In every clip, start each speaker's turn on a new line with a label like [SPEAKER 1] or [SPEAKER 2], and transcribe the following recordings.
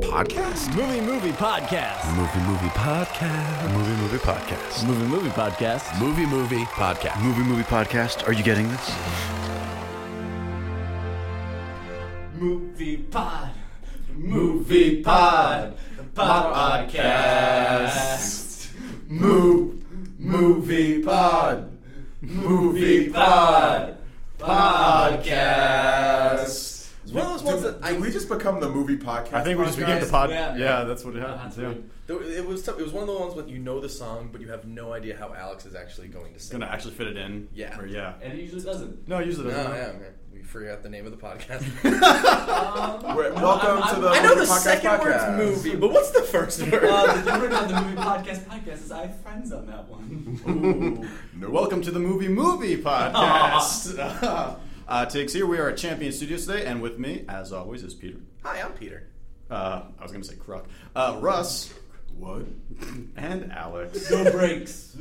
[SPEAKER 1] podcast?
[SPEAKER 2] Movie Movie Podcast.
[SPEAKER 1] Movie movie podcast. Movie movie podcast.
[SPEAKER 2] Movie Movie Podcast.
[SPEAKER 1] Movie movie podcast.
[SPEAKER 3] Movie Movie Podcast, are you getting this?
[SPEAKER 2] Movie Pod. Movie Pod. Podcast. Move. Movie Pod. Movie Pod. Podcast.
[SPEAKER 4] It's one of those ones that I,
[SPEAKER 5] we just become the movie podcast.
[SPEAKER 4] I think we just
[SPEAKER 5] podcast?
[SPEAKER 4] became the pod.
[SPEAKER 2] Yeah.
[SPEAKER 4] Yeah, that's what it happens. Yeah,
[SPEAKER 5] Though It was tough- it was one of the ones when you know the song, but you have no idea how Alex is actually going to sing.
[SPEAKER 4] gonna actually fit it in.
[SPEAKER 5] Yeah.
[SPEAKER 4] Or, yeah.
[SPEAKER 2] And it usually doesn't.
[SPEAKER 4] No, use it.
[SPEAKER 5] No,
[SPEAKER 4] as a-
[SPEAKER 5] yeah, man. We forgot the name of the podcast.
[SPEAKER 2] Um,
[SPEAKER 5] We're-
[SPEAKER 2] I'm-
[SPEAKER 5] welcome
[SPEAKER 2] I'm-
[SPEAKER 5] to the.
[SPEAKER 2] I know
[SPEAKER 5] Movie
[SPEAKER 2] the
[SPEAKER 5] Podcast
[SPEAKER 2] second word's
[SPEAKER 5] Podcast.
[SPEAKER 2] movie,
[SPEAKER 5] but what's the first word?
[SPEAKER 2] uh, the difference on the Movie Podcast Podcast is I have friends on that one.
[SPEAKER 4] Nope. Welcome to the Movie Movie Podcast. uh, Tiggs here. We are at Champion Studios today, and with me, as always, is Peter.
[SPEAKER 5] Hi, I'm Peter.
[SPEAKER 4] Uh, I was gonna say Kruk. Uh, Russ. What? And Alex.
[SPEAKER 2] no breaks.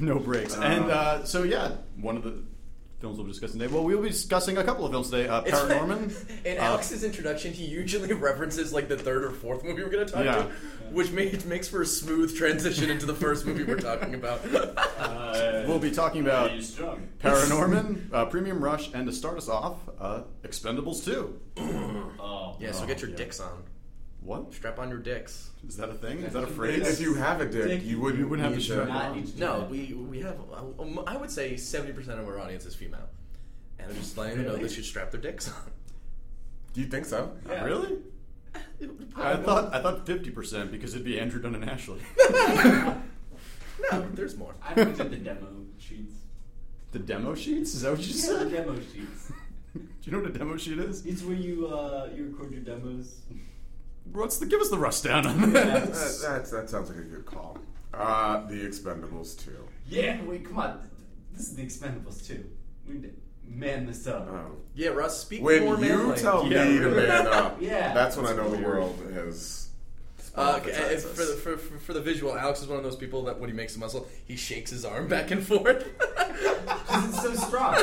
[SPEAKER 4] no breaks. and uh, so yeah, one of the films we'll be discussing today. Well, we'll be discussing a couple of films today. Uh,
[SPEAKER 5] It's-
[SPEAKER 4] Paranorman.
[SPEAKER 5] In
[SPEAKER 4] uh,
[SPEAKER 5] Alex's introduction, he usually references like the third or fourth movie we're going to talk
[SPEAKER 4] Yeah.
[SPEAKER 5] to, which made, makes for a smooth transition into the first movie we're talking about.
[SPEAKER 4] We'll be talking
[SPEAKER 5] uh,
[SPEAKER 4] about
[SPEAKER 2] Uh, Are you strong?
[SPEAKER 4] Paranorman, uh, Premium Rush, and to start us off, uh, Expendables 2.
[SPEAKER 2] Oh.
[SPEAKER 5] yeah, so
[SPEAKER 4] Oh,
[SPEAKER 5] get your
[SPEAKER 4] yeah.
[SPEAKER 5] dicks on.
[SPEAKER 4] What?
[SPEAKER 5] Strap on your dicks.
[SPEAKER 4] Is that a thing? Is that a
[SPEAKER 5] Yes.
[SPEAKER 4] phrase?
[SPEAKER 5] It's- If
[SPEAKER 4] If
[SPEAKER 5] you
[SPEAKER 4] you
[SPEAKER 5] have
[SPEAKER 2] a dick, you
[SPEAKER 4] wouldn't, you wouldn't have to
[SPEAKER 5] need
[SPEAKER 4] strap
[SPEAKER 5] to-
[SPEAKER 4] it
[SPEAKER 2] Not
[SPEAKER 4] on.
[SPEAKER 2] need to do
[SPEAKER 5] No,
[SPEAKER 2] that.
[SPEAKER 5] we we have. um, I would say seventy percent of our audience is female, and I'm just letting them know they should strap their dicks on.
[SPEAKER 3] Do you think so?
[SPEAKER 2] Yeah.
[SPEAKER 4] Really? I thought I thought 50% because it'd be Andrew Dunn and Ashley.
[SPEAKER 5] No, there's more.
[SPEAKER 2] I looked at the demo sheets.
[SPEAKER 4] the demo sheets? Is that what you
[SPEAKER 2] Yeah, the
[SPEAKER 4] said?
[SPEAKER 2] demo sheets.
[SPEAKER 4] Do you know what a demo sheet is?
[SPEAKER 2] It's where you uh, you record your demos.
[SPEAKER 4] What's the give us the rundown on
[SPEAKER 2] Yeah.
[SPEAKER 3] That,
[SPEAKER 4] that?
[SPEAKER 3] that, that sounds like a good call. Uh, the Expendables 2.
[SPEAKER 2] Yeah, wait, come on. This is the Expendables too. We need to man this up.
[SPEAKER 3] Um,
[SPEAKER 5] Yeah, Russ, speak
[SPEAKER 3] when
[SPEAKER 5] more
[SPEAKER 3] you
[SPEAKER 5] manly.
[SPEAKER 3] tell
[SPEAKER 4] Yeah,
[SPEAKER 3] me
[SPEAKER 4] really.
[SPEAKER 3] to man up,
[SPEAKER 2] Yeah.
[SPEAKER 3] that's when I know the
[SPEAKER 2] weird.
[SPEAKER 3] world is.
[SPEAKER 5] Uh,
[SPEAKER 3] That's
[SPEAKER 5] okay,
[SPEAKER 3] us.
[SPEAKER 5] for, the, for, for, for the visual, Alex is one of those people that when he makes a muscle, he shakes his arm back and forth.
[SPEAKER 2] 'Cause it's so strong.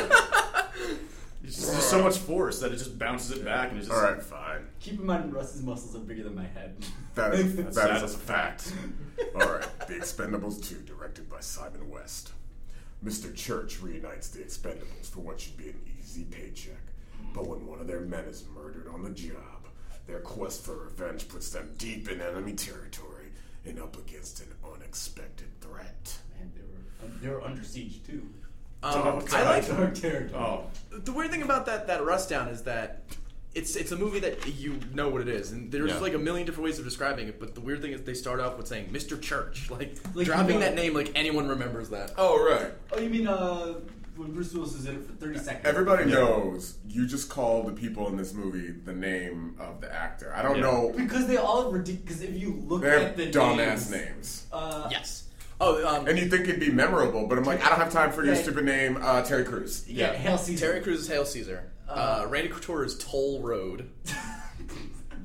[SPEAKER 4] It's just there's so much force that it just bounces it back and it's just
[SPEAKER 3] All right, fine.
[SPEAKER 2] Keep in mind, Russ's muscles are bigger than my head.
[SPEAKER 3] That is,
[SPEAKER 4] That's-
[SPEAKER 3] that
[SPEAKER 4] that
[SPEAKER 3] is a
[SPEAKER 4] is a
[SPEAKER 3] fact. All right, The Expendables 2, directed by Simon West. Mr. Church reunites the Expendables for what should be an easy paycheck. But when one of their men is murdered on the job, their quest for revenge puts them deep in enemy territory and up against an unexpected threat.
[SPEAKER 2] Man, they were um, they were under siege too.
[SPEAKER 5] um,
[SPEAKER 4] Dark
[SPEAKER 5] I like
[SPEAKER 2] Dark territory.
[SPEAKER 4] Oh.
[SPEAKER 5] the weird thing about that that rust down is that it's it's a movie that you know what it is, and there's
[SPEAKER 4] Yeah.
[SPEAKER 5] like a million different ways of describing it. But the weird thing is they start off with saying Mr. Church, like,
[SPEAKER 2] Like,
[SPEAKER 5] dropping
[SPEAKER 2] you know-
[SPEAKER 5] that name like anyone remembers that.
[SPEAKER 3] Oh, right.
[SPEAKER 2] Oh, you mean uh, when Bruce Willis is in it for thirty seconds?
[SPEAKER 3] Everybody knows you just call the people in this movie the name of the actor. I don't
[SPEAKER 4] Yeah.
[SPEAKER 3] know.
[SPEAKER 2] Because they all ridiculous. Because if you look
[SPEAKER 3] They
[SPEAKER 2] at
[SPEAKER 3] have
[SPEAKER 2] the
[SPEAKER 3] dumbass
[SPEAKER 2] names,
[SPEAKER 3] names.
[SPEAKER 2] Uh,
[SPEAKER 5] Yes. Oh, um,
[SPEAKER 3] And you think it'd be memorable, but I'm like, I don't have time for your stupid name, uh, Terry Crews.
[SPEAKER 2] yeah,
[SPEAKER 4] Yeah.
[SPEAKER 2] Hail Caesar.
[SPEAKER 5] Terry Crews is Hail Caesar. Uh, Randy Couture's Toll Road.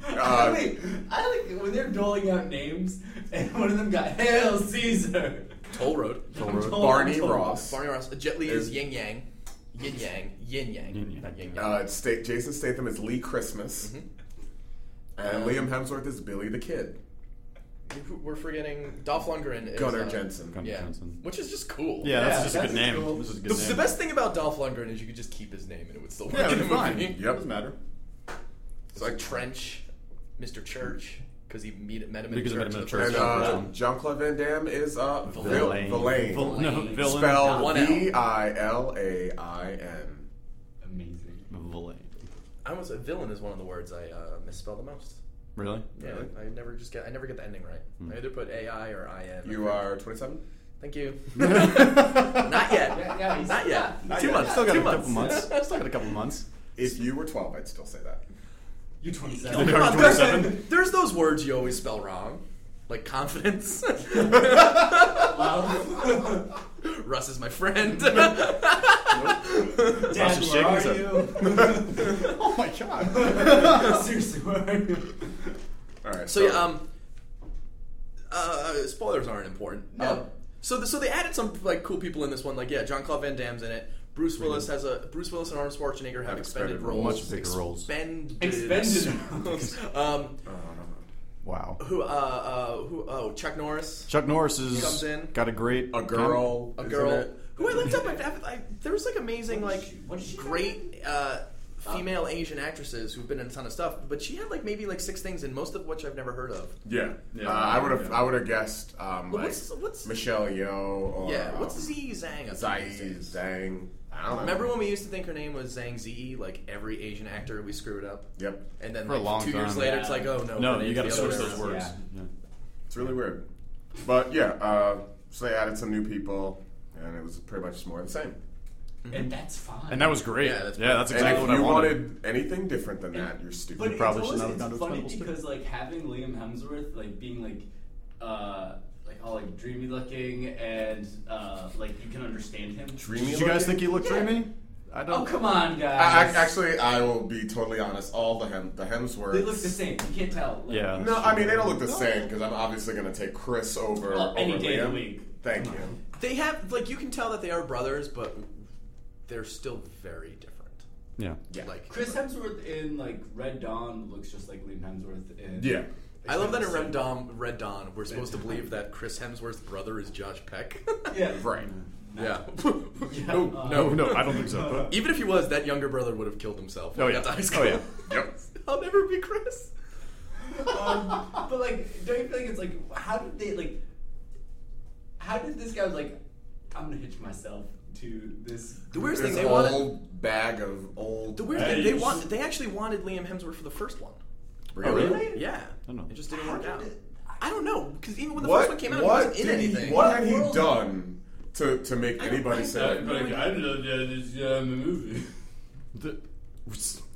[SPEAKER 3] Uh,
[SPEAKER 2] Wait, I like when they're doling out names, and one of them got Hail Caesar.
[SPEAKER 5] Toll Road.
[SPEAKER 2] Toll Road.
[SPEAKER 3] Barney Ross.
[SPEAKER 5] Oh, Barney Ross. Jet Li is Yin Yang. Yin Yang. Yin Yang.
[SPEAKER 4] Yang.
[SPEAKER 5] Not Yin Yang.
[SPEAKER 3] Uh, Sta- Jason Statham is Lee Christmas. And
[SPEAKER 5] Um,
[SPEAKER 3] Liam Hemsworth is Billy the Kid.
[SPEAKER 5] Who- We're forgetting Dolph Lundgren. Is,
[SPEAKER 3] Gunnar
[SPEAKER 5] uh,
[SPEAKER 3] Jensen.
[SPEAKER 4] Gunnar
[SPEAKER 5] Yeah.
[SPEAKER 4] Jensen.
[SPEAKER 5] Which is just cool.
[SPEAKER 4] Yeah, that's
[SPEAKER 2] Yeah,
[SPEAKER 4] just
[SPEAKER 2] that's
[SPEAKER 4] a good name.
[SPEAKER 2] cool.
[SPEAKER 4] This is a good
[SPEAKER 5] The,
[SPEAKER 4] name.
[SPEAKER 5] the best thing about Dolph Lundgren is you could just keep his name and it would still work
[SPEAKER 4] yeah,
[SPEAKER 5] in
[SPEAKER 4] it'd
[SPEAKER 5] the
[SPEAKER 4] be fine.
[SPEAKER 5] movie.
[SPEAKER 3] Yep.
[SPEAKER 4] Doesn't matter.
[SPEAKER 5] It's like Trench, Mr. Church, because he meet, met him in
[SPEAKER 4] Because I
[SPEAKER 5] church.
[SPEAKER 4] met him in
[SPEAKER 5] the
[SPEAKER 4] church.
[SPEAKER 3] And
[SPEAKER 5] first
[SPEAKER 3] uh,
[SPEAKER 4] Brown.
[SPEAKER 3] Jean Claude Van Damme is uh, Vil-
[SPEAKER 4] Villain.
[SPEAKER 3] Villain.
[SPEAKER 4] Vil- no,
[SPEAKER 2] Villain.
[SPEAKER 4] villain.
[SPEAKER 3] Spelled
[SPEAKER 5] One L.
[SPEAKER 3] V I L A I N.
[SPEAKER 2] Amazing.
[SPEAKER 4] Villain.
[SPEAKER 5] I almost villain is one of the words I uh, misspell the most.
[SPEAKER 4] Really?
[SPEAKER 5] Yeah,
[SPEAKER 3] Really?
[SPEAKER 5] I never just get I never get the ending right.
[SPEAKER 4] Hmm.
[SPEAKER 5] I either put AI or IN.
[SPEAKER 3] You are 27?
[SPEAKER 5] Thank you.
[SPEAKER 4] Not
[SPEAKER 5] Not yet.
[SPEAKER 2] Yeah, yeah, he's-
[SPEAKER 5] Not yet.
[SPEAKER 2] Not
[SPEAKER 5] Two
[SPEAKER 2] yet.
[SPEAKER 5] months.
[SPEAKER 4] Still got
[SPEAKER 5] Two
[SPEAKER 4] a couple months.
[SPEAKER 5] months.
[SPEAKER 4] Still got a couple months.
[SPEAKER 3] If you were 12, I'd still say that.
[SPEAKER 2] You're
[SPEAKER 4] Oh,
[SPEAKER 2] 27.
[SPEAKER 4] come
[SPEAKER 5] Come on,
[SPEAKER 4] 27.
[SPEAKER 5] there's, there's those words you always spell wrong, like confidence.
[SPEAKER 2] Wow.
[SPEAKER 5] Russ is my friend.
[SPEAKER 2] Dad,
[SPEAKER 4] Russ is
[SPEAKER 2] where
[SPEAKER 4] shaking
[SPEAKER 2] are
[SPEAKER 4] his head.
[SPEAKER 2] you?
[SPEAKER 4] Oh my god.
[SPEAKER 2] Seriously, where are you?
[SPEAKER 3] All right.
[SPEAKER 5] so yeah, um, uh, spoilers aren't important.
[SPEAKER 2] No.
[SPEAKER 5] Um, so the, so they added some like cool people in this one. Like yeah, John Claude Van Damme's in it. Bruce Willis has a Bruce Willis and Arnold Schwarzenegger have
[SPEAKER 3] Have
[SPEAKER 5] expended
[SPEAKER 3] expended
[SPEAKER 5] roles,
[SPEAKER 4] much bigger roles.
[SPEAKER 5] Expended,
[SPEAKER 2] Expended roles.
[SPEAKER 5] roles. um,
[SPEAKER 3] Uh,
[SPEAKER 4] Wow.
[SPEAKER 5] Who? Uh, uh, who? Oh, Chuck Norris.
[SPEAKER 4] Chuck Norris
[SPEAKER 5] Comes
[SPEAKER 4] has
[SPEAKER 5] in.
[SPEAKER 4] got a great
[SPEAKER 3] A girl.
[SPEAKER 5] a
[SPEAKER 3] isn't
[SPEAKER 5] girl
[SPEAKER 3] it?
[SPEAKER 5] who I looked up. I, I, I, there was like amazing,
[SPEAKER 2] What
[SPEAKER 5] like
[SPEAKER 2] did she- what did she do?
[SPEAKER 5] great uh, female Asian actresses who've been in a ton of stuff. But she had like maybe like six things, and most of which I've never heard of.
[SPEAKER 3] Yeah.
[SPEAKER 4] Yeah.
[SPEAKER 3] Uh, I would have. I would have guessed. Um,
[SPEAKER 5] But
[SPEAKER 3] like
[SPEAKER 5] what's- what's-
[SPEAKER 3] Michelle Yeoh or
[SPEAKER 5] yeah, what's
[SPEAKER 3] um,
[SPEAKER 5] Z Zhang? up to these
[SPEAKER 3] Zai
[SPEAKER 5] days?
[SPEAKER 3] Zhang? I don't know.
[SPEAKER 5] Remember when we used to think her name was Zhang Ziyi? Like every Asian actor, we screwed up.
[SPEAKER 3] Yep.
[SPEAKER 5] And then
[SPEAKER 4] For a
[SPEAKER 5] like,
[SPEAKER 4] long
[SPEAKER 5] two years
[SPEAKER 4] time.
[SPEAKER 5] later,
[SPEAKER 2] Yeah.
[SPEAKER 5] it's like, oh no,
[SPEAKER 4] No,
[SPEAKER 5] her name's
[SPEAKER 4] you got to
[SPEAKER 5] the other
[SPEAKER 4] switch
[SPEAKER 5] way
[SPEAKER 4] those
[SPEAKER 5] around.
[SPEAKER 4] words.
[SPEAKER 2] Yeah.
[SPEAKER 3] It's really weird. But yeah, uh, so they added some new people, and it was pretty much more of the same.
[SPEAKER 2] and that's fine.
[SPEAKER 4] And that was great.
[SPEAKER 5] Yeah,
[SPEAKER 4] Yeah,
[SPEAKER 5] that's
[SPEAKER 4] that's,
[SPEAKER 3] And
[SPEAKER 4] exactly
[SPEAKER 3] if
[SPEAKER 4] what I
[SPEAKER 3] you
[SPEAKER 4] wanted.
[SPEAKER 3] wanted anything different than that, you're
[SPEAKER 2] But
[SPEAKER 3] stupid.
[SPEAKER 2] it's
[SPEAKER 4] probably
[SPEAKER 2] always,
[SPEAKER 4] should not have
[SPEAKER 2] it's
[SPEAKER 4] gone to
[SPEAKER 2] funny
[SPEAKER 4] Expendables two.
[SPEAKER 2] because like having Liam Hemsworth like being like uh like all like dreamy looking and uh like you can understand him.
[SPEAKER 3] Dreamy
[SPEAKER 4] Did you guys
[SPEAKER 3] looking?
[SPEAKER 4] think he looked
[SPEAKER 2] Yeah.
[SPEAKER 4] dreamy? I don't.
[SPEAKER 2] Oh come on,
[SPEAKER 3] I, I,
[SPEAKER 2] guys!
[SPEAKER 3] actually, I will be totally honest. All the hem, the Hemsworths.
[SPEAKER 2] they look the same. You can't tell. Like,
[SPEAKER 4] Yeah.
[SPEAKER 3] No, I mean they don't look the same because I'm obviously going to take Chris over
[SPEAKER 2] Well, any
[SPEAKER 3] over
[SPEAKER 2] day of
[SPEAKER 3] Liam.
[SPEAKER 2] the week.
[SPEAKER 3] Thank
[SPEAKER 2] Come
[SPEAKER 3] you.
[SPEAKER 2] on.
[SPEAKER 5] They have like you can tell that they are brothers, but they're still very different.
[SPEAKER 4] Yeah.
[SPEAKER 3] Yeah.
[SPEAKER 5] Like
[SPEAKER 2] Chris Hemsworth in like Red Dawn looks just like Liam Hemsworth in.
[SPEAKER 3] Yeah.
[SPEAKER 5] I love that in Red Dawn, Red Dawn, we're supposed to believe that Chris Hemsworth's brother is Josh Peck.
[SPEAKER 2] Yeah.
[SPEAKER 3] Right.
[SPEAKER 5] yeah.
[SPEAKER 2] No, uh,
[SPEAKER 4] No, no, I don't think so.
[SPEAKER 5] Even if he was, that younger brother would have killed himself.
[SPEAKER 4] Oh,
[SPEAKER 5] when he
[SPEAKER 4] yeah.
[SPEAKER 5] got to high
[SPEAKER 4] Oh,
[SPEAKER 5] school.
[SPEAKER 4] yeah.
[SPEAKER 3] Yep.
[SPEAKER 5] I'll never be Chris.
[SPEAKER 2] Um, but like, don't you feel like it's like how did they like? How did this guy was like? I'm gonna hitch myself to this.
[SPEAKER 5] The weirdest thing
[SPEAKER 3] This
[SPEAKER 5] they
[SPEAKER 3] old
[SPEAKER 5] wanted.
[SPEAKER 3] bag of old.
[SPEAKER 5] The weird
[SPEAKER 4] Hey,
[SPEAKER 5] thing they
[SPEAKER 4] you
[SPEAKER 5] want. They actually wanted Liam Hemsworth for the first one.
[SPEAKER 2] really?
[SPEAKER 5] Yeah.
[SPEAKER 4] I don't know.
[SPEAKER 5] It just didn't work
[SPEAKER 2] How
[SPEAKER 5] out.
[SPEAKER 2] did it-
[SPEAKER 5] I don't know because even when the first
[SPEAKER 3] What?
[SPEAKER 5] one came out,
[SPEAKER 3] what
[SPEAKER 5] he wasn't in
[SPEAKER 3] did he-
[SPEAKER 5] anything.
[SPEAKER 3] what had he
[SPEAKER 2] World-
[SPEAKER 3] done to to make anybody say?
[SPEAKER 2] love this um, movie.
[SPEAKER 4] The-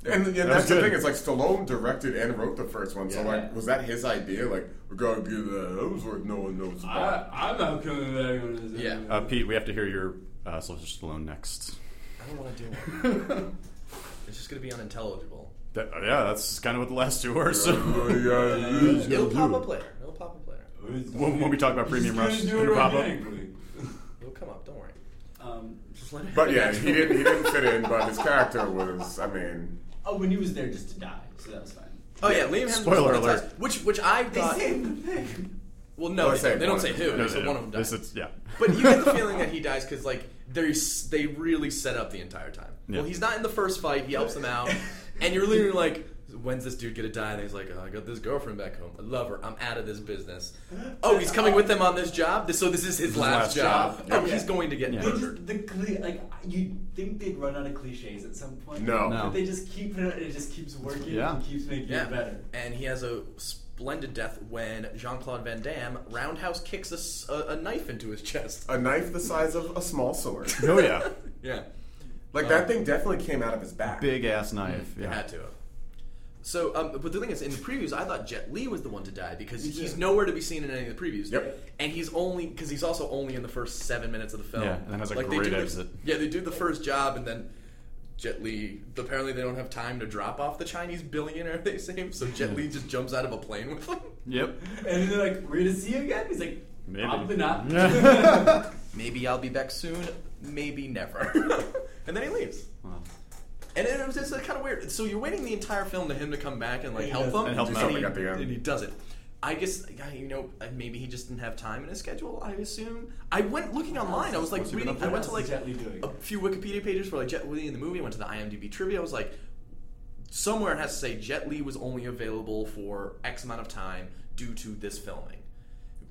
[SPEAKER 3] And, and
[SPEAKER 4] was
[SPEAKER 3] that's the
[SPEAKER 4] good.
[SPEAKER 3] thing. It's like Stallone directed and wrote the first one. So
[SPEAKER 5] Yeah.
[SPEAKER 3] like, was that his idea? Like, we're gonna do the Hemsworth no one knows
[SPEAKER 5] Ah.
[SPEAKER 3] about.
[SPEAKER 2] I'm not coming back on this.
[SPEAKER 5] Yeah.
[SPEAKER 4] uh, Pete, we have to hear your uh, Sylvester Stallone next.
[SPEAKER 5] I don't want to do it. it's just gonna be unintelligible.
[SPEAKER 4] That, uh, yeah, that's kind of what the last two were. So
[SPEAKER 3] yeah,
[SPEAKER 5] It'll pop up later. It'll pop up later.
[SPEAKER 4] when, when we talk about Premium Rush, it'll pop up.
[SPEAKER 5] It'll come up. Don't worry.
[SPEAKER 2] Um,
[SPEAKER 5] Just let it.
[SPEAKER 3] But yeah, he didn't he didn't fit in. But his character was. I mean,
[SPEAKER 2] oh, when he was there just to die, so that was fine.
[SPEAKER 5] Oh yeah, Liam Hemsworth.
[SPEAKER 4] Spoiler
[SPEAKER 5] was
[SPEAKER 4] alert.
[SPEAKER 5] last- Which which I thought.
[SPEAKER 2] thing.
[SPEAKER 5] Well, no,
[SPEAKER 3] Or
[SPEAKER 5] they,
[SPEAKER 3] say
[SPEAKER 5] don't. they don't
[SPEAKER 3] one
[SPEAKER 5] say
[SPEAKER 3] of
[SPEAKER 5] who.
[SPEAKER 3] them.
[SPEAKER 5] they
[SPEAKER 4] No,
[SPEAKER 5] say
[SPEAKER 4] no, no.
[SPEAKER 5] one of them dies.
[SPEAKER 4] This is- yeah.
[SPEAKER 5] But you get the feeling that he dies because like they s- they really set up the entire time. Well,
[SPEAKER 4] Yeah.
[SPEAKER 5] he's not in the first fight. He helps them out, and you're literally like, when's this dude gonna die? And he's like, oh, I got this girlfriend back home. I love her. I'm out of this business. Oh, he's coming with them on this job. This- So this is his last,
[SPEAKER 4] last
[SPEAKER 5] job. Oh,
[SPEAKER 4] job.
[SPEAKER 5] he's going to get
[SPEAKER 4] Yeah.
[SPEAKER 2] They
[SPEAKER 5] murdered.
[SPEAKER 2] just the cle- like you think they'd run out of cliches at some point.
[SPEAKER 3] No.
[SPEAKER 4] No.
[SPEAKER 2] But they just keep it. It just keeps working.
[SPEAKER 4] Yeah.
[SPEAKER 2] And keeps making
[SPEAKER 5] Yeah,
[SPEAKER 2] it better.
[SPEAKER 5] and he has a splendid death when Jean Claude Van Damme roundhouse kicks a s- a, a knife into his chest.
[SPEAKER 3] a knife the size of a small sword.
[SPEAKER 4] Oh yeah,
[SPEAKER 5] Yeah.
[SPEAKER 3] Like that thing definitely came out of his back.
[SPEAKER 4] big ass knife.
[SPEAKER 5] It
[SPEAKER 4] Yeah.
[SPEAKER 5] had to have. So, um, but the thing is, in the previews, I thought Jet Li was the one to die because
[SPEAKER 3] Yeah.
[SPEAKER 5] he's nowhere to be seen in any of the previews.
[SPEAKER 3] Yep.
[SPEAKER 5] And he's only because he's also only in the first seven minutes of the film.
[SPEAKER 4] Yeah, and then has a
[SPEAKER 5] they
[SPEAKER 4] great
[SPEAKER 5] do the-
[SPEAKER 4] exit.
[SPEAKER 5] yeah, they do the first job, and then Jet Li. Apparently, they don't have time to drop off the Chinese billionaire they saved, so Jet Li just jumps out of a plane with him.
[SPEAKER 4] Yep.
[SPEAKER 2] And they're like, "We're gonna see you again." He's like,
[SPEAKER 4] Maybe.
[SPEAKER 2] "Probably not."
[SPEAKER 5] Maybe I'll be back soon. Maybe never. and then he leaves.
[SPEAKER 4] Wow.
[SPEAKER 5] And it was just kind of weird. So you're waiting the entire film to him to come back and like
[SPEAKER 2] And he
[SPEAKER 5] help
[SPEAKER 2] doesn't.
[SPEAKER 5] them,
[SPEAKER 4] And help
[SPEAKER 5] and,
[SPEAKER 4] him out.
[SPEAKER 5] he,
[SPEAKER 3] Something at the end.
[SPEAKER 5] and he doesn't. I guess I- you know I- maybe he just didn't have time in his schedule. I assume. I went looking online. I was like
[SPEAKER 4] What's he been
[SPEAKER 5] reading.
[SPEAKER 4] up
[SPEAKER 5] I
[SPEAKER 4] to?
[SPEAKER 5] went to like
[SPEAKER 2] What's Jet Li doing?
[SPEAKER 5] a few Wikipedia pages for like Jet Li in the movie. I went to the IMDb trivia. I was like, somewhere it has to say Jet Li was only available for X amount of time due to this filming.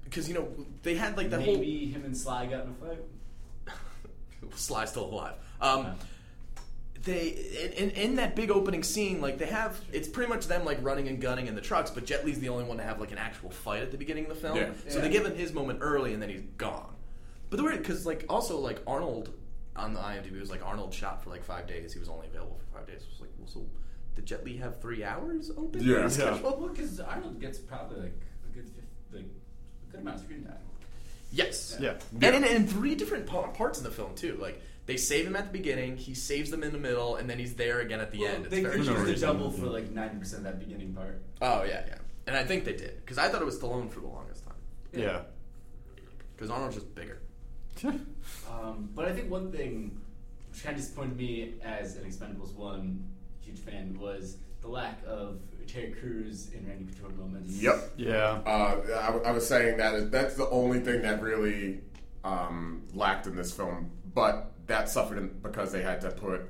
[SPEAKER 5] Because you know they had like that whole
[SPEAKER 2] Maybe him and Sly got in a fight.
[SPEAKER 5] Sly's still alive. Um, They in, in, in that big opening scene, like they have, it's pretty much them like running and gunning in the trucks. But Jet Li's the only one to have like an actual fight at the beginning of the film.
[SPEAKER 3] Yeah.
[SPEAKER 5] So they
[SPEAKER 2] Yeah.
[SPEAKER 5] give him his moment early, and then he's gone. But the weird, because like also like Arnold on the IMDb was like Arnold shot for like five days. He was only available for five days. It was like, well, so did Jet Li have three hours open?
[SPEAKER 3] Yeah.
[SPEAKER 4] Yeah.
[SPEAKER 2] Well, look, because Arnold gets probably like a good, fif- like a good amount of screen time.
[SPEAKER 5] Yes.
[SPEAKER 4] Yeah.
[SPEAKER 5] And in, in three different pa- parts in the film too. Like they save him at the beginning, he saves them in the middle, and then he's there again at the end. It's
[SPEAKER 2] they
[SPEAKER 5] very
[SPEAKER 2] could
[SPEAKER 4] No
[SPEAKER 2] use the
[SPEAKER 4] reason.
[SPEAKER 2] double for like ninety percent of that beginning part.
[SPEAKER 5] Oh yeah, yeah. And I think they did because I thought it was Stallone for the longest time
[SPEAKER 4] Yeah.
[SPEAKER 5] because Arnold's just bigger.
[SPEAKER 2] Um, but I think one thing which kind of disappointed me as an Expendables 1 huge fan was the lack of Terry Crews in Randy Couture moments.
[SPEAKER 3] Yep.
[SPEAKER 4] Yeah.
[SPEAKER 3] Uh, I, w- I was saying that is, that's the only thing that really um, lacked in this film, but that suffered in- because they had to put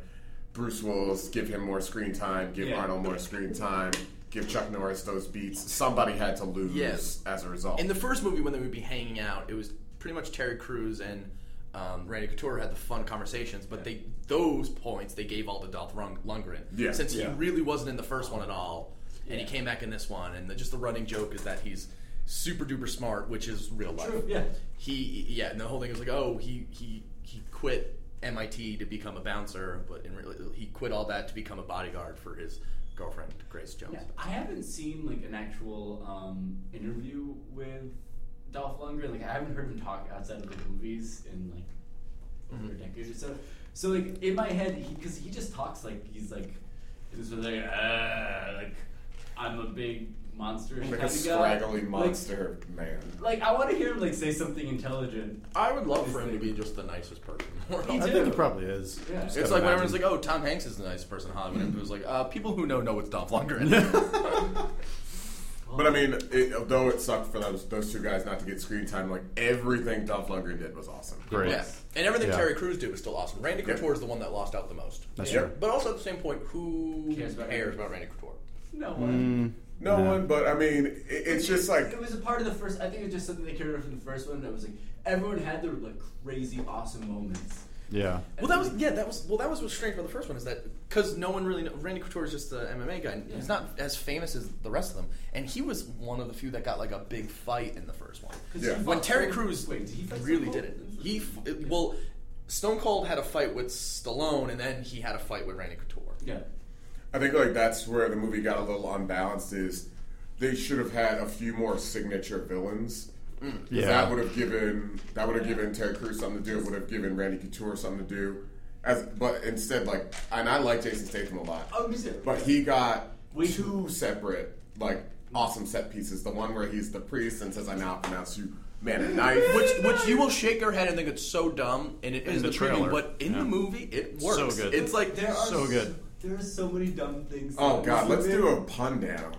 [SPEAKER 3] Bruce Willis, give him more screen time, give
[SPEAKER 2] Yeah.
[SPEAKER 3] Arnold more screen time, give Chuck Norris those beats. Somebody had to lose
[SPEAKER 5] Yes.
[SPEAKER 3] as a result.
[SPEAKER 5] In the first movie, when they would be hanging out, it was pretty much Terry Crews and um, Randy Couture had the fun conversations, but they those points they gave all to Dolph Rung- Lundgren.
[SPEAKER 3] Yeah.
[SPEAKER 5] Since
[SPEAKER 4] Yeah.
[SPEAKER 5] he really wasn't in the first one at all, and he came back in this one, and the, just the running joke is that he's super duper smart, which is real life.
[SPEAKER 2] True, yeah.
[SPEAKER 5] He yeah, and the whole thing was like, oh, he he he quit MIT to become a bouncer, but in really, he quit all that to become a bodyguard for his girlfriend Grace Jones.
[SPEAKER 2] Yeah, I haven't seen like an actual um, interview with Dolph Lundgren. Like I haven't heard him talk outside of the movies in like over a decade or so. So like in my head, because he, just talks like he's like he's just like "Ah," like I'm a big monster
[SPEAKER 3] like
[SPEAKER 2] kind
[SPEAKER 3] a
[SPEAKER 2] of guy.
[SPEAKER 3] scraggly
[SPEAKER 2] Like-
[SPEAKER 3] monster man.
[SPEAKER 2] Like, I want to hear him like say something intelligent.
[SPEAKER 5] I would love for him to be just the nicest person. in the world.
[SPEAKER 2] Me
[SPEAKER 4] I think he probably is.
[SPEAKER 2] Yeah.
[SPEAKER 5] It's
[SPEAKER 4] Just gotta
[SPEAKER 5] like when everyone's
[SPEAKER 4] imagine.
[SPEAKER 5] like, "Oh, Tom Hanks is the nice person in Hollywood."
[SPEAKER 4] Mm-hmm.
[SPEAKER 5] And it was like, uh, "People who know know it's Dolph Lundgren."
[SPEAKER 3] But I mean, it, although it sucked for those those two guys not to get screen time, like everything Dolph Lundgren did was awesome.
[SPEAKER 4] Great.
[SPEAKER 5] yeah, and everything
[SPEAKER 4] Yeah.
[SPEAKER 5] Terry Crews did was still awesome. Randy Couture is the one that lost out the most.
[SPEAKER 4] That's
[SPEAKER 5] Yeah.
[SPEAKER 4] true.
[SPEAKER 5] But also at the same point, who
[SPEAKER 2] Cares
[SPEAKER 5] cares
[SPEAKER 2] about
[SPEAKER 5] about, Randy
[SPEAKER 2] Randy.
[SPEAKER 5] Couture?
[SPEAKER 2] No one.
[SPEAKER 4] Mm.
[SPEAKER 3] No one, but I mean, it, it's just like
[SPEAKER 2] it was a part of the first. I think it was just something they carried over from the first one. That was like everyone had their like crazy awesome moments.
[SPEAKER 4] Yeah.
[SPEAKER 5] Well, that was yeah, that was well, that was what's strange about the first one is that because no one really kn- Randy Couture is just the MMA guy. and He's
[SPEAKER 2] Yeah.
[SPEAKER 5] not as famous as the rest of them, and he was one of the few that got like a big fight in the first one.
[SPEAKER 2] 'Cause
[SPEAKER 3] Yeah.
[SPEAKER 2] he
[SPEAKER 5] when
[SPEAKER 2] fought
[SPEAKER 5] Terry
[SPEAKER 2] Stone-
[SPEAKER 5] Crews
[SPEAKER 2] wait, did he fight
[SPEAKER 5] really
[SPEAKER 2] Stone
[SPEAKER 5] did
[SPEAKER 2] Cold?
[SPEAKER 5] it. He f- it- well, Stone Cold had a fight with Stallone, and then he had a fight with Randy Couture.
[SPEAKER 2] Yeah.
[SPEAKER 3] I think like that's where the movie got a little unbalanced. Is they should have had a few more signature villains. 'Cause
[SPEAKER 4] Yeah.
[SPEAKER 3] That would have given that would have given Terry Crews something to do. It would have given Randy Couture something to do. As but instead, like, and I like Jason Statham a lot,
[SPEAKER 2] Oh, me too.
[SPEAKER 3] but he got
[SPEAKER 2] We-
[SPEAKER 3] two separate like awesome set pieces. The one where he's the priest and says, "I now pronounce you man and knife,"
[SPEAKER 5] Which, which you will shake your head and think it's so dumb, and it is
[SPEAKER 4] the
[SPEAKER 5] the, trailer,
[SPEAKER 4] trailer.
[SPEAKER 5] but in
[SPEAKER 4] Yeah.
[SPEAKER 5] the movie it works.
[SPEAKER 4] So good.
[SPEAKER 5] It's like
[SPEAKER 2] There are
[SPEAKER 4] So
[SPEAKER 2] s-
[SPEAKER 4] good.
[SPEAKER 2] There are so many dumb things.
[SPEAKER 3] Oh
[SPEAKER 2] that
[SPEAKER 3] God,
[SPEAKER 2] we
[SPEAKER 3] let's
[SPEAKER 2] did.
[SPEAKER 3] do a pun down.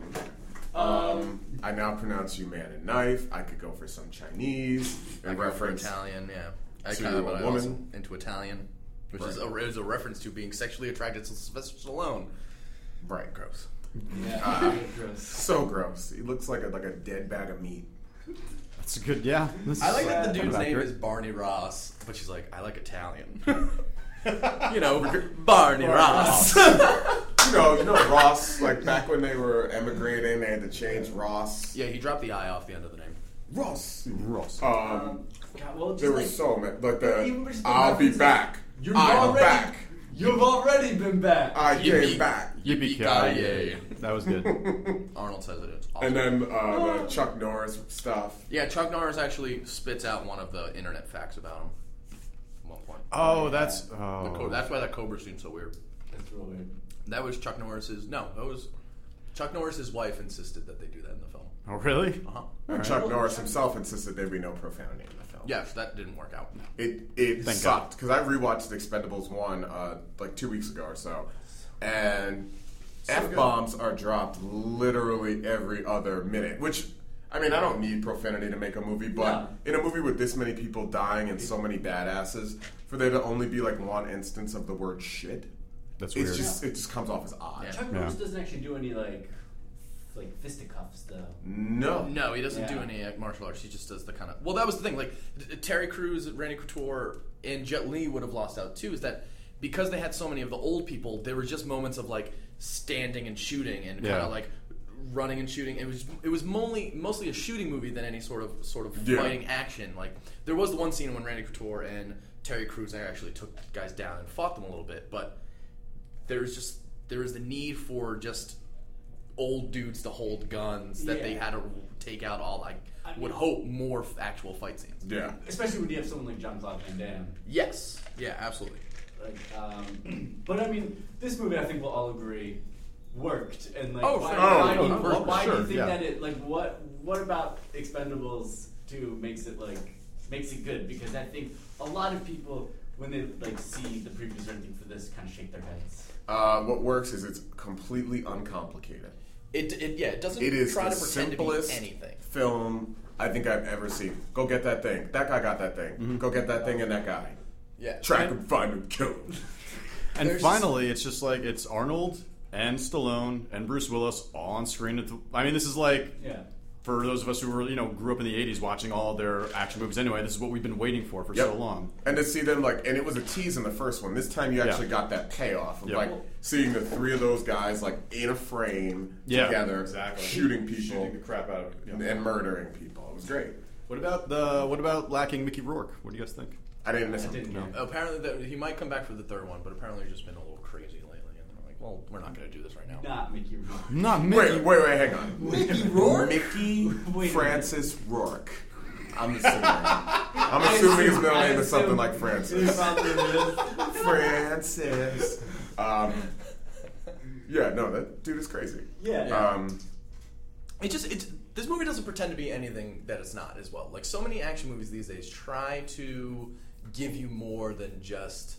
[SPEAKER 3] Um, I now pronounce you man and knife. I could go for some Chinese and reference.
[SPEAKER 5] Italian, yeah. I
[SPEAKER 3] to
[SPEAKER 5] kind
[SPEAKER 3] a
[SPEAKER 5] of but I
[SPEAKER 3] woman.
[SPEAKER 5] also into Italian, which is a, is a reference to being sexually attracted to Sylvester Stallone.
[SPEAKER 3] Right, gross.
[SPEAKER 2] Yeah. gross.
[SPEAKER 3] So gross. He looks like a like a dead bag of meat.
[SPEAKER 4] That's a good. Yeah. That's-
[SPEAKER 5] I like that the
[SPEAKER 4] kind of
[SPEAKER 5] dude's name
[SPEAKER 4] accurate.
[SPEAKER 5] is Barney Ross, but she's like, I like Italian. you know, Barney Ross.
[SPEAKER 3] You know, you know Ross. Like back when they were emigrating, they had to change Ross.
[SPEAKER 5] yeah, he dropped the I off the end of the name.
[SPEAKER 3] Ross.
[SPEAKER 4] Ross.
[SPEAKER 3] Um,
[SPEAKER 2] God, well, just
[SPEAKER 3] there were
[SPEAKER 2] like,
[SPEAKER 3] so many. Like the
[SPEAKER 2] Even just the
[SPEAKER 3] I'll be
[SPEAKER 2] references.
[SPEAKER 3] back.
[SPEAKER 2] You're
[SPEAKER 3] I'm
[SPEAKER 2] already-
[SPEAKER 3] back.
[SPEAKER 2] You've already been back.
[SPEAKER 3] I came
[SPEAKER 5] Yippee.
[SPEAKER 3] back.
[SPEAKER 5] Yippee-ki-yay.
[SPEAKER 4] That was good.
[SPEAKER 5] Arnold says it. It's awesome.
[SPEAKER 3] And then uh, the Chuck Norris stuff.
[SPEAKER 5] Yeah, Chuck Norris actually spits out one of the internet facts about him. At one point.
[SPEAKER 4] Oh, that's
[SPEAKER 5] The co-
[SPEAKER 4] oh.
[SPEAKER 5] that's why that Cobra seems so weird.
[SPEAKER 2] That's real weird.
[SPEAKER 5] That was Chuck Norris's. No, that was Chuck Norris's wife insisted that they do that in the film.
[SPEAKER 4] Oh, really?
[SPEAKER 5] Uh huh.
[SPEAKER 3] And Chuck Norris himself insisted there be no profanity in the film.
[SPEAKER 5] Yeah, so that didn't work out.
[SPEAKER 3] It it
[SPEAKER 4] Thank
[SPEAKER 3] sucked because I rewatched Expendables one uh, like two weeks ago or so, and f bombs are dropped literally every other minute. Which I mean, I don't need profanity to make a movie, but in a movie with this many people dying and so many badasses, for there to only be like one instance of the word shit,
[SPEAKER 4] That's
[SPEAKER 3] it's
[SPEAKER 4] weird.
[SPEAKER 3] just it just comes off as odd.
[SPEAKER 5] Yeah.
[SPEAKER 2] Chuck Norris doesn't actually do any like f- like fisticuffs though.
[SPEAKER 3] No,
[SPEAKER 5] No, he doesn't do
[SPEAKER 2] Yeah.
[SPEAKER 5] any uh, martial arts. He just does the kind of. Well, that was the thing. Like t- Terry Crews, Randy Couture, and Jet Li would have lost out too. Is that because they had so many of the old people? There were just moments of like standing and shooting and kind
[SPEAKER 4] Yeah.
[SPEAKER 5] of like running and shooting. It was it was mostly mostly a shooting movie than any sort of sort of
[SPEAKER 3] Yeah.
[SPEAKER 5] fighting action. Like there was the one scene when Randy Couture and Terry Crews actually took guys down and fought them a little bit, but there's just there is the need for just old dudes to hold guns that they
[SPEAKER 2] Yeah.
[SPEAKER 5] had to take out all like
[SPEAKER 2] I
[SPEAKER 5] would
[SPEAKER 2] mean-
[SPEAKER 5] hope more f- actual fight scenes.
[SPEAKER 3] yeah,
[SPEAKER 2] Especially when you have someone like John Claude Van Damme.
[SPEAKER 5] Yes. Yeah. Absolutely.
[SPEAKER 2] Like, um, but I mean, this movie I think we'll all agree worked and like
[SPEAKER 5] Oh,
[SPEAKER 2] why,
[SPEAKER 5] for-
[SPEAKER 2] why,
[SPEAKER 3] oh,
[SPEAKER 2] do you-
[SPEAKER 4] for
[SPEAKER 2] why do
[SPEAKER 4] sure,
[SPEAKER 2] you think
[SPEAKER 4] yeah.
[SPEAKER 2] that it like what what about Expendables two makes it like makes it good because I think a lot of people when they like see the previews or anything for this kind of shake their heads.
[SPEAKER 3] uh, what works is it's completely uncomplicated.
[SPEAKER 5] It, it yeah, it doesn't
[SPEAKER 3] It is
[SPEAKER 5] try
[SPEAKER 3] the
[SPEAKER 5] to pretend to be
[SPEAKER 3] simplest
[SPEAKER 5] anything.
[SPEAKER 3] film I think I've ever seen. Go get that thing. That guy got that thing. Go get that thing and that guy.
[SPEAKER 5] Yeah.
[SPEAKER 3] Track him, find him, kill him.
[SPEAKER 4] And
[SPEAKER 5] There's-
[SPEAKER 4] finally, it's just like it's Arnold and Stallone and Bruce Willis all on screen. At the, I mean, this is like
[SPEAKER 2] Yeah.
[SPEAKER 4] for those of us who were you know grew up in the '80s watching all their action movies. Anyway, this is what we've been waiting for for
[SPEAKER 3] Yep.
[SPEAKER 4] so long.
[SPEAKER 3] And to see them like, and it was a tease in the first one. This time you actually
[SPEAKER 4] Yeah.
[SPEAKER 3] got that payoff of
[SPEAKER 4] Yeah.
[SPEAKER 3] like seeing the three of those guys like in a frame
[SPEAKER 4] Yeah,
[SPEAKER 3] together,
[SPEAKER 4] exactly.
[SPEAKER 3] shooting people
[SPEAKER 4] crap out of it.
[SPEAKER 3] and, and murdering people. It was great.
[SPEAKER 4] What about the what about lacking Mickey Rourke? What do you guys think?
[SPEAKER 3] I didn't miss
[SPEAKER 2] I
[SPEAKER 3] him.
[SPEAKER 2] didn't know.
[SPEAKER 5] Apparently, the, he might come back for the third one, but apparently, he's just been a little crazy lately. And they're like, well, we're not going to do this right now.
[SPEAKER 2] Not Mickey Rourke.
[SPEAKER 4] Not
[SPEAKER 3] Wait, wait, wait, hang on. Mickey
[SPEAKER 2] Rourke?
[SPEAKER 3] Mickey
[SPEAKER 2] Wait a
[SPEAKER 3] Francis Rourke. I'm assuming. I'm assuming his middle name is something like
[SPEAKER 2] It
[SPEAKER 3] Francis.
[SPEAKER 2] probably is.
[SPEAKER 3] Francis. Um, yeah, no, that dude is crazy.
[SPEAKER 2] Yeah.
[SPEAKER 3] Um,
[SPEAKER 5] It just it's this movie doesn't pretend to be anything that it's not as well. Like so many action movies these days try to give you more than just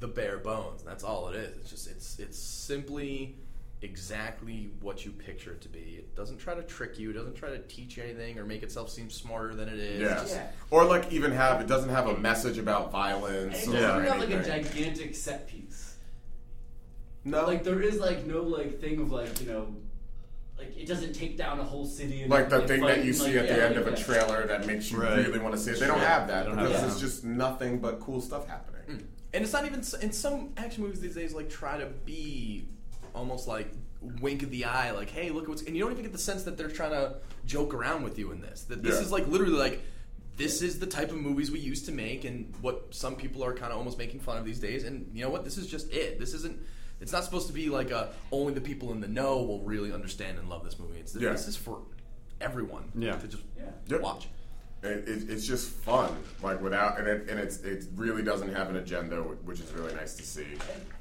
[SPEAKER 5] the bare bones. That's all it is. It's just it's it's simply exactly what you picture it to be. It doesn't try to trick you. It doesn't try to teach you anything or make itself seem smarter than it is. It's
[SPEAKER 3] yeah.
[SPEAKER 5] just-
[SPEAKER 2] Yeah.
[SPEAKER 3] Or like even have it doesn't have a message about violence.
[SPEAKER 2] It's
[SPEAKER 3] or
[SPEAKER 4] Yeah.
[SPEAKER 2] not like a
[SPEAKER 3] anything.
[SPEAKER 2] gigantic set piece.
[SPEAKER 3] no.
[SPEAKER 2] Like there is like no like thing of like you know, like it doesn't take down a whole city. And
[SPEAKER 3] like the
[SPEAKER 2] and
[SPEAKER 3] thing
[SPEAKER 2] fight
[SPEAKER 3] that you
[SPEAKER 2] and,
[SPEAKER 3] see
[SPEAKER 2] like,
[SPEAKER 3] at the
[SPEAKER 2] yeah,
[SPEAKER 3] end
[SPEAKER 2] like
[SPEAKER 3] of a
[SPEAKER 2] that.
[SPEAKER 3] trailer that makes you
[SPEAKER 4] Right.
[SPEAKER 3] really want to see it. They don't have that
[SPEAKER 4] They don't have
[SPEAKER 3] because
[SPEAKER 2] that.
[SPEAKER 3] it's just nothing but cool stuff happening.
[SPEAKER 5] And it's not even in some action movies these days like try to be almost like wink of the eye, like hey look at what's and you don't even get the sense that they're trying to joke around with you in this. That this
[SPEAKER 3] Yeah.
[SPEAKER 5] is like literally like this is the type of movies we used to make and what some people are kind of almost making fun of these days. And you know what? This is just it. This isn't. It's not supposed to be like a only the people in the know will really understand and love this movie. It's
[SPEAKER 3] Yeah.
[SPEAKER 5] this is for everyone.
[SPEAKER 4] Yeah.
[SPEAKER 5] To just
[SPEAKER 2] Yeah.
[SPEAKER 3] Yep.
[SPEAKER 5] watch.
[SPEAKER 2] Mm.
[SPEAKER 3] It, it, it's just fun, like without, and it and it's it really doesn't have an agenda, wh- which is really nice to see.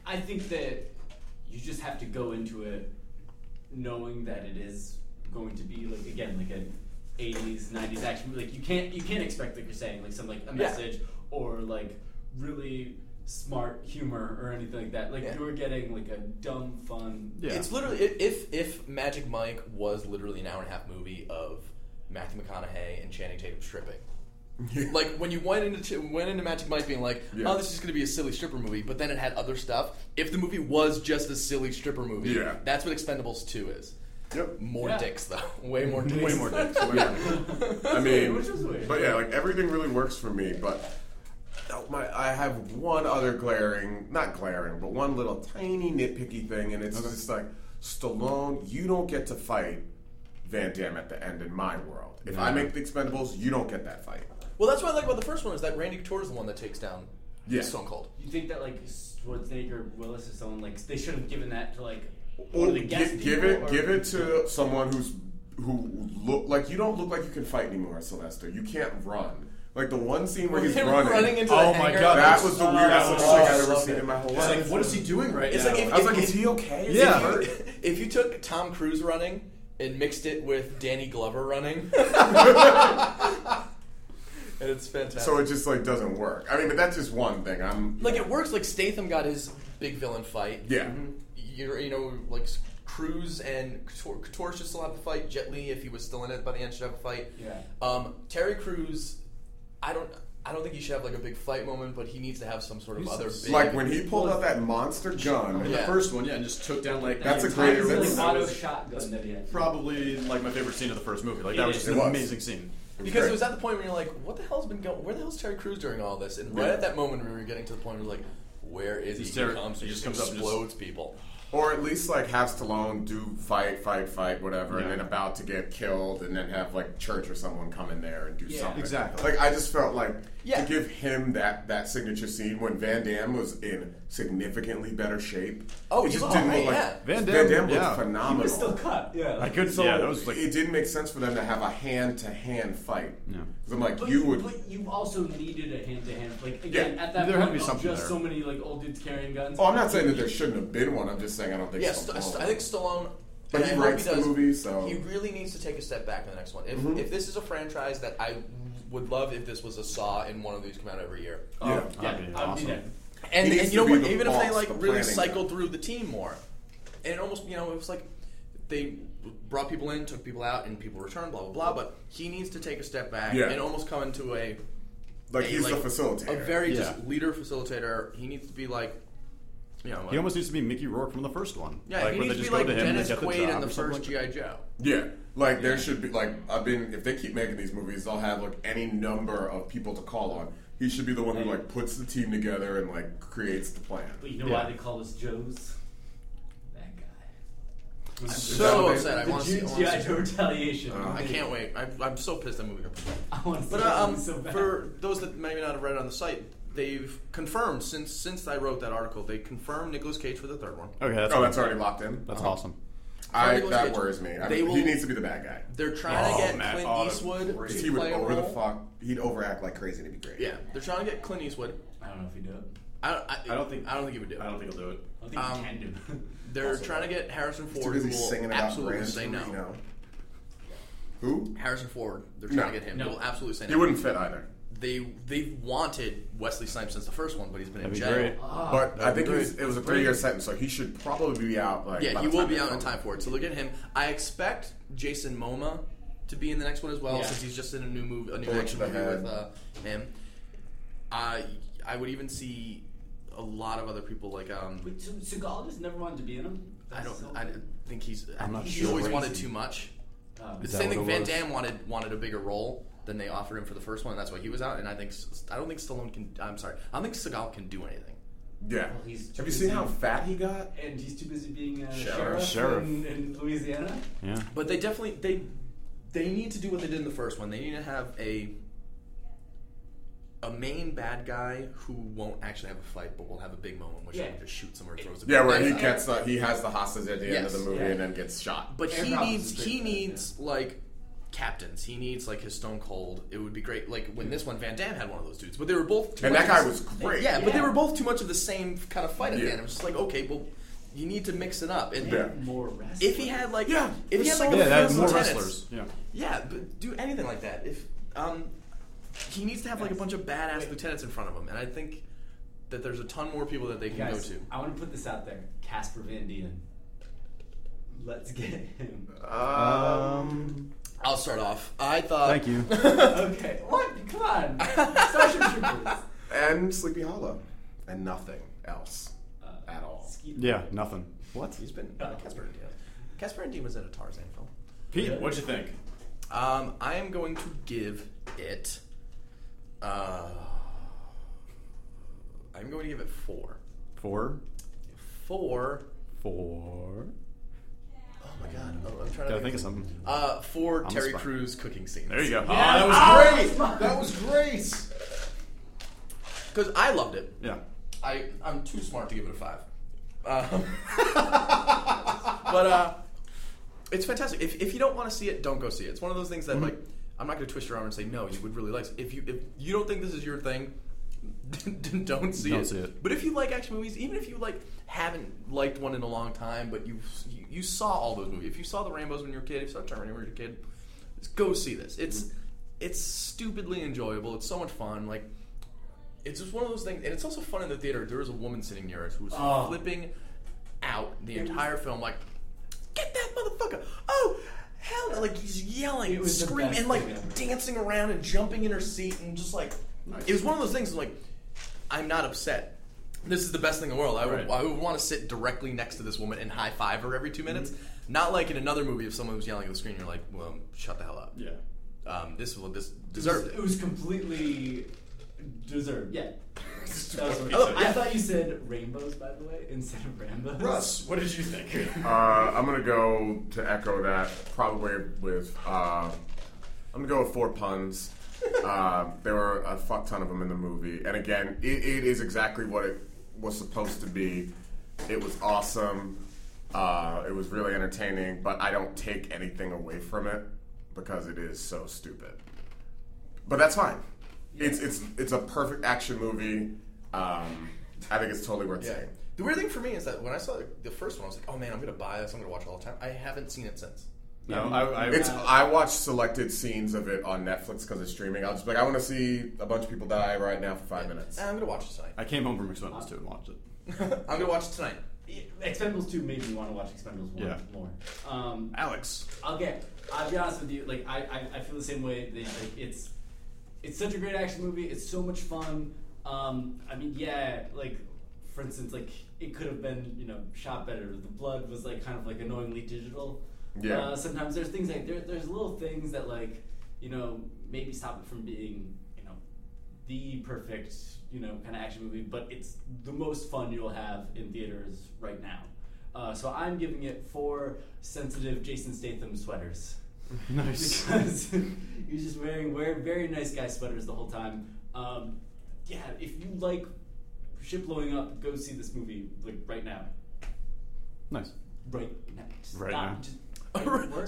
[SPEAKER 2] I think that you just have to go into it knowing that it is going to be like again like an 80s 90s action movie. Like you can't you can't expect like you're saying like some like a message or like really smart humor or anything like that. Like
[SPEAKER 5] Yeah.
[SPEAKER 2] you're getting like a dumb fun.
[SPEAKER 4] Yeah.
[SPEAKER 5] It's literally i- if if Magic Mike was literally an hour and a half movie of Matthew McConaughey and Channing Tatum stripping. like when you went into Ch- went into Magic Mike being like,
[SPEAKER 3] Yeah.
[SPEAKER 5] oh, this is going to be a silly stripper movie, but then it had other stuff. If the movie was just a silly stripper movie,
[SPEAKER 3] Yeah.
[SPEAKER 5] that's what Expendables Two is.
[SPEAKER 3] Yep.
[SPEAKER 5] More
[SPEAKER 2] Yeah.
[SPEAKER 5] dicks though, way more dicks.
[SPEAKER 4] Way more dicks.
[SPEAKER 3] I mean,
[SPEAKER 2] Which is weird.
[SPEAKER 3] but yeah, like everything really works for me. But oh, my, I have one other glaring, not glaring, but one little tiny nitpicky thing, and it's just like Stallone, you don't get to fight Van Damme at the end in my world. If I make the Expendables, you don't get that fight.
[SPEAKER 5] well, that's what I like about the first one is that Randy Couture is the one that takes down
[SPEAKER 3] Yeah.
[SPEAKER 5] Stone Cold.
[SPEAKER 2] You think that like Schwarzenegger, Willis, or someone like they should have given that to like one
[SPEAKER 3] Or
[SPEAKER 2] of the
[SPEAKER 3] Oh, gi-
[SPEAKER 2] guest
[SPEAKER 3] give,
[SPEAKER 2] people
[SPEAKER 3] it,
[SPEAKER 2] or-
[SPEAKER 3] give it to someone who's who look like you don't look like you can fight anymore, Sylvester. You can't run. Like the one scene where he's
[SPEAKER 5] Him
[SPEAKER 3] running,
[SPEAKER 5] running into
[SPEAKER 4] Oh
[SPEAKER 5] the
[SPEAKER 4] my
[SPEAKER 5] hangar.
[SPEAKER 4] God,
[SPEAKER 3] that
[SPEAKER 4] that's-
[SPEAKER 3] was the
[SPEAKER 4] Oh,
[SPEAKER 3] weirdest
[SPEAKER 4] that was
[SPEAKER 3] thing
[SPEAKER 4] so
[SPEAKER 3] I've ever
[SPEAKER 4] slow.
[SPEAKER 3] seen in my whole
[SPEAKER 4] It's
[SPEAKER 3] life.
[SPEAKER 4] like, what is he doing right
[SPEAKER 5] It's
[SPEAKER 4] now?
[SPEAKER 5] like if-
[SPEAKER 3] I was like, is he okay? Is
[SPEAKER 4] Yeah.
[SPEAKER 3] he hurt?
[SPEAKER 5] if you took Tom Cruise running and mixed it with Danny Glover running, and it's fantastic.
[SPEAKER 3] So it just like doesn't work. I mean, but that's just one thing. I'm
[SPEAKER 5] like it works. Like Statham got his big villain fight.
[SPEAKER 3] Yeah.
[SPEAKER 5] You're, you know, like Cruise and Couture, Couture should still have a fight. Jet Li, if he was still in it by the end, should have a fight.
[SPEAKER 2] Yeah.
[SPEAKER 5] Um, Terry Crews, I don't. I don't think he should have like a big fight moment, but he needs to have some sort of
[SPEAKER 4] He's
[SPEAKER 5] other big.
[SPEAKER 3] Like when he pulled out that monster gun.
[SPEAKER 4] the
[SPEAKER 5] Yeah.
[SPEAKER 4] first one, yeah, and just took down like
[SPEAKER 3] That's
[SPEAKER 4] the
[SPEAKER 3] a great-
[SPEAKER 4] entire
[SPEAKER 3] that's-
[SPEAKER 2] Like
[SPEAKER 4] room.
[SPEAKER 2] auto shotgun that he had.
[SPEAKER 4] probably like my favorite scene of the first movie. Like that
[SPEAKER 2] It
[SPEAKER 4] was
[SPEAKER 2] is.
[SPEAKER 4] just an
[SPEAKER 3] It was.
[SPEAKER 4] amazing scene.
[SPEAKER 5] Because
[SPEAKER 3] Great.
[SPEAKER 5] it was at the point where you're like, what the hell's been going? Where the hell's Terry Crews during all this? And right
[SPEAKER 3] Yeah.
[SPEAKER 5] at that moment, we were getting to the point where we're like, where is he?
[SPEAKER 4] He's Terry-
[SPEAKER 5] he comes,
[SPEAKER 4] he
[SPEAKER 5] and just
[SPEAKER 4] just comes up and just-
[SPEAKER 5] explodes people.
[SPEAKER 3] Or at least like have Stallone do fight, fight, fight, whatever, and
[SPEAKER 4] Yeah.
[SPEAKER 3] then about to get killed, and then have like Church or someone come in there and do
[SPEAKER 2] Yeah.
[SPEAKER 3] something.
[SPEAKER 4] Exactly.
[SPEAKER 3] Like I just felt like
[SPEAKER 5] Yeah.
[SPEAKER 3] to give him that that signature scene when Van Damme was in significantly better shape.
[SPEAKER 5] Oh,
[SPEAKER 3] it
[SPEAKER 5] he
[SPEAKER 3] just
[SPEAKER 5] was
[SPEAKER 3] didn't
[SPEAKER 5] alright,
[SPEAKER 3] look like
[SPEAKER 5] yeah.
[SPEAKER 4] Van
[SPEAKER 3] Van
[SPEAKER 4] Damme,
[SPEAKER 3] Damme looked
[SPEAKER 4] yeah.
[SPEAKER 2] He
[SPEAKER 3] phenomenal.
[SPEAKER 2] was still cut. Yeah.
[SPEAKER 4] I couldn't.
[SPEAKER 3] So
[SPEAKER 4] yeah, that was like
[SPEAKER 3] it didn't make sense for them to have a hand to hand fight.
[SPEAKER 4] Yeah.
[SPEAKER 3] 'Cause I'm like
[SPEAKER 2] But
[SPEAKER 3] you would.
[SPEAKER 2] But you also needed a hand to hand. Like again,
[SPEAKER 3] Yeah,
[SPEAKER 2] at that
[SPEAKER 4] there had
[SPEAKER 2] point,
[SPEAKER 4] to be
[SPEAKER 2] of
[SPEAKER 4] something
[SPEAKER 2] just
[SPEAKER 4] there.
[SPEAKER 2] so many like old dudes carrying guns.
[SPEAKER 3] Oh, I'm not saying that there shouldn't have been one. I'm just saying I don't think.
[SPEAKER 5] Yeah,
[SPEAKER 3] so.
[SPEAKER 5] St- I think Stallone.
[SPEAKER 3] But
[SPEAKER 5] and
[SPEAKER 3] he
[SPEAKER 5] I hope
[SPEAKER 3] writes the
[SPEAKER 5] does,
[SPEAKER 3] movie, so- Mm-hmm.
[SPEAKER 5] he really needs to take a step back in the next one. If, if this is a franchise that I would love, if this was a Saw and one of these come out every year,
[SPEAKER 2] Oh,
[SPEAKER 3] Yeah.
[SPEAKER 2] yeah,
[SPEAKER 4] That'd be
[SPEAKER 2] I'd
[SPEAKER 4] awesome.
[SPEAKER 2] be there.
[SPEAKER 5] and,
[SPEAKER 3] He
[SPEAKER 5] and
[SPEAKER 3] needs
[SPEAKER 5] you know
[SPEAKER 3] to be
[SPEAKER 5] what?
[SPEAKER 3] the
[SPEAKER 5] Even if they
[SPEAKER 3] boss,
[SPEAKER 5] like
[SPEAKER 3] the
[SPEAKER 5] really
[SPEAKER 3] planning
[SPEAKER 5] cycled
[SPEAKER 3] guy.
[SPEAKER 5] through the team more, and it almost you know it was like they brought people in, took people out, and people returned, blah blah blah. But he needs to take a step back
[SPEAKER 3] Yeah.
[SPEAKER 5] and almost come into a
[SPEAKER 3] Like
[SPEAKER 5] a,
[SPEAKER 3] he's the facilitator.
[SPEAKER 5] a very
[SPEAKER 4] Yeah.
[SPEAKER 5] just leader facilitator. He needs to be like, you know,
[SPEAKER 4] He almost needs to be Mickey Rourke from the first one.
[SPEAKER 5] yeah,
[SPEAKER 4] like,
[SPEAKER 5] he
[SPEAKER 4] where
[SPEAKER 5] needs
[SPEAKER 4] they
[SPEAKER 5] to be
[SPEAKER 4] just
[SPEAKER 5] like
[SPEAKER 4] go to him
[SPEAKER 5] Dennis
[SPEAKER 4] and they get
[SPEAKER 5] Quaid
[SPEAKER 4] the
[SPEAKER 5] in
[SPEAKER 4] job
[SPEAKER 5] the
[SPEAKER 4] or something
[SPEAKER 5] first
[SPEAKER 4] like
[SPEAKER 5] GI Joe.
[SPEAKER 3] Yeah, like there should be like I've been if they keep making these movies, they'll have like any number of people to call on. He should be the one who like puts the team together and like creates the plan.
[SPEAKER 2] But you know
[SPEAKER 4] Yeah.
[SPEAKER 2] why they call us Joes? That guy.
[SPEAKER 5] So
[SPEAKER 3] Yeah.
[SPEAKER 5] upset. I
[SPEAKER 2] the
[SPEAKER 5] want to see. I
[SPEAKER 2] Jew-
[SPEAKER 5] wanna
[SPEAKER 2] GI
[SPEAKER 5] see- Uh,
[SPEAKER 2] Joe retaliation.
[SPEAKER 5] I can't wait. I, I'm so pissed that movie got pushed back.
[SPEAKER 2] I want to see
[SPEAKER 5] But
[SPEAKER 2] that
[SPEAKER 5] uh, um,
[SPEAKER 2] movie so bad.
[SPEAKER 5] for those that maybe not have read it on the site, they've confirmed since since I wrote that article, they confirmed Nicolas Cage for the third one.
[SPEAKER 4] that. Okay, that's, Uh-huh.
[SPEAKER 3] oh, that's already locked in.
[SPEAKER 4] that's awesome.
[SPEAKER 3] I
[SPEAKER 5] Nicolas
[SPEAKER 3] that
[SPEAKER 5] Cage.
[SPEAKER 3] worries me. I
[SPEAKER 5] They
[SPEAKER 3] mean,
[SPEAKER 5] will-
[SPEAKER 3] he needs to be the bad guy.
[SPEAKER 5] They're trying
[SPEAKER 4] Oh,
[SPEAKER 5] to get
[SPEAKER 4] Matt
[SPEAKER 5] Clint
[SPEAKER 4] Otta,
[SPEAKER 5] Eastwood
[SPEAKER 3] Because
[SPEAKER 5] to
[SPEAKER 3] he would
[SPEAKER 5] play a
[SPEAKER 3] over the
[SPEAKER 5] role.
[SPEAKER 3] fuck. He'd overact like crazy to be great.
[SPEAKER 5] Yeah, they're trying to get Clint Eastwood.
[SPEAKER 2] I don't know if he do it.
[SPEAKER 5] I don't, I,
[SPEAKER 4] I don't think-
[SPEAKER 5] I don't think he would do it.
[SPEAKER 4] don't think he'll do it.
[SPEAKER 2] I don't think
[SPEAKER 5] Um,
[SPEAKER 2] he can do it.
[SPEAKER 5] They're
[SPEAKER 3] Also,
[SPEAKER 5] trying to get Harrison
[SPEAKER 3] He's too
[SPEAKER 5] Ford, who
[SPEAKER 3] busy
[SPEAKER 5] will
[SPEAKER 3] singing about
[SPEAKER 5] absolutely
[SPEAKER 3] Gran
[SPEAKER 5] say no.
[SPEAKER 3] Torino. Who?
[SPEAKER 5] Harrison Ford, they're
[SPEAKER 3] No.
[SPEAKER 5] trying to get him.
[SPEAKER 2] No.
[SPEAKER 5] He will absolutely say
[SPEAKER 3] He
[SPEAKER 5] no.
[SPEAKER 3] wouldn't fit either.
[SPEAKER 5] They they've wanted Wesley Snipes since the first one, but he's been
[SPEAKER 4] That'd be
[SPEAKER 5] in jail.
[SPEAKER 4] great.
[SPEAKER 2] Ah.
[SPEAKER 3] But uh, I think it
[SPEAKER 4] be
[SPEAKER 3] was,
[SPEAKER 4] great.
[SPEAKER 3] it was a three-year sentence, so he should probably be out. Like
[SPEAKER 5] Yeah,
[SPEAKER 3] by
[SPEAKER 5] he
[SPEAKER 3] the
[SPEAKER 5] will be
[SPEAKER 3] they
[SPEAKER 5] out in
[SPEAKER 3] film.
[SPEAKER 5] time for it. So look at him. I expect Jason Moma to be in the next one as well,
[SPEAKER 2] Yeah.
[SPEAKER 5] since he's just in a new movie, a new
[SPEAKER 3] Bullet
[SPEAKER 5] action
[SPEAKER 3] to
[SPEAKER 5] movie
[SPEAKER 3] the
[SPEAKER 5] with uh,
[SPEAKER 3] head.
[SPEAKER 5] him. I I would even see a lot of other people like um.
[SPEAKER 2] Wait, so Seagal just never wanted to be in him?
[SPEAKER 5] I
[SPEAKER 2] That's
[SPEAKER 5] don't.
[SPEAKER 2] so
[SPEAKER 5] I
[SPEAKER 2] weird.
[SPEAKER 5] think he's. I
[SPEAKER 4] I'm not
[SPEAKER 5] think he
[SPEAKER 4] sure.
[SPEAKER 5] always
[SPEAKER 2] Crazy.
[SPEAKER 5] wanted too much.
[SPEAKER 2] Um,
[SPEAKER 5] The
[SPEAKER 4] that
[SPEAKER 5] same
[SPEAKER 4] what
[SPEAKER 5] thing.
[SPEAKER 4] it
[SPEAKER 5] Van
[SPEAKER 4] was?
[SPEAKER 5] Damme wanted wanted a bigger role than they offered him for the first one, and that's why he was out. And I think I don't think Stallone can. I'm sorry. I don't think Seagal can do anything.
[SPEAKER 3] Yeah.
[SPEAKER 2] Well, he's
[SPEAKER 3] Have you seen
[SPEAKER 2] busy.
[SPEAKER 3] how fat he got?
[SPEAKER 2] and he's too busy being a
[SPEAKER 3] Sheriff.
[SPEAKER 2] sheriff,
[SPEAKER 4] Sheriff.
[SPEAKER 2] In, in Louisiana.
[SPEAKER 4] Yeah.
[SPEAKER 5] But they definitely they they need to do what they did in the first one. They need to have a a main bad guy who won't actually have a fight, but will have a big moment, which
[SPEAKER 2] Yeah.
[SPEAKER 5] he just shoots somewhere, throws a
[SPEAKER 3] Yeah,
[SPEAKER 5] big
[SPEAKER 3] where
[SPEAKER 5] knife
[SPEAKER 3] he
[SPEAKER 5] out.
[SPEAKER 3] gets the he has the hostage at the end of the
[SPEAKER 5] Yes.
[SPEAKER 3] movie
[SPEAKER 2] Yeah.
[SPEAKER 3] and then gets shot.
[SPEAKER 5] But
[SPEAKER 2] Air
[SPEAKER 5] he
[SPEAKER 2] Force
[SPEAKER 5] needs
[SPEAKER 2] is a big
[SPEAKER 5] he
[SPEAKER 2] bad,
[SPEAKER 5] needs like captains. He needs like his Stone Cold. It would be great. Like when this one, Van Damme had one of those dudes, but they were both. Too
[SPEAKER 3] and
[SPEAKER 5] much
[SPEAKER 3] that
[SPEAKER 5] of
[SPEAKER 3] guy
[SPEAKER 5] the-
[SPEAKER 3] was great.
[SPEAKER 5] Yeah, but they
[SPEAKER 2] Yeah.
[SPEAKER 5] were both too much of the same kind of fight at
[SPEAKER 3] Yeah.
[SPEAKER 5] the end. It was just like, okay, well, you need to mix it up. And
[SPEAKER 3] Yeah.
[SPEAKER 2] More wrestling.
[SPEAKER 5] if he had like,
[SPEAKER 3] Yeah,
[SPEAKER 5] if he
[SPEAKER 3] there's
[SPEAKER 5] had like
[SPEAKER 3] so
[SPEAKER 5] a
[SPEAKER 4] Yeah, that
[SPEAKER 5] few
[SPEAKER 4] more
[SPEAKER 5] lieutenants-
[SPEAKER 4] wrestlers. Yeah.
[SPEAKER 5] Yeah, but do anything like that. If um, he needs to have like a bunch of badass lieutenants in front of him, and I think that there's a ton more people that they can
[SPEAKER 2] Guys,
[SPEAKER 5] go to.
[SPEAKER 2] I want to put this out there. Casper Van Dien. Let's get him.
[SPEAKER 4] Um.
[SPEAKER 5] I'll start off. I thought.
[SPEAKER 4] Thank you.
[SPEAKER 2] okay, what? Come on. Starship Troopers.
[SPEAKER 3] and Sleepy Hollow, and nothing else
[SPEAKER 5] Uh,
[SPEAKER 3] at all.
[SPEAKER 2] Skeet-
[SPEAKER 4] Yeah. Nothing. What?
[SPEAKER 5] He's been uh, Casper and Dean. Casper and Dean was in a Tarzan film.
[SPEAKER 4] Pete, what'd you think?
[SPEAKER 5] Um, I am going to give it. Uh, I'm going to give it four.
[SPEAKER 4] Four.
[SPEAKER 5] Four.
[SPEAKER 4] Four.
[SPEAKER 5] Oh my god! Oh, I'm trying to
[SPEAKER 4] Gotta
[SPEAKER 5] think
[SPEAKER 4] think of something.
[SPEAKER 5] Uh, four
[SPEAKER 4] the
[SPEAKER 5] Terry
[SPEAKER 4] spot.
[SPEAKER 5] Crews cooking scenes.
[SPEAKER 4] There you go.
[SPEAKER 2] Yeah.
[SPEAKER 4] Ah, that was
[SPEAKER 2] Ah!
[SPEAKER 4] great. That was great.
[SPEAKER 5] Because I loved it.
[SPEAKER 4] Yeah.
[SPEAKER 5] I I'm too smart to give it a five. Um, but uh, it's fantastic. If, if you don't want to see it, don't go see it. It's one of those things
[SPEAKER 4] Mm-hmm.
[SPEAKER 5] that like I'm not going to twist your arm and say no. You would really like it. if you if you don't think this is your thing. don't see
[SPEAKER 4] Don't
[SPEAKER 5] it.
[SPEAKER 4] see it.
[SPEAKER 5] But if you like action movies, even if you like haven't liked one in a long time, but you you saw all those movies. If you saw the Rambo's when you were a kid, if you saw Terminator when you were a kid, just go see this. It's
[SPEAKER 4] Mm-hmm.
[SPEAKER 5] it's stupidly enjoyable. It's so much fun. Like it's just one of those things, and it's also fun in the theater. There was a woman sitting near us who was
[SPEAKER 2] Oh.
[SPEAKER 5] flipping out the
[SPEAKER 2] It was-
[SPEAKER 5] entire film, like, "Get that motherfucker!" Oh, hell! no," Like he's yelling,
[SPEAKER 2] It was the
[SPEAKER 5] screaming,
[SPEAKER 2] best
[SPEAKER 5] and like
[SPEAKER 2] thing ever.
[SPEAKER 5] dancing around and jumping in her seat, and just like it was one of those things. Like, I'm not upset. This is the best thing in the world. I would,
[SPEAKER 4] Right.
[SPEAKER 5] I would want to sit directly next to this woman and high five her every two minutes.
[SPEAKER 2] Mm-hmm.
[SPEAKER 5] Not like in another movie, if someone was yelling at the screen, you're like, "Well, shut the hell up."
[SPEAKER 4] Yeah.
[SPEAKER 5] Um, this will this
[SPEAKER 2] It was-
[SPEAKER 5] deserved it.
[SPEAKER 2] It was completely deserved. Yeah. That was what-
[SPEAKER 5] Oh, yeah.
[SPEAKER 2] I thought you said rainbows, by the way, instead of Rambos.
[SPEAKER 4] Russ, what did you think?
[SPEAKER 3] Uh, I'm gonna go to echo that probably with uh, I'm gonna go with four puns. uh, there were a fuck ton of them in the movie, and again, it, it is exactly what it was supposed to be. It was awesome. Uh, it was really entertaining, but I don't take anything away from it because it is so stupid. But that's fine. It's it's it's a perfect action movie. Um, I think it's totally worth
[SPEAKER 5] Yeah.
[SPEAKER 3] seeing.
[SPEAKER 5] The weird thing for me is that when I saw the first one, I was like, "Oh man, I'm gonna buy this. I'm gonna watch it all the time." I haven't seen it since.
[SPEAKER 4] No, I. I
[SPEAKER 3] It's I watch selected scenes of it on Netflix because it's streaming. I'll just be like, I want to see a bunch of people die right now for five minutes.
[SPEAKER 5] Eh, I'm gonna watch it tonight.
[SPEAKER 4] I came home from McDonald's too and watched it.
[SPEAKER 5] I'm gonna watch it tonight.
[SPEAKER 2] Expendables two made me want to watch Expendables one
[SPEAKER 4] Yeah.
[SPEAKER 2] more. Um,
[SPEAKER 4] Alex.
[SPEAKER 2] I'll get. I'll be honest with you. Like I, I, I feel the same way. They, like, it's, it's such a great action movie. It's so much fun. Um, I mean, yeah. Like, for instance, like it could have been you know shot better. The blood was like kind of like annoyingly digital.
[SPEAKER 3] Yeah.
[SPEAKER 2] Uh, sometimes there's things like there, there's little things that like you know maybe stop it from being you know the perfect you know kind of action movie, but it's the most fun you'll have in theaters right now. Uh, so I'm giving it four sensitive Jason Statham sweaters
[SPEAKER 4] Nice.
[SPEAKER 2] because he was just wearing wear, very nice guy sweaters the whole time. Um, yeah, if you like shit blowing up, go see this movie like right now,
[SPEAKER 4] nice.
[SPEAKER 2] right now. Just
[SPEAKER 4] Right
[SPEAKER 2] stop,
[SPEAKER 4] now.
[SPEAKER 2] just- work.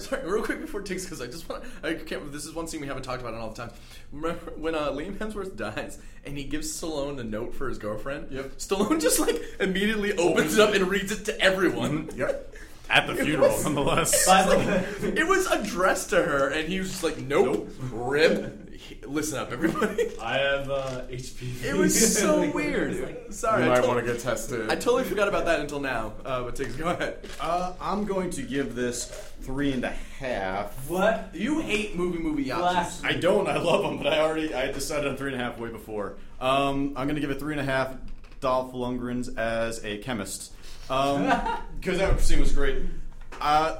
[SPEAKER 5] Sorry, real quick before it takes, because I just want to. I can't. This is one scene we haven't talked about in all the time. Remember when uh, Liam Hemsworth dies and he gives Stallone a note for his girlfriend?
[SPEAKER 4] Yep.
[SPEAKER 5] Stallone just like immediately opens it up and reads it to everyone.
[SPEAKER 3] Yep.
[SPEAKER 4] At the funeral, nonetheless.
[SPEAKER 2] By the way,
[SPEAKER 5] It was addressed to her, and he was just like, "Nope, rip." He- Listen up, everybody.
[SPEAKER 2] I have uh, HPV.
[SPEAKER 5] It was so
[SPEAKER 2] Like,
[SPEAKER 5] weird.
[SPEAKER 2] it's like-
[SPEAKER 5] Sorry,
[SPEAKER 3] you
[SPEAKER 5] I,
[SPEAKER 3] might
[SPEAKER 5] tot-
[SPEAKER 3] want to get tested.
[SPEAKER 5] I totally forgot about that until now. Uh, but takes go ahead.
[SPEAKER 4] Uh, I'm going to give this three and a half.
[SPEAKER 2] what?
[SPEAKER 5] You hate movie movie yachts.
[SPEAKER 2] Last
[SPEAKER 4] I don't. I love them, but I already I decided on three and a half way before. Um, I'm gonna give it three and a half. Dolph Lundgren's as a chemist, because that scene was great. Uh,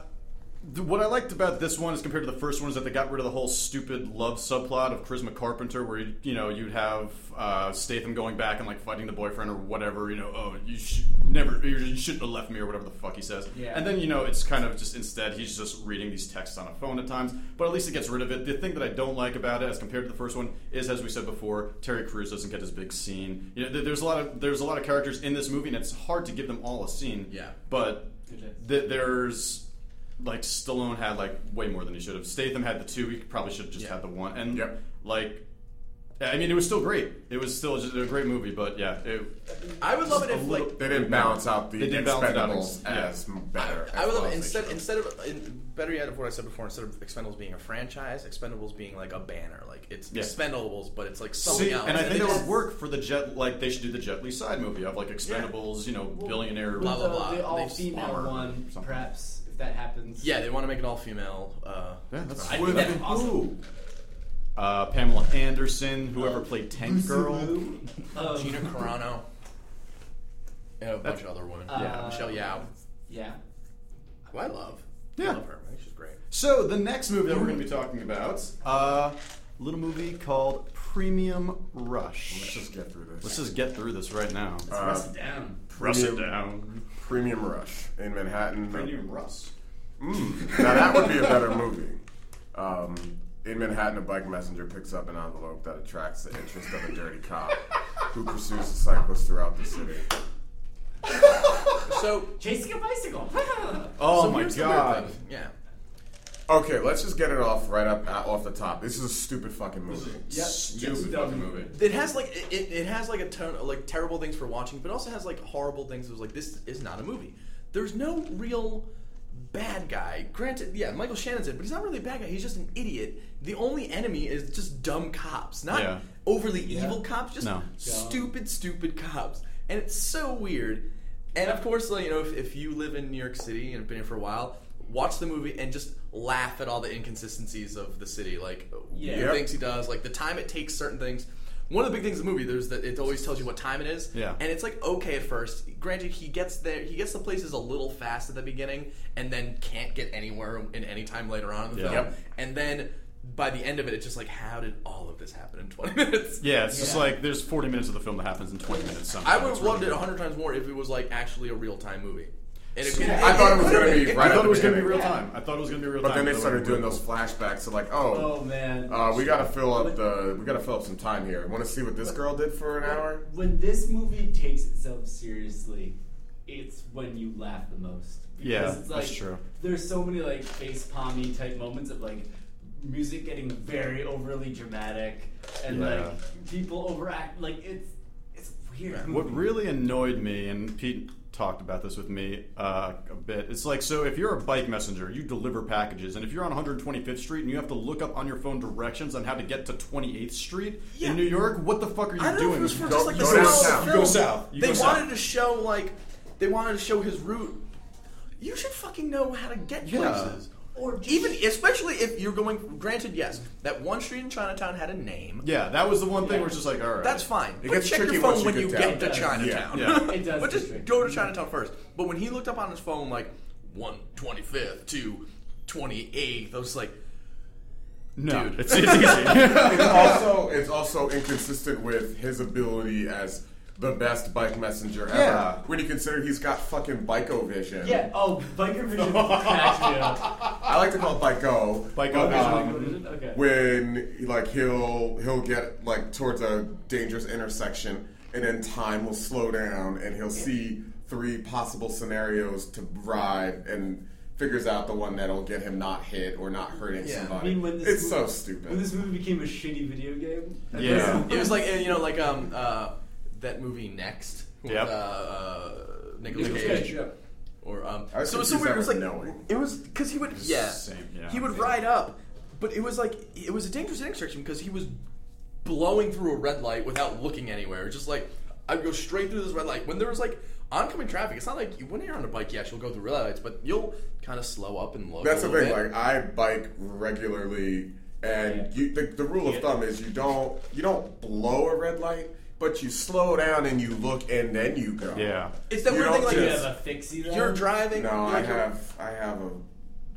[SPEAKER 4] th- what I liked about this one, is compared to the first one, is that they got rid of the whole stupid love subplot of Charisma Carpenter, where you, you know you'd have uh, Statham going back and like fighting the boyfriend or whatever. You know, oh, you should never, you shouldn't have left me or whatever the fuck he says.
[SPEAKER 2] Yeah.
[SPEAKER 4] And then then you know it's kind of just instead he's just reading these texts on a phone at times but at least it gets rid of it the thing that i don't like about it as compared to the first one is as we said before terry crews doesn't get his big scene you know th- there's a lot of there's a lot of characters in this movie and it's hard to give them all a scene
[SPEAKER 5] Yeah.
[SPEAKER 4] but
[SPEAKER 2] It is.
[SPEAKER 4] th- there's like stallone had like way more than he should have statham had the two he probably should have just
[SPEAKER 5] Yeah.
[SPEAKER 4] had the one and
[SPEAKER 3] Yep.
[SPEAKER 4] like i mean it was still great it was still just a great movie but yeah it,
[SPEAKER 5] I would love it
[SPEAKER 4] a
[SPEAKER 5] if
[SPEAKER 4] little-
[SPEAKER 5] like
[SPEAKER 3] They didn't balance out the
[SPEAKER 4] They didn't balance it out,
[SPEAKER 3] expendables
[SPEAKER 4] yeah.
[SPEAKER 3] as better.
[SPEAKER 5] I
[SPEAKER 3] as
[SPEAKER 5] would love
[SPEAKER 3] well as
[SPEAKER 5] it.
[SPEAKER 3] they
[SPEAKER 5] instead
[SPEAKER 3] should.
[SPEAKER 5] instead of in, better yet of what I said before. Instead of Expendables being a franchise, Expendables being like a banner, like it's
[SPEAKER 4] Yeah.
[SPEAKER 5] Expendables, but it's like something
[SPEAKER 4] See,
[SPEAKER 5] else.
[SPEAKER 4] and I think it
[SPEAKER 5] it's-
[SPEAKER 4] would work for the Jet. Like they should do the Jet Li side movie of like Expendables, you know, billionaire.
[SPEAKER 5] Blah, blah,
[SPEAKER 2] The-
[SPEAKER 5] blah. They
[SPEAKER 2] The
[SPEAKER 5] just
[SPEAKER 2] all female
[SPEAKER 4] bomber
[SPEAKER 2] one,
[SPEAKER 4] something.
[SPEAKER 2] perhaps, if that happens.
[SPEAKER 5] Yeah, they want to make an all female. Uh,
[SPEAKER 4] Yeah, that's
[SPEAKER 2] I think that's awesome.
[SPEAKER 4] Uh, Pamela Anderson, whoever
[SPEAKER 5] Uh,
[SPEAKER 4] played Tank Girl.
[SPEAKER 2] Um,
[SPEAKER 5] Gina Carano. And a bunch of other women. Uh,
[SPEAKER 2] Yeah.
[SPEAKER 5] Michelle Yao.
[SPEAKER 2] Yeah.
[SPEAKER 5] Who I love.
[SPEAKER 4] Yeah.
[SPEAKER 5] I love her. I think she's great.
[SPEAKER 4] So the next movie that we're going to be talking about, uh, little movie called Premium
[SPEAKER 3] Let's
[SPEAKER 4] Rush.
[SPEAKER 3] just get through this.
[SPEAKER 4] Let's just get through this right now.
[SPEAKER 3] Uh,
[SPEAKER 2] Press it down.
[SPEAKER 4] Rush it
[SPEAKER 3] Premium-
[SPEAKER 4] down.
[SPEAKER 3] Premium Rush in Manhattan.
[SPEAKER 4] Premium Rush.
[SPEAKER 3] Now that would be a better movie. Um, in Manhattan, a bike messenger picks up an envelope that attracts the interest of a dirty cop who pursues the cyclist throughout the city.
[SPEAKER 5] So.
[SPEAKER 2] Chasing a bicycle.
[SPEAKER 4] Oh
[SPEAKER 5] so
[SPEAKER 4] my
[SPEAKER 5] here's the weird
[SPEAKER 4] god.
[SPEAKER 5] thing. Yeah.
[SPEAKER 3] Okay, let's just get it off right up uh, off the top. This is a stupid fucking movie.
[SPEAKER 2] Yep.
[SPEAKER 4] Stupid fucking movie.
[SPEAKER 5] It has like it- it, it has like a ton of like terrible things for watching, but also has like horrible things. It was like this is not a movie. There's no real bad guy. Granted, yeah, Michael Shannon's it, but he's not really a bad guy. He's just an idiot. The only enemy is just dumb cops, not
[SPEAKER 4] Yeah.
[SPEAKER 5] overly
[SPEAKER 2] Yeah.
[SPEAKER 5] evil cops, just
[SPEAKER 4] No.
[SPEAKER 5] stupid, stupid cops. And it's so weird. And of course, like, you know, if, if you live in New York City and have been here for a while, watch the movie and just laugh at all the inconsistencies of the city. Like,
[SPEAKER 2] Yeah.
[SPEAKER 5] weird
[SPEAKER 3] Yep.
[SPEAKER 5] things he does, like the time it takes certain things. One of the big things in the movie, there's that it always tells you what time it is.
[SPEAKER 4] Yeah.
[SPEAKER 5] And it's like okay at first. Granted, he gets there, he gets the places a little fast at the beginning, and then can't get anywhere in any time later on in the
[SPEAKER 4] Yeah.
[SPEAKER 5] film.
[SPEAKER 4] Yep.
[SPEAKER 5] And then by the end of it, it's just like, how did all of this happen in 20 minutes?
[SPEAKER 4] Yeah, it's just
[SPEAKER 2] Yeah.
[SPEAKER 4] like there's 40 minutes of the film that happens in 20 minutes. Somehow.
[SPEAKER 5] I would have
[SPEAKER 4] It's really
[SPEAKER 5] loved it
[SPEAKER 4] good.
[SPEAKER 5] 100 times more if it was like actually a real time movie. And if
[SPEAKER 3] I thought it was
[SPEAKER 5] could've
[SPEAKER 3] gonna
[SPEAKER 5] been-
[SPEAKER 3] be
[SPEAKER 5] it
[SPEAKER 3] right
[SPEAKER 4] I
[SPEAKER 5] could've
[SPEAKER 4] thought
[SPEAKER 3] up
[SPEAKER 4] it was going to be
[SPEAKER 3] beginning.
[SPEAKER 4] real time. I thought it was going to be real
[SPEAKER 3] But
[SPEAKER 4] time.
[SPEAKER 3] then they
[SPEAKER 4] so
[SPEAKER 3] started
[SPEAKER 4] it
[SPEAKER 3] doing
[SPEAKER 4] would've been
[SPEAKER 3] those flashbacks. They're like, oh,
[SPEAKER 2] Oh man.
[SPEAKER 3] uh, we gotta fill up the, we gotta fill up some time here. Want to see what this girl did for an hour?
[SPEAKER 2] When this movie takes itself seriously, it's when you laugh the most. Because
[SPEAKER 4] Yeah,
[SPEAKER 2] it's like,
[SPEAKER 4] that's true.
[SPEAKER 2] There's so many like face palmy type moments of like music getting very overly dramatic and
[SPEAKER 4] Yeah.
[SPEAKER 2] like people overact. Like it's it's weird.
[SPEAKER 4] What really annoyed me, and Pete talked about this with me uh, a bit, it's like so if you're a bike messenger, you deliver packages, and if you're on 125th Street and you have to look up on your phone directions on how to get to 28th Street
[SPEAKER 5] Yeah.
[SPEAKER 4] in New York, what the fuck are you
[SPEAKER 5] I don't know if
[SPEAKER 4] doing?
[SPEAKER 5] it was for
[SPEAKER 3] Go-
[SPEAKER 5] just like
[SPEAKER 3] go
[SPEAKER 5] the
[SPEAKER 3] down
[SPEAKER 5] style
[SPEAKER 3] south.
[SPEAKER 5] of the
[SPEAKER 4] You
[SPEAKER 5] film.
[SPEAKER 4] go south. You
[SPEAKER 5] they
[SPEAKER 4] go
[SPEAKER 5] wanted
[SPEAKER 4] south.
[SPEAKER 5] to show like. They wanted to show his route. You should fucking know how to get
[SPEAKER 4] Yeah.
[SPEAKER 5] places.
[SPEAKER 2] Or just-
[SPEAKER 5] Even, especially if you're going. Granted, yes, that one street in Chinatown had a name.
[SPEAKER 4] Yeah, that was the one thing where it's just like, all right.
[SPEAKER 5] That's fine.
[SPEAKER 3] It
[SPEAKER 5] but
[SPEAKER 3] gets
[SPEAKER 5] check your
[SPEAKER 3] tricky
[SPEAKER 5] phone
[SPEAKER 3] once you
[SPEAKER 5] when
[SPEAKER 3] get
[SPEAKER 5] you
[SPEAKER 3] down
[SPEAKER 5] get to
[SPEAKER 3] there.
[SPEAKER 5] Chinatown.
[SPEAKER 4] Yeah, yeah.
[SPEAKER 2] It does
[SPEAKER 5] but
[SPEAKER 2] get
[SPEAKER 5] just
[SPEAKER 2] tricky.
[SPEAKER 5] go to Chinatown first. But when he looked up on his phone, like one twenty fifth to twenty eighth, I was like,
[SPEAKER 4] No,
[SPEAKER 5] Dude.
[SPEAKER 4] it's, it's easy.
[SPEAKER 3] it's also it's also inconsistent with his ability as the best bike messenger ever.
[SPEAKER 4] Yeah.
[SPEAKER 3] When you consider he's got fucking Biko vision.
[SPEAKER 2] Yeah. Oh, biker vision cracks me up.
[SPEAKER 3] I like to call it Biko.
[SPEAKER 4] Biko
[SPEAKER 2] Biker
[SPEAKER 3] um,
[SPEAKER 2] vision. Okay.
[SPEAKER 3] when like he'll he'll get like towards a dangerous intersection and then time will slow down and he'll see three possible scenarios to ride and figures out the one that'll get him not hit or not hurting
[SPEAKER 5] Yeah.
[SPEAKER 3] somebody.
[SPEAKER 2] I mean, when this
[SPEAKER 3] it's
[SPEAKER 2] movie,
[SPEAKER 3] so stupid.
[SPEAKER 2] When this movie became a shitty video game. that
[SPEAKER 4] Yeah.
[SPEAKER 2] was-
[SPEAKER 5] it was like you know, like um uh, that movie Next. with,
[SPEAKER 4] Yep.
[SPEAKER 5] Uh, uh, Nicolas
[SPEAKER 2] Nicolas
[SPEAKER 5] Cage.
[SPEAKER 2] Cage, yeah.
[SPEAKER 5] Or um,
[SPEAKER 3] I was
[SPEAKER 5] so
[SPEAKER 3] confused
[SPEAKER 5] so weird. It
[SPEAKER 3] that
[SPEAKER 5] was
[SPEAKER 3] with
[SPEAKER 5] like
[SPEAKER 3] knowing.
[SPEAKER 5] it was because he would yeah,
[SPEAKER 4] same, yeah.
[SPEAKER 5] he would ride up, but it was like it was a dangerous intersection because he was blowing through a red light without looking anywhere. Just like I'd go straight through this red light when there was like oncoming traffic. It's not like you, when you're on a bike, yes, you'll go through red lights, but you'll kind of slow up and look.
[SPEAKER 3] That's
[SPEAKER 5] a
[SPEAKER 2] Oh,
[SPEAKER 3] the
[SPEAKER 5] little
[SPEAKER 3] thing.
[SPEAKER 5] bit.
[SPEAKER 3] Like I bike regularly,
[SPEAKER 2] Yeah.
[SPEAKER 3] and you, the, the rule of
[SPEAKER 2] Yeah.
[SPEAKER 3] thumb is you don't you don't blow a red light, but you slow down and you look, and then you go.
[SPEAKER 4] yeah.
[SPEAKER 5] it's that
[SPEAKER 3] you
[SPEAKER 5] weird
[SPEAKER 3] don't
[SPEAKER 5] thing like
[SPEAKER 2] Do you
[SPEAKER 3] Yes.
[SPEAKER 2] have a fixie though?
[SPEAKER 5] you're driving.
[SPEAKER 3] No,
[SPEAKER 5] you're
[SPEAKER 3] I
[SPEAKER 5] like,
[SPEAKER 3] have I have a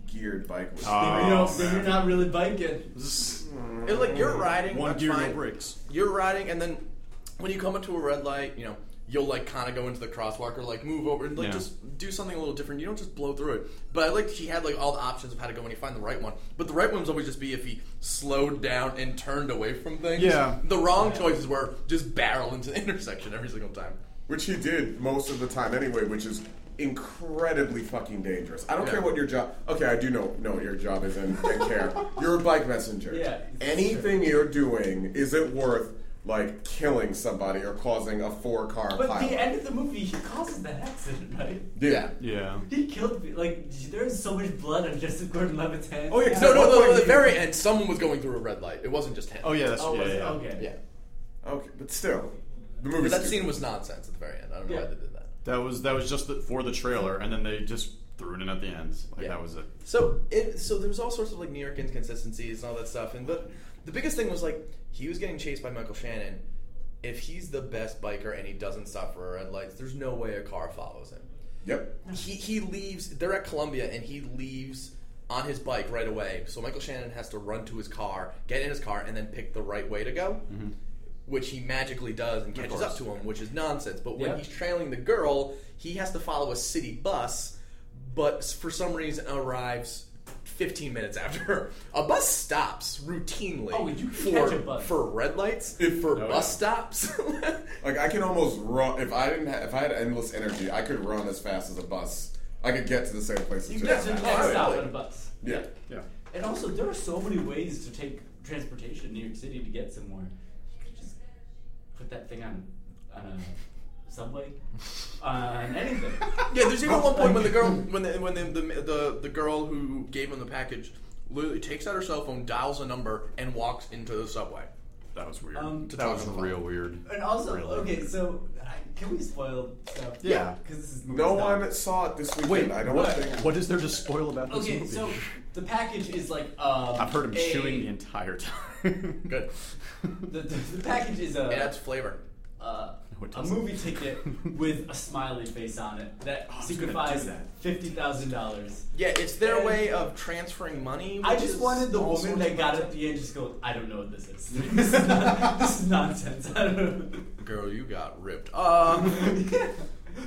[SPEAKER 3] geared bike. With
[SPEAKER 4] Ah.
[SPEAKER 2] You know,
[SPEAKER 4] Oh,
[SPEAKER 2] then you're
[SPEAKER 3] man.
[SPEAKER 2] not really biking.
[SPEAKER 5] It's like you're riding.
[SPEAKER 4] One
[SPEAKER 5] that's
[SPEAKER 4] gear, no
[SPEAKER 5] fine.
[SPEAKER 4] brakes.
[SPEAKER 5] You're riding, and then when you come up to a red light, you know you'll like kind of go into the crosswalk or like move over and like
[SPEAKER 4] Yeah.
[SPEAKER 5] just do something a little different. You don't just blow through it. But I liked he had like all the options of how to go when you find the right one. But the right ones always just be if he slowed down and turned away from things.
[SPEAKER 4] Yeah.
[SPEAKER 5] The wrong choices were just barrel into the intersection every single time.
[SPEAKER 3] which he did most of the time anyway, which is incredibly fucking dangerous. I don't
[SPEAKER 5] Yeah.
[SPEAKER 3] care what your job. Okay, I do know know what your job is and, and care. You're a bike messenger.
[SPEAKER 2] Yeah.
[SPEAKER 3] Anything you're doing isn't worth like killing somebody or causing a four car
[SPEAKER 2] But
[SPEAKER 3] pileup.
[SPEAKER 2] the end of the movie, he causes that accident, right?
[SPEAKER 3] yeah.
[SPEAKER 4] Yeah.
[SPEAKER 2] He killed me. Like, there's so much blood on Joseph Gordon Levitt's hands.
[SPEAKER 3] Oh, yeah, 'cause
[SPEAKER 5] No,
[SPEAKER 3] At
[SPEAKER 5] no,
[SPEAKER 3] what
[SPEAKER 5] no,
[SPEAKER 3] point
[SPEAKER 5] no. At
[SPEAKER 3] do
[SPEAKER 5] the
[SPEAKER 3] you-
[SPEAKER 5] very end, someone was going through a red light. It wasn't just him.
[SPEAKER 4] Oh yeah. That's
[SPEAKER 2] Oh,
[SPEAKER 4] yeah,
[SPEAKER 2] was it?
[SPEAKER 4] yeah.
[SPEAKER 2] Okay.
[SPEAKER 5] Yeah.
[SPEAKER 3] Okay, but still, the movie.
[SPEAKER 5] But that scene was nonsense at the very end. I don't know why
[SPEAKER 2] Yeah.
[SPEAKER 5] they did that.
[SPEAKER 4] That was that was just the, for the trailer, and then they just threw it in at the end. Like
[SPEAKER 5] Yeah.
[SPEAKER 4] that was it.
[SPEAKER 5] So it so there was all sorts of like New York inconsistencies and all that stuff. And but the biggest thing was like he was getting chased by Michael Shannon. If he's the best biker and he doesn't stop for red lights, there's no way a car follows him.
[SPEAKER 3] Yep.
[SPEAKER 5] He he leaves. They're at Columbia and he leaves on his bike right away. So Michael Shannon has to run to his car, get in his car, and then pick the right way to go.
[SPEAKER 2] Mm-hmm.
[SPEAKER 5] Which he magically does and catches up to him, which is nonsense. But when
[SPEAKER 2] Yeah.
[SPEAKER 5] he's trailing the girl, he has to follow a city bus, but s- for some reason arrives 15 minutes after her. A bus stops routinely
[SPEAKER 2] Oh, you can
[SPEAKER 5] for,
[SPEAKER 2] catch a bus.
[SPEAKER 5] for red lights, for
[SPEAKER 4] Oh,
[SPEAKER 5] bus
[SPEAKER 4] yeah.
[SPEAKER 5] stops.
[SPEAKER 3] Like I can almost run if I didn't ha- if I had endless energy, I could run as fast as a bus. I could get to the same place.
[SPEAKER 2] You
[SPEAKER 3] as
[SPEAKER 2] can
[SPEAKER 3] Jack
[SPEAKER 2] just
[SPEAKER 3] Mack.
[SPEAKER 2] next stop
[SPEAKER 5] Absolutely.
[SPEAKER 2] on a bus.
[SPEAKER 3] Yeah.
[SPEAKER 4] Yeah.
[SPEAKER 2] And also, there are so many ways to take transportation in New York City to get somewhere. You could just put that thing on, on a subway, on anything.
[SPEAKER 5] Yeah, there's even one point when the girl, when the, when the, the, the, the girl who gave him the package, literally takes out her cell phone, dials a number, and walks into the subway.
[SPEAKER 4] That was weird.
[SPEAKER 2] Um,
[SPEAKER 4] that was
[SPEAKER 5] That was
[SPEAKER 4] real weird.
[SPEAKER 2] And also,
[SPEAKER 4] Really.
[SPEAKER 2] okay, so I, can we spoil stuff?
[SPEAKER 4] Yeah.
[SPEAKER 2] Because this is movie
[SPEAKER 3] No
[SPEAKER 2] stuff.
[SPEAKER 3] one saw it this weekend.
[SPEAKER 4] Wait,
[SPEAKER 3] I don't
[SPEAKER 4] what?
[SPEAKER 3] think.
[SPEAKER 4] What is there to spoil about this
[SPEAKER 2] Okay,
[SPEAKER 4] movie?
[SPEAKER 2] so the package is like um,
[SPEAKER 4] I've heard him
[SPEAKER 2] a-
[SPEAKER 4] chewing the entire time.
[SPEAKER 5] Good.
[SPEAKER 2] The, the, the package is a
[SPEAKER 5] It adds flavor.
[SPEAKER 2] uh,
[SPEAKER 4] No, it
[SPEAKER 2] a
[SPEAKER 4] doesn't. Oh,
[SPEAKER 2] movie ticket with a smiley face on it that
[SPEAKER 4] I was gonna
[SPEAKER 2] signifies
[SPEAKER 4] do that.
[SPEAKER 2] fifty thousand dollars.
[SPEAKER 5] Yeah, it's their
[SPEAKER 2] And-
[SPEAKER 5] way of transferring money.
[SPEAKER 2] I
[SPEAKER 5] which
[SPEAKER 2] just
[SPEAKER 5] is
[SPEAKER 2] wanted the
[SPEAKER 5] all
[SPEAKER 2] woman
[SPEAKER 5] sorts
[SPEAKER 2] that
[SPEAKER 5] of
[SPEAKER 2] got
[SPEAKER 5] nonsense.
[SPEAKER 2] at the end just go, I don't know what this is. this, is not- this is nonsense. I don't know.
[SPEAKER 5] Girl, you got ripped. Um,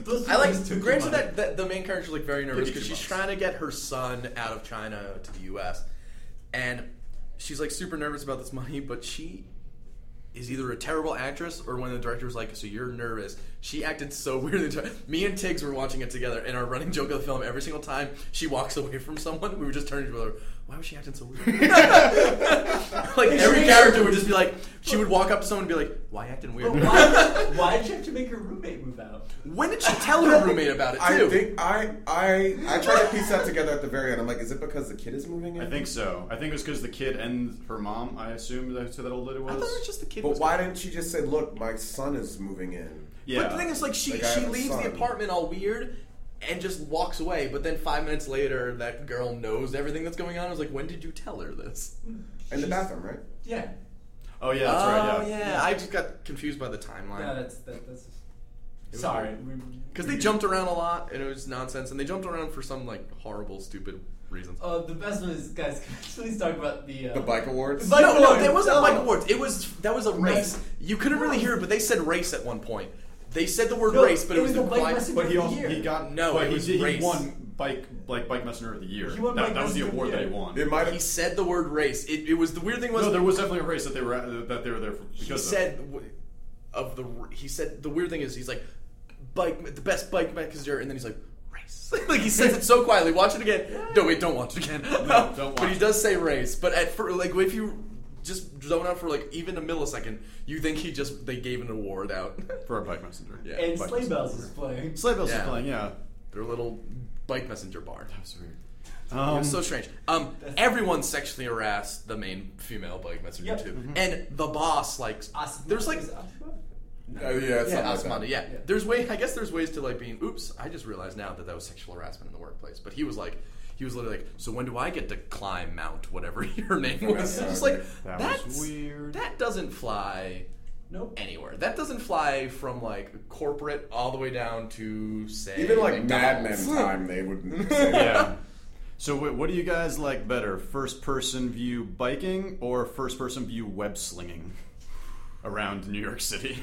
[SPEAKER 2] Those
[SPEAKER 5] I like.
[SPEAKER 2] people just took the
[SPEAKER 5] Granted,
[SPEAKER 2] money.
[SPEAKER 5] that, that the main character's like very nervous
[SPEAKER 4] Give me
[SPEAKER 5] because
[SPEAKER 4] two
[SPEAKER 5] she's
[SPEAKER 4] bucks.
[SPEAKER 5] trying to get her son out of China to the U.S. and she's like super nervous about this money, but she is either a terrible actress or when the director was like, "So you're nervous." She acted so weird. the entire- Me and Tiggs were watching it together, and our running joke of the film every single time she walks away from someone, we would just turn to each other. Why was she acting so weird? like every character would just be like, she would walk up to someone and be like, "Why acting weird?"
[SPEAKER 2] But why, why did you have to make her roommate move out?
[SPEAKER 5] When did she tell her roommate about it too?
[SPEAKER 3] I think I I I tried to piece that together at the very end. I'm like, is it because the kid is moving in?
[SPEAKER 4] I think so. I think it was because the kid and her mom. I assume that's who that old lady was.
[SPEAKER 5] I thought it was just the kid.
[SPEAKER 3] But
[SPEAKER 5] was
[SPEAKER 3] why
[SPEAKER 5] gone.
[SPEAKER 3] didn't she just say, "Look, my son is moving in"?
[SPEAKER 4] Yeah.
[SPEAKER 5] But the thing is, like, she
[SPEAKER 3] Like, I
[SPEAKER 5] she
[SPEAKER 3] have a
[SPEAKER 5] leaves the
[SPEAKER 3] son.
[SPEAKER 5] apartment all weird and just walks away. But then five minutes later, that girl knows everything that's going on. I was like, when did you tell her this?
[SPEAKER 3] In the bathroom, right?
[SPEAKER 2] Yeah.
[SPEAKER 4] Oh yeah, that's
[SPEAKER 5] Oh,
[SPEAKER 4] right. Yeah.
[SPEAKER 5] yeah. I just got confused by the timeline.
[SPEAKER 2] Yeah, that's that, that's. Sorry. we-
[SPEAKER 5] Because they
[SPEAKER 2] we-
[SPEAKER 5] jumped around a lot and it was nonsense, and they jumped around for some like horrible, stupid reasons.
[SPEAKER 2] Uh, the best one is guys. Can we please talk about the uh,
[SPEAKER 3] The bike awards.
[SPEAKER 2] The bike-
[SPEAKER 5] no, no,
[SPEAKER 2] awards. Oh.
[SPEAKER 5] that wasn't
[SPEAKER 2] No.
[SPEAKER 5] Mike Awards. It was that was a race.
[SPEAKER 2] No.
[SPEAKER 5] You couldn't really hear it, but they said race at one point. They said the word
[SPEAKER 2] No,
[SPEAKER 5] race, but it,
[SPEAKER 2] it
[SPEAKER 5] was
[SPEAKER 2] was
[SPEAKER 5] the
[SPEAKER 2] the bike
[SPEAKER 5] climb-
[SPEAKER 2] wrestling-
[SPEAKER 4] But he also
[SPEAKER 2] Year.
[SPEAKER 4] he got
[SPEAKER 5] No,
[SPEAKER 4] But
[SPEAKER 5] it
[SPEAKER 4] he
[SPEAKER 5] was
[SPEAKER 4] did- he,
[SPEAKER 5] race.
[SPEAKER 4] won bike like bike messenger of the year.
[SPEAKER 2] He won
[SPEAKER 4] that,
[SPEAKER 2] Bike
[SPEAKER 4] that was the
[SPEAKER 2] Messenger of the
[SPEAKER 4] award that
[SPEAKER 2] Year.
[SPEAKER 4] he won.
[SPEAKER 3] It might
[SPEAKER 5] He
[SPEAKER 3] have.
[SPEAKER 5] said the word race. It, it was the weird thing was
[SPEAKER 4] no, there was definitely a race that they were at, that they were there for, because
[SPEAKER 5] he
[SPEAKER 4] of.
[SPEAKER 5] said w- of the r- he said the weird thing is he's like bike the best bike messenger and then he's like race like he says it so quietly watch it again no wait don't watch it again
[SPEAKER 4] No, don't
[SPEAKER 5] but he
[SPEAKER 4] watch
[SPEAKER 5] does say race but at for like if you just zone out for like even a millisecond you think he just they gave an award out
[SPEAKER 4] for a bike messenger.
[SPEAKER 5] Yeah.
[SPEAKER 2] and
[SPEAKER 5] bike
[SPEAKER 2] sleigh bells is playing.
[SPEAKER 4] Sleigh bells
[SPEAKER 5] Yeah.
[SPEAKER 4] is playing. Yeah,
[SPEAKER 5] their little bike messenger bar
[SPEAKER 4] that was weird.
[SPEAKER 5] It
[SPEAKER 4] Um,
[SPEAKER 5] was so strange. Um, everyone sexually harassed the main female bike messenger
[SPEAKER 2] Yep.
[SPEAKER 5] too, and the boss like
[SPEAKER 2] Awesome.
[SPEAKER 5] there's like
[SPEAKER 2] Is it awesome?
[SPEAKER 3] Uh, yeah, something
[SPEAKER 5] Yeah,
[SPEAKER 3] like
[SPEAKER 5] Asmani.
[SPEAKER 3] that.
[SPEAKER 5] Yeah.
[SPEAKER 2] Yeah.
[SPEAKER 5] there's way. I guess there's ways to like being. Oops, I just realized now that that was sexual harassment in the workplace. But he was like, he was literally like, so when do I get to climb Mount whatever your name was?
[SPEAKER 3] Yeah,
[SPEAKER 5] It's just like
[SPEAKER 4] that was
[SPEAKER 5] that's
[SPEAKER 4] weird.
[SPEAKER 5] That doesn't fly
[SPEAKER 2] Nope.
[SPEAKER 5] anywhere. That doesn't fly from like corporate all the way down to say
[SPEAKER 3] Even like Mad Men
[SPEAKER 5] McDonald's.
[SPEAKER 3] time, they would.
[SPEAKER 4] yeah. So wait, what do you guys like better, first person view biking or first person view web slinging around New York City?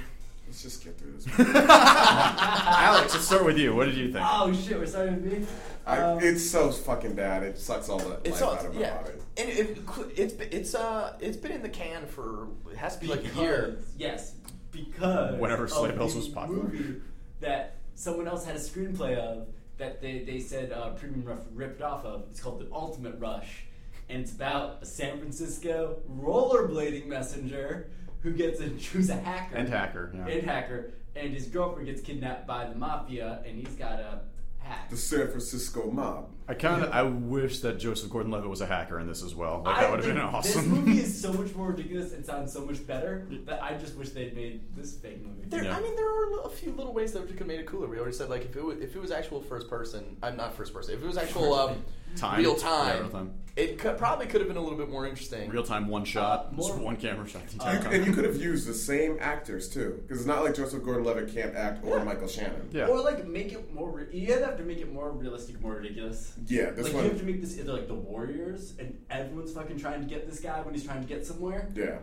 [SPEAKER 3] Let's just get through this.
[SPEAKER 2] Uh,
[SPEAKER 4] Alex, let's start with you. What did you think?
[SPEAKER 2] Oh shit, we're starting to be.
[SPEAKER 3] I,
[SPEAKER 2] Um,
[SPEAKER 3] it's so fucking bad. It sucks all the
[SPEAKER 5] It's
[SPEAKER 3] life
[SPEAKER 5] all,
[SPEAKER 3] out of my
[SPEAKER 5] yeah,
[SPEAKER 3] body.
[SPEAKER 5] and it, it's it's uh it's been in the can for it has to be like a year.
[SPEAKER 2] Because- Yes, because
[SPEAKER 4] Whenever
[SPEAKER 2] of
[SPEAKER 4] Sleigh Bells
[SPEAKER 2] the
[SPEAKER 4] was popular.
[SPEAKER 2] movie that someone else had a screenplay of that they, they said uh, Premium Rough ripped off of. It's called The Ultimate Rush, and it's about a San Francisco rollerblading messenger who gets a who's a hacker
[SPEAKER 4] And hacker, yeah.
[SPEAKER 2] and hacker, and his girlfriend gets kidnapped by the mafia, and he's got a hack.
[SPEAKER 3] The San Francisco mob.
[SPEAKER 4] I kind of I wish that Joseph Gordon-Levitt was a hacker in this as
[SPEAKER 3] Oh,
[SPEAKER 4] well. Like
[SPEAKER 2] I
[SPEAKER 4] that would have
[SPEAKER 2] think
[SPEAKER 4] been awesome.
[SPEAKER 2] This movie is so much more ridiculous and sounds so much better that I just wish they'd made this fake movie.
[SPEAKER 5] There,
[SPEAKER 4] Yeah.
[SPEAKER 5] I mean, there are li- a few little ways that we could have made it cooler. We already said like if it was, if it was actual first person, I'm not first person. If it was actual um,
[SPEAKER 4] Time.
[SPEAKER 5] real
[SPEAKER 4] Yeah,
[SPEAKER 5] time,
[SPEAKER 4] real time.
[SPEAKER 5] it could, probably could have been a little bit more interesting.
[SPEAKER 4] Real time, one shot,
[SPEAKER 2] Uh, more-
[SPEAKER 4] just one camera shot. The
[SPEAKER 2] Uh,
[SPEAKER 4] entire
[SPEAKER 3] You-
[SPEAKER 4] time.
[SPEAKER 3] and you could have used the same actors too, because it's not like Joseph Gordon-Levitt can't act or Michael Shannon.
[SPEAKER 4] yeah.
[SPEAKER 2] Or like make it more. Re- you either have to make it more realistic, more ridiculous.
[SPEAKER 3] Yeah, this
[SPEAKER 2] Like
[SPEAKER 3] one.
[SPEAKER 2] you have to make this either like the Warriors and everyone's fucking trying to get this guy when he's trying to get somewhere,
[SPEAKER 3] yeah,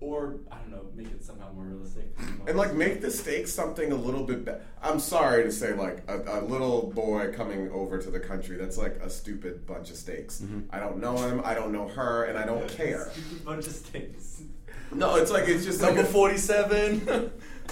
[SPEAKER 2] or I don't know, make it somehow more realistic.
[SPEAKER 3] and like make the stakes something a little bit. Be- I'm sorry to say, like a, a little boy coming over to the country. That's like a stupid bunch of stakes. I don't know him. I don't know her, and I don't care.
[SPEAKER 2] Stupid bunch of stakes.
[SPEAKER 3] No, it's like it's just like
[SPEAKER 5] Number
[SPEAKER 3] a-
[SPEAKER 5] forty-seven.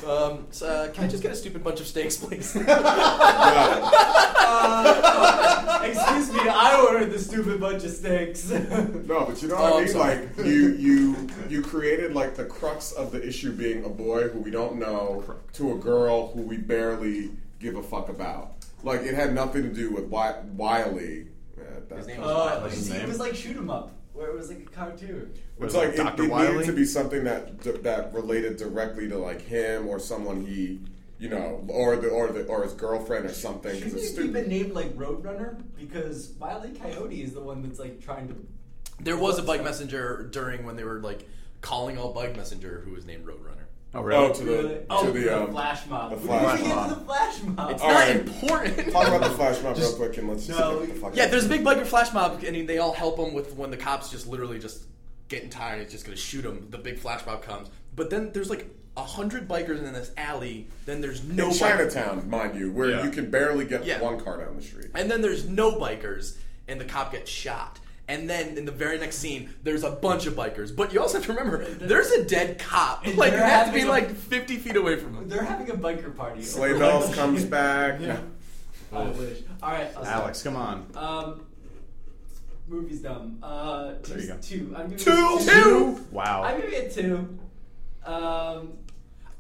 [SPEAKER 5] um, so, uh, can I just get a stupid bunch of steaks, please?
[SPEAKER 3] Yeah.
[SPEAKER 2] Excuse me, I ordered the stupid bunch of stakes.
[SPEAKER 3] No, but you know
[SPEAKER 5] Oh,
[SPEAKER 3] what I
[SPEAKER 5] I'm
[SPEAKER 3] mean.
[SPEAKER 5] sorry.
[SPEAKER 3] Like you, you, you created like the crux of the issue being a boy who we don't know to a girl who we barely give a fuck about. Like it had nothing to do with Wi- Wiley. Yeah, that's-
[SPEAKER 5] name was-
[SPEAKER 2] Uh,
[SPEAKER 5] What's
[SPEAKER 4] his
[SPEAKER 2] it
[SPEAKER 4] name?
[SPEAKER 2] was like shoot 'em up, where it was like a cartoon.
[SPEAKER 3] it's
[SPEAKER 4] Was
[SPEAKER 3] like
[SPEAKER 4] it
[SPEAKER 3] it,
[SPEAKER 4] Dr.
[SPEAKER 3] it needed
[SPEAKER 4] Wiley?
[SPEAKER 3] to be something that that related directly to like him or someone he, you know, or the or the or his girlfriend or something. 'cause
[SPEAKER 2] Shouldn't
[SPEAKER 3] it's
[SPEAKER 2] it be been
[SPEAKER 3] stupid.
[SPEAKER 2] named like Roadrunner? Because Wile E. Coyote is the one that's like trying to.
[SPEAKER 5] there was a bike messenger during when they were like calling all bike messenger who was named Roadrunner.
[SPEAKER 4] oh,
[SPEAKER 3] Oh,
[SPEAKER 4] really?
[SPEAKER 3] to the
[SPEAKER 2] oh,
[SPEAKER 3] to the um,
[SPEAKER 2] flash mob.
[SPEAKER 3] the
[SPEAKER 2] We
[SPEAKER 3] flash
[SPEAKER 2] didn't
[SPEAKER 3] mob.
[SPEAKER 2] get to the flash mob.
[SPEAKER 5] It's
[SPEAKER 3] All
[SPEAKER 5] not
[SPEAKER 3] right.
[SPEAKER 5] important.
[SPEAKER 3] Talk about the flash mob real
[SPEAKER 4] Just-
[SPEAKER 3] quick and let's just
[SPEAKER 2] No,
[SPEAKER 3] get the fuck
[SPEAKER 5] Yeah,
[SPEAKER 3] out.
[SPEAKER 5] there's a big biker flash mob, and they all help him with when the cops just literally just getting tired. It's just gonna shoot him. The big flash mob comes, but then there's like a hundred bikers in this alley. Then there's no
[SPEAKER 3] in
[SPEAKER 5] bike-
[SPEAKER 3] Chinatown, mind you, where
[SPEAKER 4] Yeah.
[SPEAKER 3] you can barely get
[SPEAKER 5] Yeah.
[SPEAKER 3] one car down the street.
[SPEAKER 5] and then there's no bikers, and the cop gets shot. And then in the very next scene, there's a bunch of bikers. But you also have to remember, there's a dead cop.
[SPEAKER 2] And
[SPEAKER 5] Like you
[SPEAKER 2] they're
[SPEAKER 5] have to be
[SPEAKER 2] having a-
[SPEAKER 5] like 50 feet away from him.
[SPEAKER 2] They're having a biker party.
[SPEAKER 3] Sleigh bells comes back.
[SPEAKER 4] Yeah.
[SPEAKER 2] I wish. All right, I'll stop.
[SPEAKER 4] Alex, come on.
[SPEAKER 2] Um, movie's dumb. Uh, two,
[SPEAKER 4] There you go.
[SPEAKER 2] two. I'm giving
[SPEAKER 5] Two!
[SPEAKER 2] it
[SPEAKER 5] Two!
[SPEAKER 2] I'm
[SPEAKER 4] Wow.
[SPEAKER 2] giving it two. Um,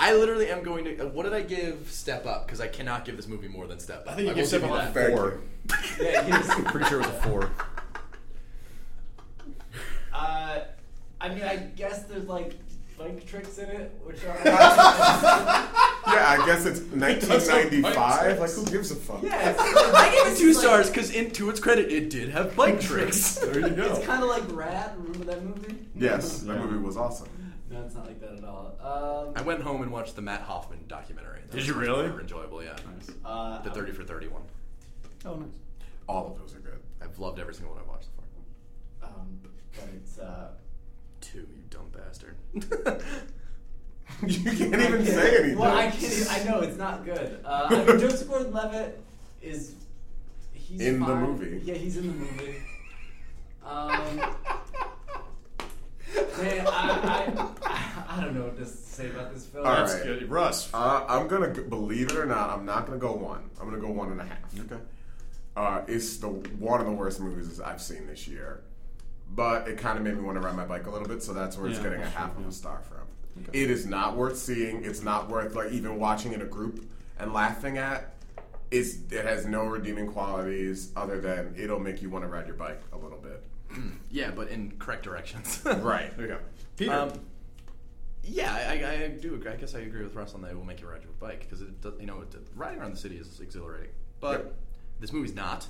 [SPEAKER 5] I literally am going to. uh, What did I give Step Up? Because I cannot give this movie more than Step Up.
[SPEAKER 4] I think you
[SPEAKER 5] will
[SPEAKER 4] gave Step
[SPEAKER 5] give
[SPEAKER 4] Up
[SPEAKER 5] you
[SPEAKER 4] a
[SPEAKER 5] that.
[SPEAKER 3] Thank
[SPEAKER 4] four.
[SPEAKER 3] you.
[SPEAKER 2] yeah, here's-
[SPEAKER 4] Pretty sure it was a four.
[SPEAKER 2] Uh, I mean, I guess there's like bike tricks in it, which are.
[SPEAKER 3] yeah, I guess it's 1995. Like, who gives a fuck?
[SPEAKER 2] Yeah, it's,
[SPEAKER 5] I gave it two
[SPEAKER 2] it's like-
[SPEAKER 5] stars because, in to its credit, it did have bike tricks.
[SPEAKER 4] There you go.
[SPEAKER 2] It's kind of like Rad. Remember that movie?
[SPEAKER 3] Yes, that
[SPEAKER 4] Yeah.
[SPEAKER 3] movie was awesome.
[SPEAKER 2] No, it's not like that at all.
[SPEAKER 5] I
[SPEAKER 2] Um,
[SPEAKER 5] went home and watched the Matt Hoffman documentary. That
[SPEAKER 4] Did
[SPEAKER 5] was
[SPEAKER 4] you
[SPEAKER 5] much
[SPEAKER 4] really?
[SPEAKER 5] more enjoyable, yeah.
[SPEAKER 2] uh,
[SPEAKER 5] The thirty for thirty one.
[SPEAKER 4] Oh, nice.
[SPEAKER 3] All of those are good.
[SPEAKER 5] I've loved every single one I've watched so far.
[SPEAKER 2] Um, but it's uh,
[SPEAKER 5] Two, you dumb bastard.
[SPEAKER 3] you can't
[SPEAKER 2] I
[SPEAKER 3] even
[SPEAKER 2] can't-
[SPEAKER 3] say anything.
[SPEAKER 2] Well, I can't. e, I know it's not good. Uh, I mean, Joseph Gordon-Levitt is he's
[SPEAKER 3] In the
[SPEAKER 2] fine.
[SPEAKER 3] movie.
[SPEAKER 2] Yeah, he's in the movie. Um, man, I, I, I don't know what to say about this film.
[SPEAKER 3] All right.
[SPEAKER 4] That's good. Russ.
[SPEAKER 3] Uh, I'm gonna g- believe it or not. I'm not gonna go one. I'm gonna go one and a half.
[SPEAKER 4] okay.
[SPEAKER 3] Uh, it's the one of the worst movies I've seen this year, but it kind of made me want to ride my bike a little bit, so that's where it's
[SPEAKER 4] Yeah,
[SPEAKER 3] getting a
[SPEAKER 4] that's
[SPEAKER 3] half
[SPEAKER 4] true,
[SPEAKER 3] of
[SPEAKER 4] yeah.
[SPEAKER 3] a star from. It is not worth seeing. It's not worth like even watching in a group and laughing at. It's, it has no redeeming qualities other than it'll make you want to ride your bike a little bit.
[SPEAKER 5] yeah, but in correct directions.
[SPEAKER 3] Right.
[SPEAKER 4] There you go. Peter.
[SPEAKER 5] Um, yeah, I, I- I do. agree- I guess I agree with Russ on that. It will make you ride your bike because it, does- you know, it, riding around the city is exhilarating. But
[SPEAKER 3] Yep.
[SPEAKER 5] this movie's not.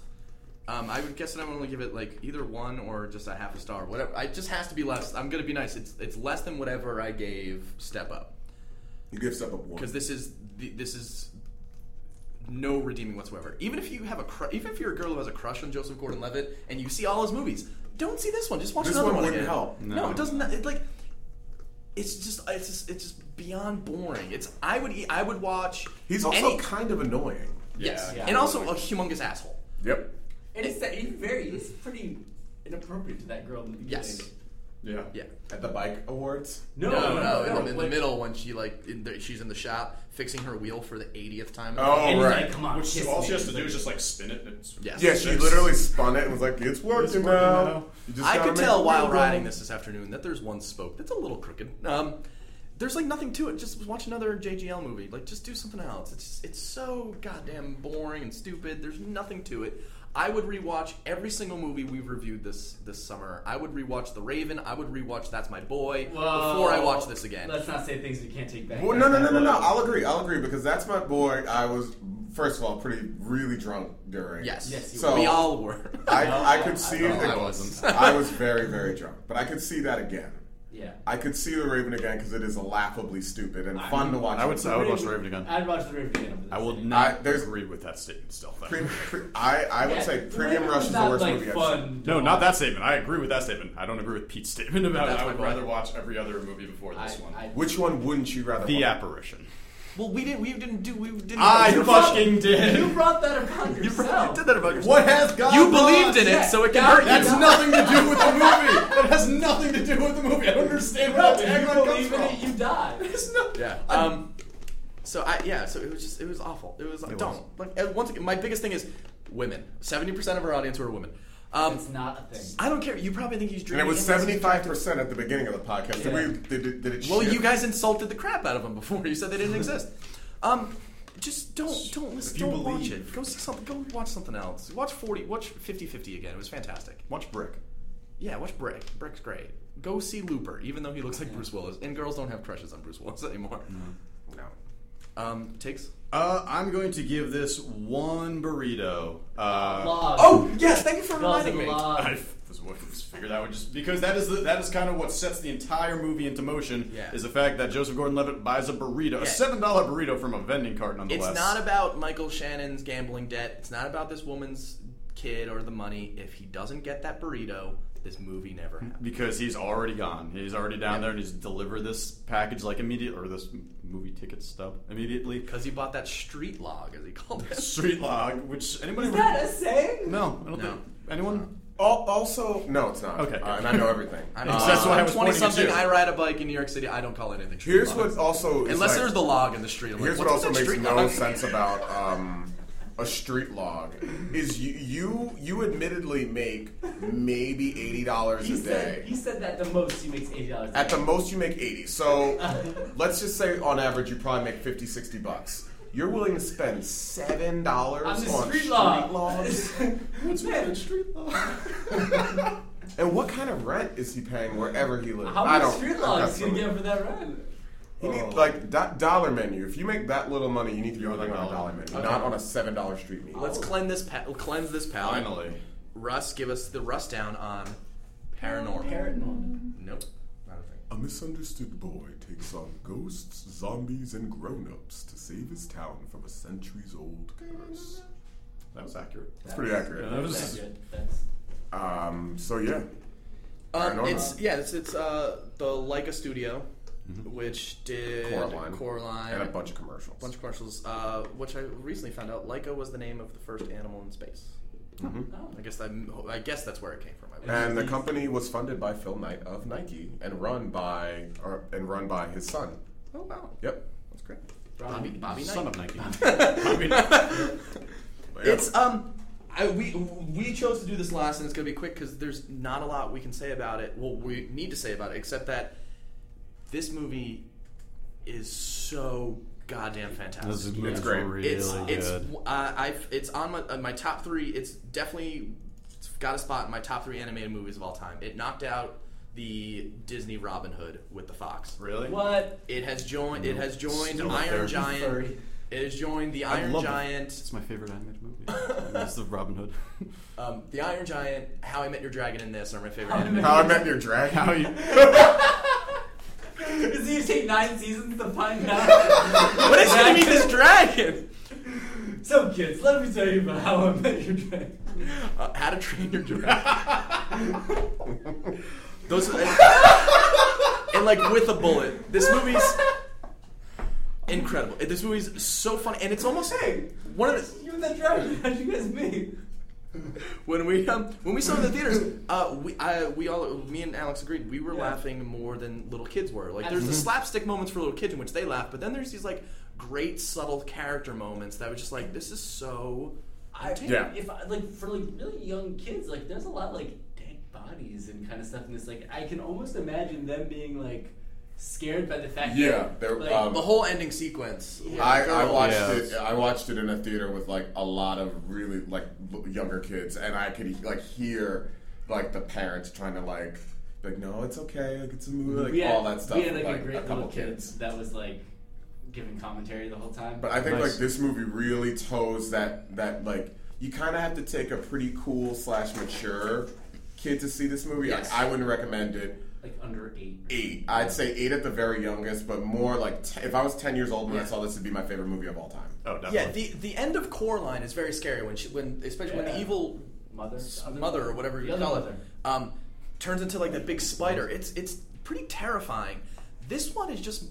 [SPEAKER 5] Um, I would guess that I'm gonna give it like either one or just a half a star. Whatever. I it just has to be less. I'm gonna be nice. It's it's less than whatever I gave Step Up
[SPEAKER 3] You give stuff a one.
[SPEAKER 5] because this is the, this is no redeeming whatsoever. Even if you have a cru- even if you're a girl who has a crush on Joseph Gordon-Levitt and you see all his movies, don't see this one. Just watch
[SPEAKER 3] This
[SPEAKER 5] another
[SPEAKER 3] one
[SPEAKER 5] one.
[SPEAKER 3] wouldn't
[SPEAKER 5] again.
[SPEAKER 3] help.
[SPEAKER 5] No.
[SPEAKER 4] No.
[SPEAKER 5] it doesn't. It like it's just it's just it's just beyond boring. It's I would eat, I would watch.
[SPEAKER 3] He's also
[SPEAKER 5] any-
[SPEAKER 3] kind of annoying.
[SPEAKER 5] yes,
[SPEAKER 2] Yeah.
[SPEAKER 5] and also a humongous asshole.
[SPEAKER 3] Yep.
[SPEAKER 2] And it's that he's very he's pretty inappropriate to that girl in the beginning.
[SPEAKER 5] Yes.
[SPEAKER 4] yeah.
[SPEAKER 5] Yeah.
[SPEAKER 3] At the bike awards.
[SPEAKER 2] No,
[SPEAKER 5] no, no,
[SPEAKER 2] no,
[SPEAKER 5] in the- in the
[SPEAKER 2] like-
[SPEAKER 5] middle when she like in the, she's in the shop fixing her wheel for the 80th time.
[SPEAKER 3] Oh,
[SPEAKER 2] And he's
[SPEAKER 3] right.
[SPEAKER 2] like, come on,
[SPEAKER 4] Which
[SPEAKER 2] kiss
[SPEAKER 4] all
[SPEAKER 2] me.
[SPEAKER 4] she has to
[SPEAKER 2] He's
[SPEAKER 4] do
[SPEAKER 2] like,
[SPEAKER 4] is just like spin it. And it's-
[SPEAKER 5] Yes.
[SPEAKER 3] Yeah, she
[SPEAKER 4] Six.
[SPEAKER 3] literally spun it and was like, "It's working,
[SPEAKER 4] working
[SPEAKER 3] now."
[SPEAKER 4] now.
[SPEAKER 3] You just
[SPEAKER 5] I
[SPEAKER 3] gotta
[SPEAKER 5] could
[SPEAKER 3] make
[SPEAKER 5] tell
[SPEAKER 3] it
[SPEAKER 5] while
[SPEAKER 3] work.
[SPEAKER 5] riding this this afternoon that there's one spoke that's a little crooked. Um, there's like nothing to it. Just watch another JGL movie. Like, just do something else. It's just, it's so goddamn boring and stupid. There's nothing to it. I would rewatch every single movie we've reviewed this this summer. I would rewatch The Raven. I would rewatch That's My Boy
[SPEAKER 2] Whoa.
[SPEAKER 5] before I watch this again.
[SPEAKER 2] Let's not say things we can't take back.
[SPEAKER 3] Well, no, no, no, no, no.
[SPEAKER 2] That's not-
[SPEAKER 3] I'll agree. I'll agree because that's my boy. I was first of all pretty really drunk during.
[SPEAKER 5] Yes,
[SPEAKER 2] Yes, you
[SPEAKER 3] So-
[SPEAKER 5] we all were.
[SPEAKER 3] I, I could see.
[SPEAKER 5] No,
[SPEAKER 3] the-
[SPEAKER 5] I wasn't.
[SPEAKER 3] I was very very drunk, but I could see that again.
[SPEAKER 2] Yeah.
[SPEAKER 3] I could see the Raven again because it is laughably stupid and
[SPEAKER 2] I
[SPEAKER 3] fun
[SPEAKER 2] mean,
[SPEAKER 3] to watch.
[SPEAKER 4] I would say- I would watch The Raven again.
[SPEAKER 2] I'd watch the Raven again. over this
[SPEAKER 4] I will
[SPEAKER 2] thing.
[SPEAKER 4] not
[SPEAKER 3] I- there's-
[SPEAKER 4] agree with that statement still. though.
[SPEAKER 3] Pre- pre- I, I would
[SPEAKER 2] Yeah,
[SPEAKER 3] say
[SPEAKER 2] the
[SPEAKER 3] Premium
[SPEAKER 2] Raven
[SPEAKER 3] Rush
[SPEAKER 2] was
[SPEAKER 3] is the
[SPEAKER 2] not,
[SPEAKER 3] worst
[SPEAKER 2] like,
[SPEAKER 3] movie I've seen.
[SPEAKER 2] fun
[SPEAKER 4] No,
[SPEAKER 2] to
[SPEAKER 4] not
[SPEAKER 2] watch.
[SPEAKER 4] that statement. I agree with that statement. I don't agree with Pete's statement about it.
[SPEAKER 5] That's
[SPEAKER 4] I
[SPEAKER 5] my
[SPEAKER 4] would
[SPEAKER 5] point.
[SPEAKER 4] rather watch every other movie before this
[SPEAKER 2] I-
[SPEAKER 4] one.
[SPEAKER 2] I-
[SPEAKER 3] Which one wouldn't you rather?
[SPEAKER 4] the
[SPEAKER 3] watch?
[SPEAKER 4] apparition.
[SPEAKER 5] well, we didn't. We didn't do. We didn't.
[SPEAKER 4] I
[SPEAKER 5] you
[SPEAKER 4] fucking did.
[SPEAKER 2] You brought that upon
[SPEAKER 5] you
[SPEAKER 2] yourself.
[SPEAKER 5] did that about yourself.
[SPEAKER 4] What has God?
[SPEAKER 5] You believed in it,
[SPEAKER 2] yeah.
[SPEAKER 5] so it can
[SPEAKER 2] God-
[SPEAKER 5] hurt you.
[SPEAKER 4] That's
[SPEAKER 2] No.
[SPEAKER 4] nothing to do with the movie. That has nothing to do with the movie. I don't understand where
[SPEAKER 2] Bro,
[SPEAKER 4] that
[SPEAKER 2] if you
[SPEAKER 4] tagline comes
[SPEAKER 2] believe in it,
[SPEAKER 4] from.
[SPEAKER 2] you die.
[SPEAKER 4] It's not-
[SPEAKER 5] Yeah.
[SPEAKER 4] I-
[SPEAKER 5] Um. So I yeah. So it was just it was awful. It was like, don't like uh, once again. My biggest thing is women. Seventy percent of our audience were women. Um.
[SPEAKER 2] It's not a thing.
[SPEAKER 5] I don't care. You probably think he's
[SPEAKER 3] And it
[SPEAKER 5] dreaming.
[SPEAKER 3] was seventy five percent at the beginning of the podcast. Did,
[SPEAKER 2] Yeah.
[SPEAKER 3] we, did, did, did it
[SPEAKER 5] Well,
[SPEAKER 3] shift?
[SPEAKER 5] you guys insulted the crap out of them before. You said they didn't exist. Um. Just don't don't listen.
[SPEAKER 4] If you
[SPEAKER 5] Don't watch
[SPEAKER 4] believe.
[SPEAKER 5] it. Go see something. Go watch something else. Watch forty. Watch 50-50 again. It was fantastic.
[SPEAKER 4] Watch Brick.
[SPEAKER 5] Yeah. Watch Brick. Brick's great. Go see Looper, even though he looks like Bruce Willis. And girls don't have crushes on Bruce Willis anymore.
[SPEAKER 3] No.
[SPEAKER 5] Um. Takes.
[SPEAKER 4] Uh, I'm going to give this one burrito. Uh,
[SPEAKER 2] Laws.
[SPEAKER 5] Oh yes. Thank you for
[SPEAKER 2] Laws
[SPEAKER 5] reminding
[SPEAKER 2] and
[SPEAKER 5] me.
[SPEAKER 2] laws.
[SPEAKER 4] I f- was what- just figured that would just because that is the, that is kind of what sets the entire movie into motion
[SPEAKER 5] Yeah.
[SPEAKER 4] is the fact that Joseph Gordon-Levitt buys a burrito, a
[SPEAKER 5] Yeah.
[SPEAKER 4] seven dollar burrito from a vending cart,
[SPEAKER 5] It's
[SPEAKER 4] nonetheless.
[SPEAKER 5] not about Michael Shannon's gambling debt. It's not about this woman's kid or the money. If he doesn't get that burrito, this movie never happens.
[SPEAKER 4] because he's already gone. He's already down
[SPEAKER 5] Yeah.
[SPEAKER 4] there and he's delivered this package like immediate or this m- movie ticket stub immediately.
[SPEAKER 5] Because he bought that street log, as he called it.
[SPEAKER 4] Street log, which anybody
[SPEAKER 2] Is
[SPEAKER 4] re-
[SPEAKER 2] that a saying?
[SPEAKER 4] No, I don't
[SPEAKER 5] No.
[SPEAKER 4] think anyone.
[SPEAKER 3] Al- Also, no, it's not.
[SPEAKER 4] Okay.
[SPEAKER 3] Uh, and I know everything.
[SPEAKER 5] I
[SPEAKER 4] Uh, That's why I was
[SPEAKER 5] twenty
[SPEAKER 4] pointing at
[SPEAKER 5] something.
[SPEAKER 4] you.
[SPEAKER 5] I ride a bike in New York City. I don't call anything. Street
[SPEAKER 3] Here's
[SPEAKER 5] log.
[SPEAKER 3] what also is
[SPEAKER 5] Unless
[SPEAKER 3] like-
[SPEAKER 5] there's the log in the street. I'm
[SPEAKER 3] Here's
[SPEAKER 5] like,
[SPEAKER 3] what
[SPEAKER 5] what's
[SPEAKER 3] also
[SPEAKER 5] with that
[SPEAKER 3] makes
[SPEAKER 5] street
[SPEAKER 3] no
[SPEAKER 5] log?
[SPEAKER 3] sense about um, a street log is you you you admittedly make maybe eighty dollars
[SPEAKER 2] He
[SPEAKER 3] a
[SPEAKER 2] said, he
[SPEAKER 3] day.
[SPEAKER 2] said that the most he makes eighty dollars.
[SPEAKER 3] At the most, you make eighty. So let's just say on average, you probably make 50, 60 bucks. You're willing to spend seven dollars
[SPEAKER 2] I'm
[SPEAKER 3] on
[SPEAKER 2] a
[SPEAKER 3] street,
[SPEAKER 2] street log.
[SPEAKER 3] logs.
[SPEAKER 2] What's with street log?
[SPEAKER 3] and what kind of rent is he paying wherever he lives?
[SPEAKER 2] How
[SPEAKER 3] I
[SPEAKER 2] much
[SPEAKER 3] don't.
[SPEAKER 2] street log is
[SPEAKER 3] that's
[SPEAKER 2] he gonna
[SPEAKER 3] the-
[SPEAKER 2] get for that rent?
[SPEAKER 3] You need,
[SPEAKER 4] Oh.
[SPEAKER 3] like that dollar menu. If you make that little money, you need to be on
[SPEAKER 4] on
[SPEAKER 3] a
[SPEAKER 4] a
[SPEAKER 3] dollar,
[SPEAKER 4] dollar
[SPEAKER 3] menu,
[SPEAKER 5] Okay.
[SPEAKER 3] not on a seven dollar street meal.
[SPEAKER 5] Let's cleanse this pa- cleanse this palate.
[SPEAKER 4] Finally.
[SPEAKER 5] Russ, give us the Russ down on paranormal.
[SPEAKER 2] Paranormal.
[SPEAKER 5] nope, not a thing.
[SPEAKER 3] A misunderstood boy takes on ghosts, zombies, and grown-ups to save his town from a centuries-old curse.
[SPEAKER 4] That was accurate.
[SPEAKER 3] That's pretty accurate.
[SPEAKER 4] Yeah, that was-
[SPEAKER 2] That's good. That's
[SPEAKER 3] Um, so yeah,
[SPEAKER 5] Um,
[SPEAKER 3] Paranormal.
[SPEAKER 5] it's yeah, it's it's uh the Leica Studio, which did
[SPEAKER 3] Mm-hmm. Coraline.
[SPEAKER 5] Coraline,
[SPEAKER 3] and a bunch of commercials.
[SPEAKER 5] bunch of commercials. Uh, which I recently found out Leica was the name of the first animal in space.
[SPEAKER 2] oh,
[SPEAKER 5] I guess that I guess that's where it came from. I would-
[SPEAKER 3] Mm-hmm. and the company was funded by Phil Knight of Nike and run by or, and run by his son.
[SPEAKER 5] oh wow,
[SPEAKER 3] Yep.
[SPEAKER 5] that's great.
[SPEAKER 2] Bobby,
[SPEAKER 5] Bobby Knight.
[SPEAKER 4] Son of Nike.
[SPEAKER 5] It's um, I, we we chose to do this last, and it's gonna be quick because there's not a lot we can say about it. Well, we need to say about it, except that this movie is so goddamn fantastic.
[SPEAKER 4] This movie
[SPEAKER 3] It's
[SPEAKER 4] is
[SPEAKER 3] great.
[SPEAKER 4] really
[SPEAKER 5] it's it's
[SPEAKER 4] good.
[SPEAKER 5] uh, I it's on my uh, my top three. It's definitely it's got a spot in my top three animated movies of all time. It knocked out the Disney Robin Hood with the Fox.
[SPEAKER 4] really?
[SPEAKER 2] what?
[SPEAKER 5] It has joined. It has joined
[SPEAKER 4] Still up
[SPEAKER 5] Iron
[SPEAKER 4] there.
[SPEAKER 5] Giant.
[SPEAKER 2] Furry.
[SPEAKER 5] It has joined the
[SPEAKER 4] I
[SPEAKER 5] Iron
[SPEAKER 4] love it.
[SPEAKER 5] Giant.
[SPEAKER 4] It's my favorite animated movie. That's the Robin Hood.
[SPEAKER 5] Um, the Iron Giant, How I Met Your Dragon, and this are my favorite
[SPEAKER 2] How I
[SPEAKER 5] anime.
[SPEAKER 2] Met-
[SPEAKER 3] How I Met Your Dragon.
[SPEAKER 4] How you?
[SPEAKER 2] Does it take nine seasons to find out?
[SPEAKER 5] what is gonna be this dragon?
[SPEAKER 2] so, kids, let me tell you about how I met your dragon.
[SPEAKER 5] Uh, how to Train Your Dragon. Those are, and, like with a bullet. This movie's incredible. This movie's so funny, and it's almost
[SPEAKER 2] Hey,
[SPEAKER 5] one of the
[SPEAKER 2] you and that dragon? How'd you guys meet?
[SPEAKER 5] when we um, when we saw it in the theaters, uh, we I, we all me and Alex agreed we were
[SPEAKER 2] Yeah.
[SPEAKER 5] laughing more than little kids were. Like there's the
[SPEAKER 2] Mhm.
[SPEAKER 5] slapstick moments for little kids in which they laugh, but then there's these like great subtle character moments that were just like this is so.
[SPEAKER 2] I
[SPEAKER 3] Yeah.
[SPEAKER 2] if I, like for like really young kids, like there's a lot like dead bodies and kind of stuff in this. Like I can almost imagine them being like scared by the fact.
[SPEAKER 3] Yeah,
[SPEAKER 2] that,
[SPEAKER 3] they're,
[SPEAKER 2] like,
[SPEAKER 3] um,
[SPEAKER 5] The whole ending sequence.
[SPEAKER 3] I, I watched
[SPEAKER 4] Yeah.
[SPEAKER 3] it. I watched it in a theater with like a lot of really like l- younger kids, and I could like hear like the parents trying to like like no, it's okay, like it's a movie, like
[SPEAKER 2] we had,
[SPEAKER 3] all that stuff.
[SPEAKER 2] We had like,
[SPEAKER 3] with,
[SPEAKER 2] a great
[SPEAKER 3] couple
[SPEAKER 2] little kid that was like giving commentary the whole time.
[SPEAKER 3] But I think
[SPEAKER 4] Nice.
[SPEAKER 3] like this movie really toes that that like you kind of have to take a pretty cool slash mature kid to see this movie.
[SPEAKER 5] Yes.
[SPEAKER 3] Like, I wouldn't recommend it.
[SPEAKER 2] like under eight.
[SPEAKER 3] Eight, I'd say eight at the very youngest, but more like t- if I was ten years old when I saw this, it'd be my favorite movie of all time.
[SPEAKER 4] Oh, definitely.
[SPEAKER 5] Yeah, the the end of Coraline is very scary when she when especially when the
[SPEAKER 2] Yeah.
[SPEAKER 5] evil
[SPEAKER 2] Mother,
[SPEAKER 5] s-
[SPEAKER 2] the other-
[SPEAKER 5] mother or whatever
[SPEAKER 2] the
[SPEAKER 5] you
[SPEAKER 2] other
[SPEAKER 5] call
[SPEAKER 2] mother.
[SPEAKER 5] it um, turns into like that big spider. It's it's pretty terrifying. This one is just